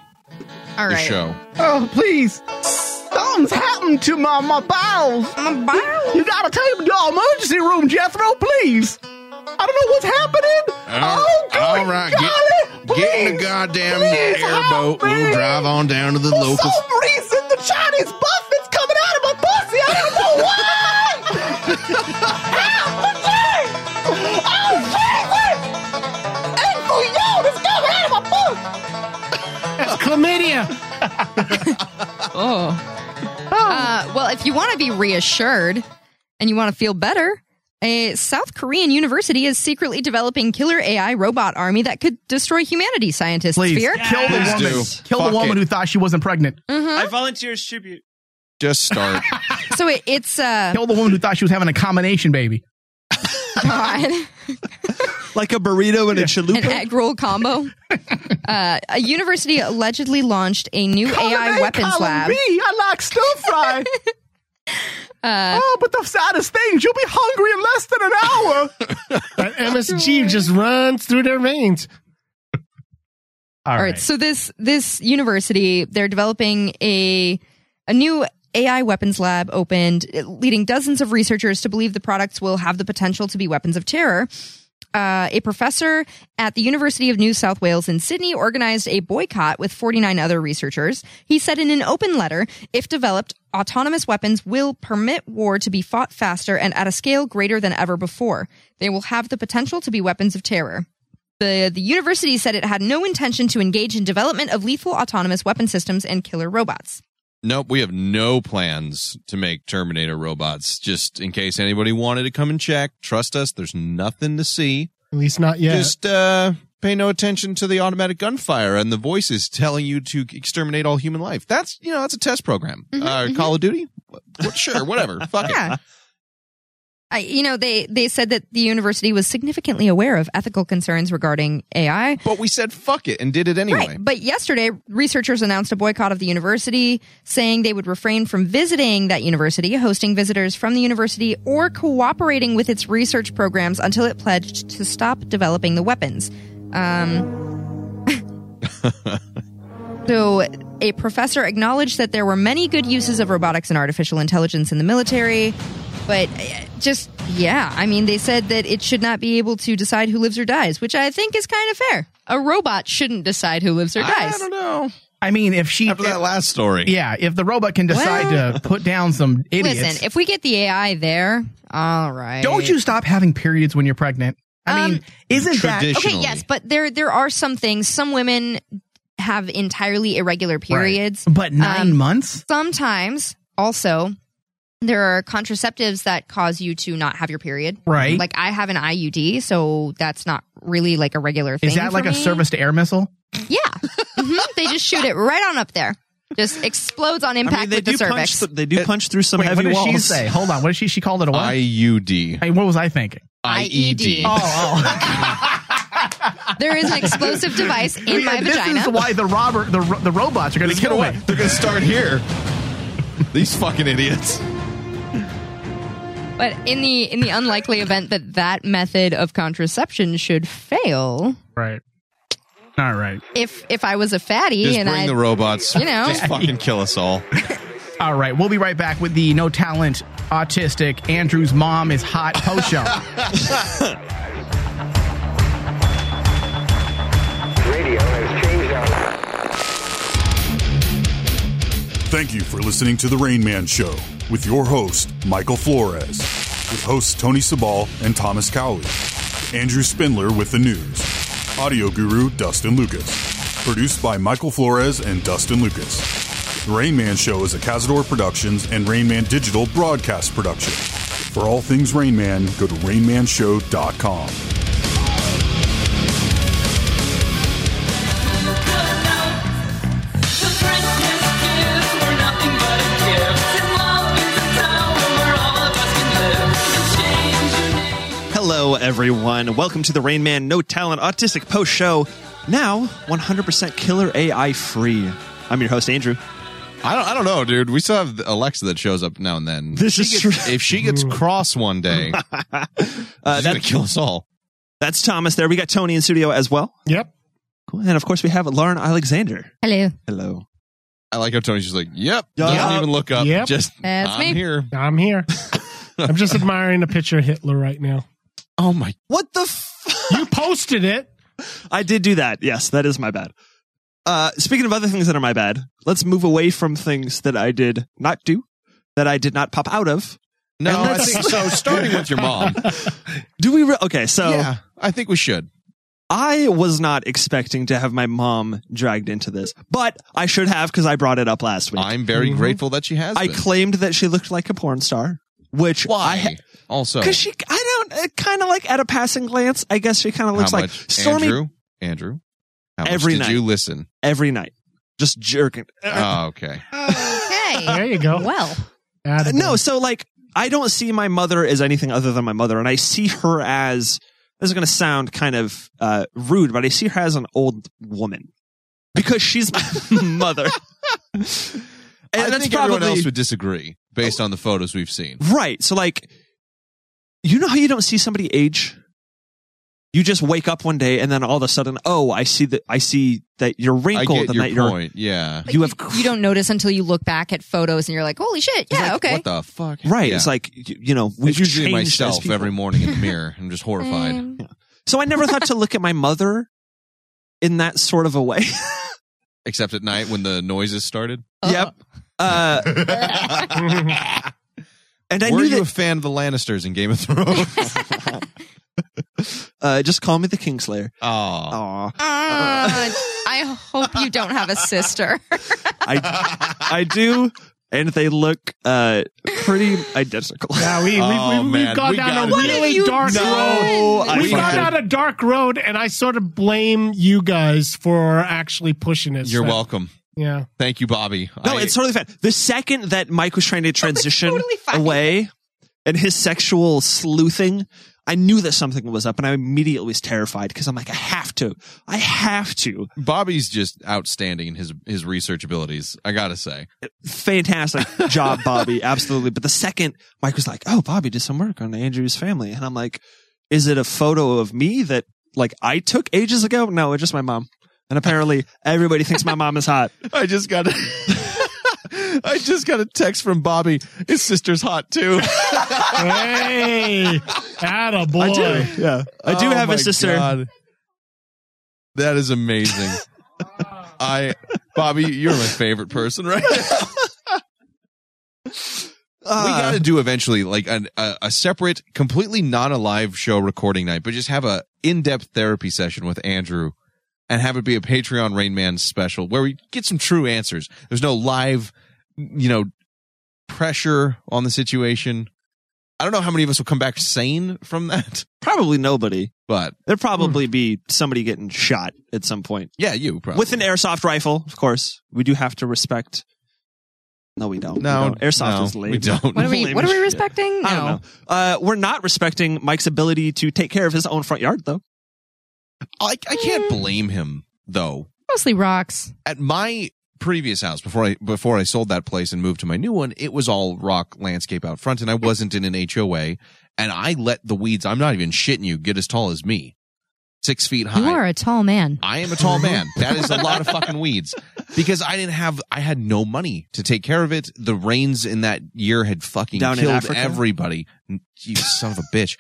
Speaker 9: All
Speaker 4: The
Speaker 9: right.
Speaker 4: show.
Speaker 16: Oh, please. Something's happened to my, my bowels.
Speaker 9: My bowels?
Speaker 16: You, gotta take me to the emergency room, Jethro, please. I don't know what's happening. oh, good
Speaker 4: all right, get-
Speaker 16: golly,
Speaker 4: get in the
Speaker 16: please,
Speaker 4: goddamn
Speaker 16: please
Speaker 4: airboat.
Speaker 16: help me.
Speaker 4: We'll drive on down to the
Speaker 16: For
Speaker 4: local-
Speaker 16: some reason, the Chinese buffet's coming out of my pussy. I don't know why. help me!
Speaker 9: Oh.
Speaker 3: Oh.
Speaker 9: Uh, if you want to be reassured and you want to feel better, a South Korean university is secretly developing killer AI robot army that could destroy humanity. Scientists
Speaker 3: Please
Speaker 9: fear.
Speaker 3: kill the woman. Kill
Speaker 4: Fuck
Speaker 3: the
Speaker 4: it.
Speaker 3: woman who thought she wasn't pregnant.
Speaker 6: I volunteer as tribute.
Speaker 4: Just start.
Speaker 9: So it, it's uh,
Speaker 3: Kill the woman who thought she was having a combination baby.
Speaker 9: God.
Speaker 6: like a burrito and a chalupa.
Speaker 9: An egg roll combo. Uh, a university allegedly launched a new AI weapons lab.
Speaker 3: I like stir fry.
Speaker 9: Uh,
Speaker 3: oh, but the saddest thing, you'll be hungry in less than an hour.
Speaker 12: That MSG just runs through their veins.
Speaker 9: All right. So this this university, they're developing a a new AI weapons lab opened, leading dozens of researchers to believe the products will have the potential to be weapons of terror. Uh, a professor at the University of New South Wales in Sydney organized a boycott with 49 other researchers. He said in an open letter, if developed, autonomous weapons will permit war to be fought faster and at a scale greater than ever before. They will have the potential to be weapons of terror. The, the university said it had no intention to engage in development of lethal autonomous weapon systems and killer robots.
Speaker 4: Nope, we have no plans to make Terminator robots. Just in case anybody wanted to come and check, trust us, there's nothing to see.
Speaker 12: At least not yet.
Speaker 4: Just uh, pay no attention to the automatic gunfire and the voices telling you to exterminate all human life. That's you know that's a test program. uh, Call of Duty, What- what, sure, whatever. Fuck
Speaker 9: Mm-hmm, Yeah.
Speaker 4: it.
Speaker 9: I, you know, they, they said that the university was significantly aware of ethical concerns regarding AI.
Speaker 4: But we said fuck it and did it anyway.
Speaker 9: Right. But yesterday, researchers announced a boycott of the university, saying they would refrain from visiting that university, hosting visitors from the university, or cooperating with its research programs until it pledged to stop developing the weapons. Um, so, a professor acknowledged that there were many good uses of robotics and artificial intelligence in the military. But eh, just, yeah, I mean, they said that it should not be able to decide who lives or dies, which I think is kind of fair. A robot shouldn't decide who lives or dies. I don't
Speaker 4: know.
Speaker 3: I mean, if she
Speaker 4: after that last story,
Speaker 3: Yeah, if the robot can decide to put down some idiots,
Speaker 9: Listen, if we get the AI there, all right.
Speaker 3: don't you stop having periods when you're pregnant. I mean, isn't that
Speaker 9: okay? Yes, but there there are some things. Some women have entirely irregular periods, Um,
Speaker 3: but nine months.
Speaker 9: Sometimes also there are contraceptives that cause you to not have your period.
Speaker 3: Right.
Speaker 9: Like I have an IUD, so that's not really like a regular thing.
Speaker 3: Is that
Speaker 9: for
Speaker 3: like a
Speaker 9: me.
Speaker 3: service to air missile?
Speaker 9: Yeah, Mhm. they just shoot it right on up there. Just explodes on impact
Speaker 6: they
Speaker 9: with
Speaker 6: do
Speaker 9: the cervix.
Speaker 6: punch. th- they do punch through some
Speaker 3: Wait,
Speaker 6: heavy
Speaker 3: what did
Speaker 6: walls.
Speaker 3: she say? Hold on, what did she? She called it a what?
Speaker 4: IUD.
Speaker 3: Hey, what was I thinking?
Speaker 6: E
Speaker 9: IED.
Speaker 3: Oh, oh.
Speaker 9: there is an explosive device in
Speaker 3: Yeah,
Speaker 9: my
Speaker 3: this
Speaker 9: vagina.
Speaker 3: is why the robber, the, ro- the robots are going to get away.
Speaker 4: They're going to start here. These fucking idiots.
Speaker 9: But in the in the unlikely event that that method of contraception should fail,
Speaker 3: Right. All right.
Speaker 9: if if I was a fatty
Speaker 4: Just
Speaker 9: and
Speaker 4: bring
Speaker 9: I
Speaker 4: the robots.
Speaker 9: you know,
Speaker 4: just fucking kill us all.
Speaker 3: All right, we'll be right back with the no talent, autistic Andrew's mom is hot post show.
Speaker 16: Radio has changed our.
Speaker 2: Thank you for listening to The Rain Man Show with your host, Michael Flores, with hosts Tony Sabal and Thomas Cowley, Andrew Spindler with the news, audio guru Dustin Lucas, produced by Michael Flores and Dustin Lucas. The Rain Man Show is a Cazador Productions and Rain Man Digital broadcast production. For all things Rain Man, go to rainmanshow.com.
Speaker 6: Hello, everyone. Welcome to the Rain Man No Talent Autistic Post Show. Now, 100% killer AI free. I'm your host, Andrew.
Speaker 4: I don't, I don't know, dude. We still have Alexa that shows up now and then.
Speaker 6: This
Speaker 4: She
Speaker 6: is
Speaker 4: gets-
Speaker 6: true.
Speaker 4: If she gets cross one day,
Speaker 6: Uh,
Speaker 4: she's going to kill us all.
Speaker 6: That's Thomas there. We got Tony in studio as well.
Speaker 12: Yep.
Speaker 6: Cool. And of course, we have Lauren Alexander.
Speaker 9: hello,
Speaker 6: Hello.
Speaker 4: I like how Tony's just like, yep.
Speaker 6: Yeah.
Speaker 4: Doesn't even look up.
Speaker 12: Yep.
Speaker 4: Just, I'm here.
Speaker 12: I'm here. I'm just admiring a picture of Hitler right now.
Speaker 4: Oh my!
Speaker 6: What the?
Speaker 12: you posted it.
Speaker 6: I did do that. Yes, that is my bad. Uh, speaking of other things that are my bad, let's move away from things that I did not do, that I did not pop out of.
Speaker 4: No,
Speaker 6: And
Speaker 4: I
Speaker 6: let's-
Speaker 4: think so. Starting with your mom.
Speaker 6: Do we? Re- okay, so
Speaker 4: yeah, I think we should.
Speaker 6: I was not expecting to have my mom dragged into this, but I should have because I brought it up last week.
Speaker 4: I'm very
Speaker 12: Mm-hmm.
Speaker 4: grateful that she has.
Speaker 6: I claimed that she looked like a porn star, which why
Speaker 4: also
Speaker 6: because she I don't kind of like at a passing glance. I guess she kind of looks
Speaker 4: how
Speaker 6: like
Speaker 4: much,
Speaker 6: Stormy
Speaker 4: Andrew. Andrew, how
Speaker 6: Every
Speaker 4: much did
Speaker 6: night.
Speaker 4: you listen?
Speaker 6: every night, just jerking.
Speaker 4: Oh, okay.
Speaker 9: Okay.
Speaker 12: There you go.
Speaker 9: Well,
Speaker 6: no, so like I don't see my mother as anything other than my mother, and I see her as this is going to sound kind of uh, rude, but I see her as an old woman because she's my mother. And
Speaker 4: I think everyone else would disagree based on the photos we've seen.
Speaker 6: Right. So like you know how you don't see somebody age? You just wake up one day and then all of a sudden, oh, I see that I see that you're wrinkled
Speaker 4: I
Speaker 6: and
Speaker 4: get your
Speaker 6: that you're
Speaker 4: point. Yeah.
Speaker 6: you have
Speaker 9: you don't notice until you look back at photos and you're like, holy shit, yeah, okay.
Speaker 4: the fuck?
Speaker 6: Right.
Speaker 4: Yeah.
Speaker 6: It's like you, you know, we've
Speaker 4: it's usually
Speaker 6: changed as
Speaker 4: myself
Speaker 6: people.
Speaker 4: every morning in the mirror. I'm just
Speaker 6: Mm.
Speaker 4: horrified.
Speaker 6: So I never thought to look at my mother in that sort of a way.
Speaker 4: Except at night when the noises started.
Speaker 6: Yep. Uh, and I
Speaker 4: Were
Speaker 6: knew
Speaker 4: you
Speaker 6: that
Speaker 4: a fan of the Lannisters in Game of Thrones?
Speaker 6: uh, just call me the Kingslayer.
Speaker 4: Aw.
Speaker 9: Uh, I hope you don't have a sister.
Speaker 6: I I do, and they look uh pretty identical.
Speaker 12: Yeah, we, we, we, we've gone down a really dark
Speaker 4: Oh,
Speaker 12: road.
Speaker 6: I
Speaker 12: we've gone
Speaker 6: fucking-
Speaker 12: down a dark road, and I sort of blame you guys for actually pushing it.
Speaker 4: You're
Speaker 12: So-
Speaker 4: welcome.
Speaker 12: Yeah.
Speaker 4: Thank you, Bobby.
Speaker 6: No, it's totally fine. The second that Mike was trying to transition away and his sexual sleuthing, I knew that something was up, and I immediately was terrified because I'm like, I have to, I have to.
Speaker 4: Bobby's just outstanding in his his research abilities. I gotta say,
Speaker 6: Fantastic job, Bobby. Absolutely. But the second Mike was like, "Oh, Bobby did some work on Andrew's family," and I'm like, "Is it a photo of me that like I took ages ago?" No, it's just my mom. And apparently, everybody thinks my mom is hot.
Speaker 4: I just got. I just got a text from Bobby. His sister's hot too.
Speaker 12: hey, atta boy.
Speaker 6: I do. Yeah, I do
Speaker 4: Oh
Speaker 6: have
Speaker 4: my
Speaker 6: a sister.
Speaker 4: God. That is amazing. I, Bobby, you're my favorite person right now. we
Speaker 6: Ah.
Speaker 4: got to do eventually like an, a, a separate, completely not a live show recording night, but just have a in-depth therapy session with Andrew and have it be a Patreon Rain Man special where we get some true answers. There's no live, you know, pressure on the situation. I don't know how many of us will come back sane from that.
Speaker 6: Probably nobody.
Speaker 4: But Hmm.
Speaker 6: there'd probably be somebody getting shot at some point.
Speaker 4: Yeah, you probably.
Speaker 6: with an airsoft rifle, of course. We do have to respect. No, we don't.
Speaker 4: No,
Speaker 6: we don't. airsoft
Speaker 4: no,
Speaker 6: is lame.
Speaker 4: we don't.
Speaker 9: What are we?
Speaker 6: Lame
Speaker 9: What are we
Speaker 6: as shit.
Speaker 9: respecting?
Speaker 6: I
Speaker 9: No.
Speaker 6: don't know. Uh, we're not respecting Mike's ability to take care of his own front yard, though.
Speaker 4: I, I can't
Speaker 9: Eh.
Speaker 4: blame him though.
Speaker 9: Mostly rocks.
Speaker 4: At my previous house before I before I sold that place and moved to my new one, it was all rock landscape out front, and I wasn't in an HOA, and I let the weeds. I'm not even shitting you. Get as tall as me, six feet high.
Speaker 9: You are a tall man.
Speaker 4: I am a tall man. That is a lot of fucking weeds because I didn't have, I had no money to take care of it. The rains in that year had fucking
Speaker 6: Down in
Speaker 4: killed
Speaker 6: Africa?
Speaker 4: everybody. You son of a bitch.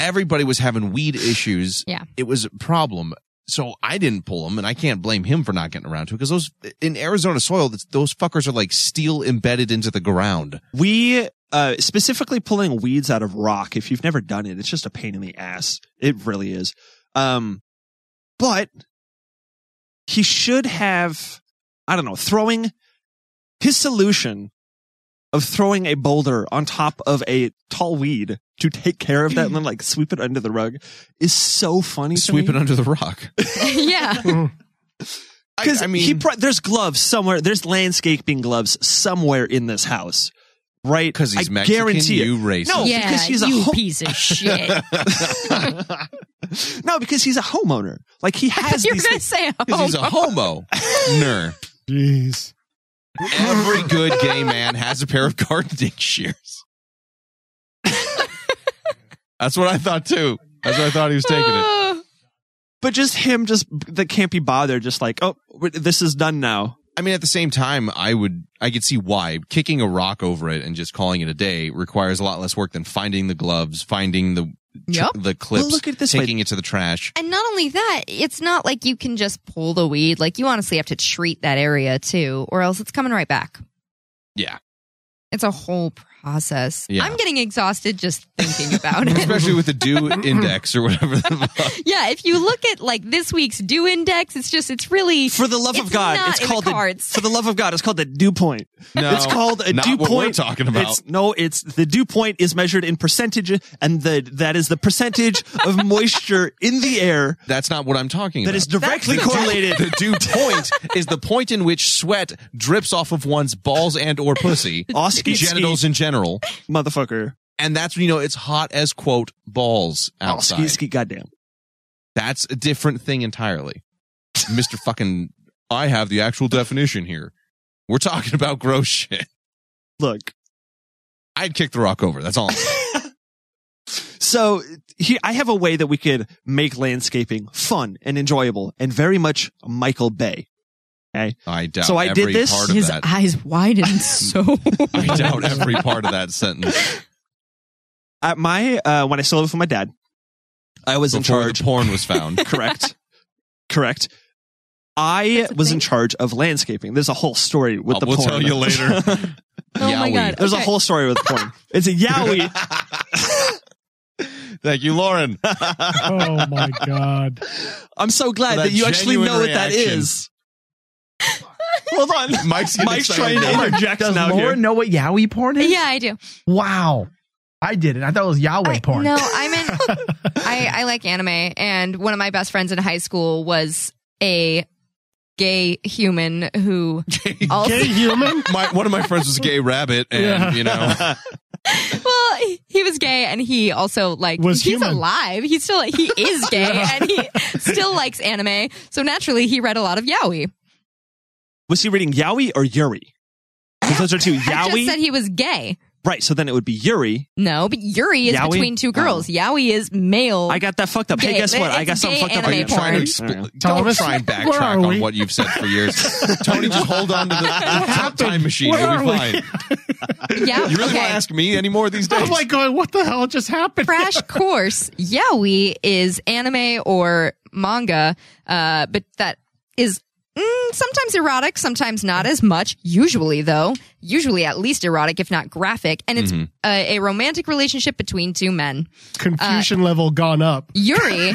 Speaker 4: everybody was having weed issues.
Speaker 9: Yeah.
Speaker 4: It was a problem. So I didn't pull them and I can't blame him for not getting around to it because those in Arizona soil, that's- those fuckers are like steel embedded into the ground.
Speaker 6: We uh, specifically pulling weeds out of rock. If you've never done it, it's just a pain in the ass. It really is. Um, but he should have, I don't know, throwing his solution of throwing a boulder on top of a tall weed to take care of that and then like sweep it under the rug is so funny. to
Speaker 4: Sweep
Speaker 6: me.
Speaker 4: it under the rock.
Speaker 9: yeah.
Speaker 6: Because I, mean, he pro- there's gloves somewhere. There's landscaping gloves somewhere in this house, right? Because
Speaker 4: he's
Speaker 6: I
Speaker 4: Mexican,
Speaker 6: Guarantee it.
Speaker 4: you racist.
Speaker 6: No,
Speaker 9: Yeah,
Speaker 6: because he's a
Speaker 9: you
Speaker 6: ho-
Speaker 9: piece of shit.
Speaker 6: no, because he's a homeowner. Like he has.
Speaker 9: You're
Speaker 6: these
Speaker 9: gonna
Speaker 6: things-
Speaker 9: say a
Speaker 4: 'Cause he's a homo. Ner.
Speaker 12: Jeez.
Speaker 4: Every good gay man has a pair of gardening shears. That's what I thought too. That's what I thought he was taking it.
Speaker 6: But just him, just that can't be bothered. Just like, oh, w- this is done now.
Speaker 4: I mean, at the same time, I would, I could see why kicking a rock over it and just calling it a day requires a lot less work than finding the gloves, finding the tr-
Speaker 9: Yep.
Speaker 4: the clips,
Speaker 9: Well, look at it this way.
Speaker 4: taking it to the trash.
Speaker 9: And not only that, it's not like you can just pull the weed. Like you honestly have to treat that area too, or else it's coming right back.
Speaker 4: Yeah,
Speaker 9: It's a whole process.
Speaker 4: Yeah.
Speaker 9: I'm getting exhausted just thinking about it.
Speaker 4: Especially with the due index or whatever.
Speaker 9: yeah, if you look at like this week's due index, it's just it's really
Speaker 6: For the love of God,
Speaker 9: not
Speaker 6: it's
Speaker 9: in
Speaker 6: called
Speaker 9: the
Speaker 6: the
Speaker 9: cards.
Speaker 6: for the love of God, it's called the dew point.
Speaker 4: No,
Speaker 6: it's called a
Speaker 4: not
Speaker 6: dew
Speaker 4: what we're
Speaker 6: point.
Speaker 4: talking about.
Speaker 6: It's, no, it's the dew point is measured in percentage, and the that is the percentage of moisture in the air.
Speaker 4: That's not what I'm talking
Speaker 6: That
Speaker 4: about.
Speaker 6: is directly
Speaker 4: The dew-
Speaker 6: correlated.
Speaker 4: The dew point is the point in which sweat drips off of one's balls and or pussy,
Speaker 6: Oski
Speaker 4: genitals
Speaker 6: ski.
Speaker 4: in general,
Speaker 6: motherfucker.
Speaker 4: And that's when you know it's hot as quote balls outside.
Speaker 6: Oski ski, goddamn.
Speaker 4: That's a different thing entirely. Mr. fucking I have the actual definition here. We're talking about gross shit.
Speaker 6: Look.
Speaker 4: I'd kick the rock over. That's all. I'm saying.
Speaker 6: So he, I have a way that we could make landscaping fun and enjoyable, and very much Michael Bay. Okay.
Speaker 4: I doubt
Speaker 6: So I did
Speaker 4: every
Speaker 6: this-
Speaker 4: part of
Speaker 6: His
Speaker 4: that.
Speaker 9: eyes widened so.
Speaker 4: I doubt every part of that sentence.
Speaker 6: At my uh, when I still lived with my dad, I was
Speaker 4: Before
Speaker 6: in
Speaker 4: the
Speaker 6: charge.
Speaker 4: porn was found.
Speaker 6: correct, correct. I was in charge of landscaping. There's a whole story with
Speaker 4: Uh,
Speaker 6: the
Speaker 4: we'll
Speaker 6: porn.
Speaker 4: tell you later.
Speaker 9: Oh my Yowie. God,
Speaker 6: There's a
Speaker 9: okay.
Speaker 6: whole story with porn. It's a yowie.
Speaker 4: Thank you, Lauren.
Speaker 6: oh my god. I'm so glad that, you actually
Speaker 4: genuine
Speaker 6: know what that
Speaker 4: reaction.
Speaker 6: is. Hold on.
Speaker 4: Mike's getting
Speaker 6: Mike's
Speaker 4: excited
Speaker 6: trying to
Speaker 4: now.
Speaker 6: interject
Speaker 3: Does
Speaker 6: now
Speaker 3: Lauren
Speaker 6: here.
Speaker 3: know what Yowie porn is?
Speaker 9: yeah, I do.
Speaker 3: Wow. I didn't. I thought it was Yahweh porn.
Speaker 9: No, I meant I, I like anime, and one of my best friends in high school was a gay human who also
Speaker 4: human. My, one of my friends was a gay rabbit, and
Speaker 9: Yeah.
Speaker 4: you know,
Speaker 9: well he- he was gay and he also like
Speaker 4: Was
Speaker 9: he's
Speaker 4: human.
Speaker 9: alive he still he is gay and he still likes anime so naturally he read a lot of yaoi
Speaker 6: Was he reading Yowie or Yuri? 'Cause those are two.
Speaker 9: I just said
Speaker 6: Yowie.
Speaker 9: he was gay
Speaker 6: Right, so then it would be Yuri.
Speaker 9: no but yuri is
Speaker 6: Yaoi? Oh.
Speaker 9: between two girls yaoi is male
Speaker 6: I got that fucked up. Hey,
Speaker 9: Gay.
Speaker 6: guess what? I
Speaker 9: It's
Speaker 6: got something
Speaker 9: gay
Speaker 6: fucked up.
Speaker 9: anime Are you trying to
Speaker 4: expl- don't try and
Speaker 6: where are
Speaker 4: backtrack on
Speaker 6: we?
Speaker 4: what you've said for years. Tony, just hold on to the, the top time machine.
Speaker 12: Where
Speaker 4: You'll be
Speaker 12: are we?
Speaker 4: fine.
Speaker 9: yeah
Speaker 4: You
Speaker 9: okay.
Speaker 4: really want to ask me any more of these days?
Speaker 12: I'm like going, Oh what the hell just happened?
Speaker 9: crash course yaoi is anime or manga uh, but that is mm, sometimes erotic sometimes not as much usually though usually at least erotic if not graphic and
Speaker 6: Mm-hmm.
Speaker 9: it's
Speaker 12: Mhm.
Speaker 9: uh, a romantic relationship between two men
Speaker 12: Confusion level gone up.
Speaker 9: yuri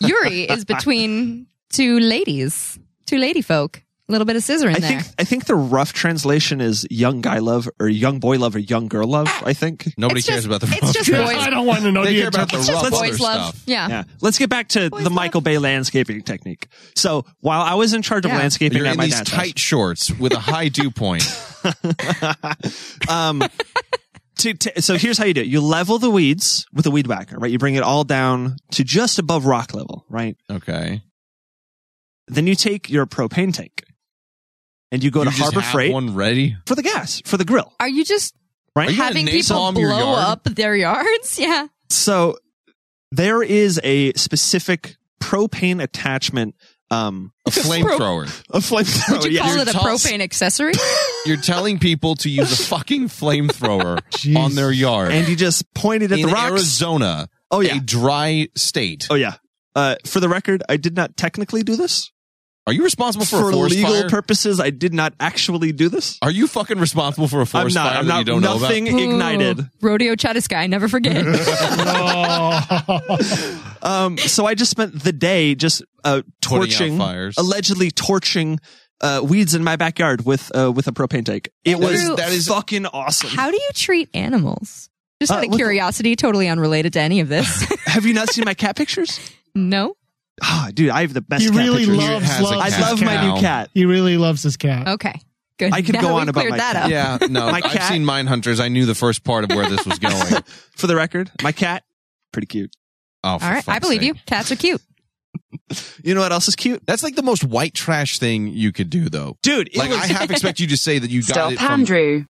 Speaker 9: yuri is between two ladies two lady folk a little bit of scissor in
Speaker 6: I
Speaker 9: there
Speaker 6: think I think the rough translation is young guy love or young boy love or young girl love. I think
Speaker 4: nobody Ah, It's cares just- about the it's rough just translation. boys- I don't want to know They the care about the It's just rough boys other love. stuff.
Speaker 9: Yeah.
Speaker 6: Let's get back to the Michael Bay landscaping technique. So while I was in charge of
Speaker 4: Yeah.
Speaker 6: landscaping
Speaker 4: You're
Speaker 6: at
Speaker 4: in
Speaker 6: my
Speaker 4: these
Speaker 6: dad's
Speaker 4: tight shorts with a high dew point.
Speaker 6: house, um, to, to, so here's how you do it: you level the weeds with a weed whacker, right? You bring it all down to just above rock level, right?
Speaker 4: Okay.
Speaker 6: Then you take your propane tank and you go
Speaker 4: You
Speaker 6: to
Speaker 4: just
Speaker 6: Harbor
Speaker 4: have
Speaker 6: Freight
Speaker 4: one ready
Speaker 6: for the gas for the grill.
Speaker 9: are you just
Speaker 6: Right? Are you gonna
Speaker 9: having people
Speaker 6: napalm your
Speaker 9: blow
Speaker 6: yard?
Speaker 9: up their yards yeah
Speaker 6: So there is a specific propane attachment. Um,
Speaker 4: A flamethrower.
Speaker 6: a flamethrower.
Speaker 9: would you
Speaker 6: yes.
Speaker 9: call it a propane accessory
Speaker 4: You're telling people to use a fucking flamethrower on their yard,
Speaker 6: And you just point it at
Speaker 4: in
Speaker 6: the rocks.
Speaker 4: Arizona.
Speaker 6: Oh yeah,
Speaker 4: a dry state.
Speaker 6: Oh yeah. Uh, for the record, I did not technically do this.
Speaker 4: Are you responsible for, a forest
Speaker 6: legal
Speaker 4: fire?
Speaker 6: purposes? I did not actually do this.
Speaker 4: Are you fucking responsible for a
Speaker 6: I'm
Speaker 4: forest
Speaker 6: not.
Speaker 4: fire
Speaker 6: I'm
Speaker 4: that
Speaker 6: not.
Speaker 4: you don't know about?
Speaker 6: nothing ignited.
Speaker 9: rodeo chattis guy never forget
Speaker 6: Um, so I just spent the day just uh,
Speaker 4: Putting out
Speaker 6: torching,
Speaker 4: fires.
Speaker 6: allegedly torching uh, weeds in my backyard with uh, with a propane tank. It
Speaker 9: That
Speaker 6: was
Speaker 9: is- that is-
Speaker 6: fucking awesome.
Speaker 9: How do you treat animals? Just
Speaker 6: Uh,
Speaker 9: out of
Speaker 6: what the-
Speaker 9: curiosity, totally unrelated to any of this.
Speaker 6: Have you not seen my cat pictures?
Speaker 9: no.
Speaker 6: Ah, dude, I have the best.
Speaker 12: He
Speaker 6: cat
Speaker 12: really
Speaker 6: pictures.
Speaker 12: loves, loves
Speaker 6: I
Speaker 12: his
Speaker 6: love my new cat.
Speaker 12: He really loves his cat.
Speaker 9: Okay. Good.
Speaker 6: I could
Speaker 9: Now
Speaker 6: go
Speaker 9: we've
Speaker 6: on about
Speaker 9: cleared
Speaker 6: my
Speaker 9: that
Speaker 6: cat.
Speaker 9: up.
Speaker 4: Yeah, no.
Speaker 6: My
Speaker 4: I've
Speaker 6: cat-
Speaker 4: seen Mine Hunters. I knew the first part of where this was going.
Speaker 6: For the record, my cat, pretty cute.
Speaker 4: Oh,
Speaker 9: All right. I believe you. Cats are cute.
Speaker 6: You know what else is cute?
Speaker 4: That's like the most white trash thing you could do, though,
Speaker 6: dude.
Speaker 4: Like I half expect you to say that you got
Speaker 1: Stop,
Speaker 4: it from
Speaker 1: Andrew.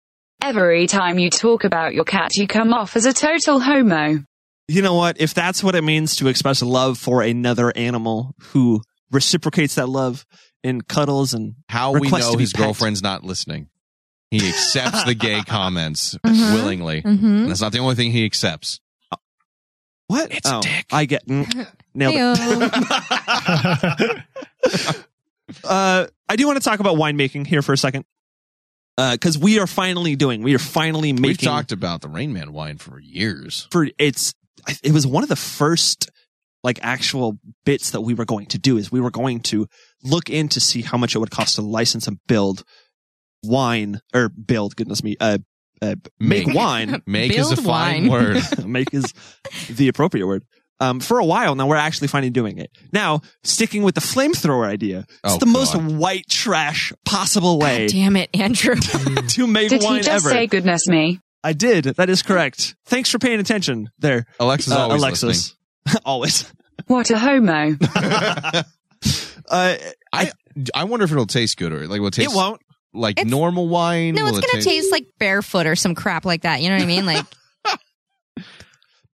Speaker 1: Every time you talk about your cat, you come off as a total homo.
Speaker 6: You know what? If that's what it means to express love for another animal who reciprocates that love and cuddles and
Speaker 4: how we
Speaker 6: requests
Speaker 4: know
Speaker 6: to be
Speaker 4: his
Speaker 6: pecked.
Speaker 4: girlfriend's not listening. He accepts the gay comments
Speaker 9: Mm-hmm.
Speaker 6: Mhm.
Speaker 4: willingly,
Speaker 6: Mhm.
Speaker 4: and that's not the only thing he accepts. Oh.
Speaker 6: What? It's a dick. I get mm, nailed it. Uh, I do want to talk about winemaking here for a second. because we are finally doing. We are finally making.
Speaker 4: We've talked about the Rain Man wine for years.
Speaker 6: For it's, it was one of the first like actual bits that we were going to do is we were going to look in to see how much it would cost to license and build wine or build. Goodness me, uh, uh, make,
Speaker 4: Make.
Speaker 6: wine.
Speaker 4: Make is a Build fine wine. word.
Speaker 6: make is the appropriate word. Um, for a while now, we're actually finally doing it. Now, sticking with the flamethrower idea, it's
Speaker 4: Oh,
Speaker 6: the most white trash possible way.
Speaker 9: Damn it, Andrew.
Speaker 6: to make
Speaker 1: Did
Speaker 6: wine
Speaker 1: he just
Speaker 6: ever.
Speaker 1: say goodness me?
Speaker 6: I did. That is correct. Thanks for paying attention there. uh,
Speaker 4: Alexa's always
Speaker 6: Alexis. always.
Speaker 1: What a homo.
Speaker 6: Uh,
Speaker 4: I I wonder if it'll taste good or like will it taste.
Speaker 9: It won't.
Speaker 4: like
Speaker 9: It's-
Speaker 4: normal wine.
Speaker 9: No,
Speaker 4: Will
Speaker 9: it's
Speaker 4: it
Speaker 9: gonna taste-, like barefoot or some crap like that. You know what I mean? Like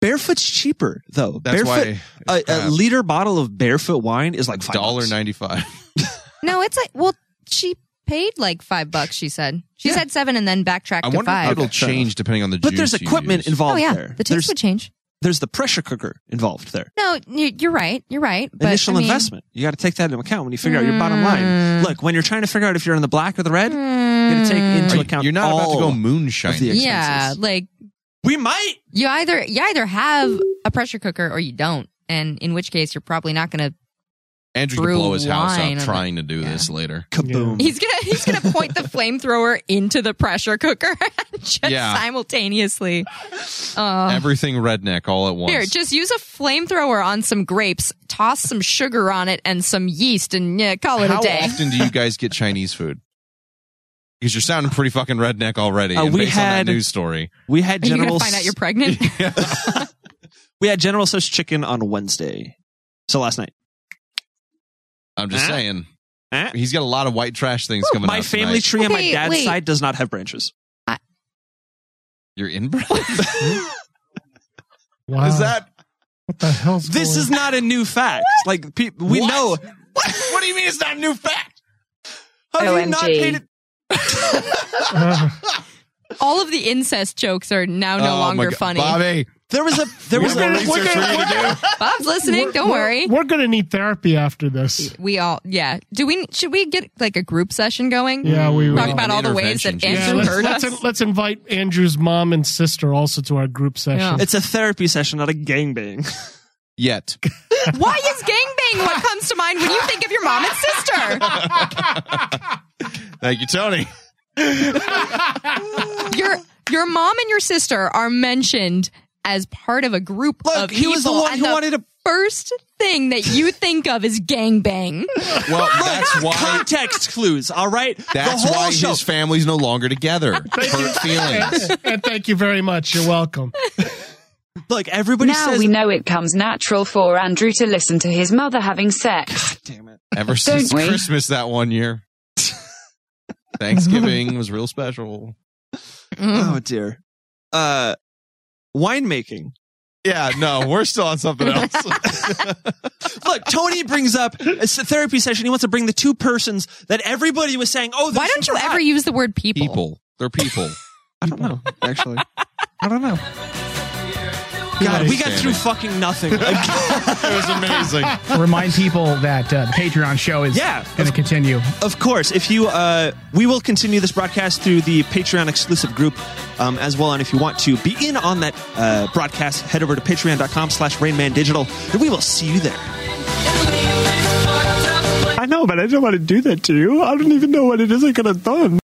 Speaker 6: Barefoot's cheaper though.
Speaker 4: That's
Speaker 6: Barefoot,
Speaker 4: why
Speaker 6: a,
Speaker 4: it's
Speaker 6: a
Speaker 4: crap.
Speaker 6: liter bottle of barefoot wine is like dollar
Speaker 4: ninety five.
Speaker 9: no, it's like well, she paid like five bucks. She said she said seven and then backtracked
Speaker 4: I
Speaker 9: to
Speaker 4: wonder
Speaker 9: five.
Speaker 4: if it'll change depending on the.
Speaker 6: But there's
Speaker 4: juice you
Speaker 6: equipment
Speaker 4: use.
Speaker 6: involved
Speaker 9: oh yeah,
Speaker 6: there.
Speaker 9: the
Speaker 6: There's-
Speaker 9: taste would change.
Speaker 6: There's the pressure cooker involved there.
Speaker 9: No, you- you're right. You're right. But
Speaker 6: Initial
Speaker 9: I mean- Mm.
Speaker 6: investment. You got to take that into account when you figure out your bottom line. Look, when you're trying to figure out if you're in the black or the red, you got to take into
Speaker 4: Are you-
Speaker 6: account.
Speaker 4: you're not about to
Speaker 6: all
Speaker 4: go
Speaker 6: of
Speaker 4: moonshine.
Speaker 6: the expenses.
Speaker 9: Yeah, like
Speaker 6: we might.
Speaker 9: You either you either have a pressure cooker or you don't, and in which case you're probably not gonna.
Speaker 4: Andrew
Speaker 9: brew
Speaker 4: can blow his house
Speaker 9: wine
Speaker 4: up
Speaker 9: on
Speaker 4: trying to do this later.
Speaker 6: Kaboom!
Speaker 9: He's gonna he's gonna point the flamethrower into the pressure cooker just
Speaker 4: Yeah.
Speaker 9: simultaneously. Oh.
Speaker 4: Everything redneck all at once.
Speaker 9: Here, just use a flamethrower on some grapes, toss some sugar on it and some yeast, and yeah, call it
Speaker 4: How
Speaker 9: Oh, a day.
Speaker 4: often do you guys get Chinese food? Because you're sounding pretty fucking redneck already.
Speaker 6: Uh,
Speaker 4: and
Speaker 6: we
Speaker 4: based on
Speaker 6: had-
Speaker 4: that news story.
Speaker 6: We had
Speaker 9: Are you
Speaker 6: General.
Speaker 9: gonna find out you're pregnant?
Speaker 6: we had General Tso's chicken on Wednesday, so last night.
Speaker 4: I'm just
Speaker 6: Huh?
Speaker 4: saying. He's got a lot of white trash things coming
Speaker 6: my
Speaker 4: out
Speaker 6: family
Speaker 4: tonight.
Speaker 6: tree on my
Speaker 9: Okay,
Speaker 6: dad's
Speaker 9: wait.
Speaker 6: side does not have branches.
Speaker 4: You're inbred?
Speaker 12: Wow.
Speaker 6: Is that?
Speaker 12: What the hell?
Speaker 6: This is not a new fact. Like pe- we know. What do you mean it's not a new fact? Have you not
Speaker 9: OMG.
Speaker 6: paid it?
Speaker 9: All of the incest jokes are now no
Speaker 4: Oh my
Speaker 9: longer
Speaker 4: God.
Speaker 9: funny.
Speaker 4: Bobby.
Speaker 6: There was a there
Speaker 4: We
Speaker 6: was
Speaker 4: have more
Speaker 6: a
Speaker 4: research we need to do.
Speaker 9: Bob's listening.
Speaker 12: We're-
Speaker 9: Don't
Speaker 12: we're-
Speaker 9: worry.
Speaker 12: We're gonna need therapy after this.
Speaker 9: We all, yeah. Do we? Should we get like a group session going?
Speaker 12: Yeah, we
Speaker 9: talk
Speaker 12: will.
Speaker 9: about
Speaker 12: An
Speaker 9: all the ways that
Speaker 12: Yeah,
Speaker 9: Andrew
Speaker 12: let's,
Speaker 9: hurt
Speaker 12: let's,
Speaker 9: us.
Speaker 12: let's invite Andrew's mom and sister also to our group session.
Speaker 6: It's a therapy session, not a gangbang.
Speaker 4: Yet.
Speaker 9: Why is gangbang what comes to mind when you think of your mom and sister?
Speaker 4: Thank you, Tony.
Speaker 9: your your mom and your sister are mentioned as part of a group of
Speaker 6: he
Speaker 9: people.
Speaker 6: was the one
Speaker 9: and
Speaker 6: who
Speaker 9: the
Speaker 6: wanted to-
Speaker 9: First thing that you think of is gangbang.
Speaker 4: Well, that's why.
Speaker 6: Context clues, all right?
Speaker 4: That's
Speaker 6: the whole
Speaker 4: why
Speaker 6: show.
Speaker 4: his family's no longer together. Hurt feelings.
Speaker 12: and, and thank you very much. You're welcome.
Speaker 6: Look, everybody
Speaker 1: now
Speaker 6: says
Speaker 1: we know it comes natural for Andrew to listen to his mother having sex.
Speaker 4: Ever
Speaker 1: Don't
Speaker 4: since
Speaker 1: we?
Speaker 4: Christmas that one year. Thanksgiving was real special.
Speaker 1: Mm-hmm.
Speaker 6: Oh dear. Uh winemaking.
Speaker 4: Yeah, no, we're still on something else.
Speaker 6: Look, Tony brings up it's a therapy session. He wants to bring the two persons that everybody was saying, "Oh,
Speaker 9: Why don't you ever use the word people?
Speaker 4: People. They're people.
Speaker 6: I don't know, actually. I don't know.
Speaker 4: God,
Speaker 6: God, we got
Speaker 4: damn
Speaker 6: through
Speaker 4: it.
Speaker 6: fucking nothing. it
Speaker 4: was amazing.
Speaker 3: Remind people that uh, the Patreon show is
Speaker 6: Yeah.
Speaker 3: going to continue.
Speaker 6: Of course, if you, uh, we will continue this broadcast through the Patreon exclusive group um, as well. And if you want to be in on that uh, broadcast, head over to patreon.com slash rainmandigital, and we will see you there.
Speaker 5: I know, but I don't want to do that to you. I don't even know what it is I could have done.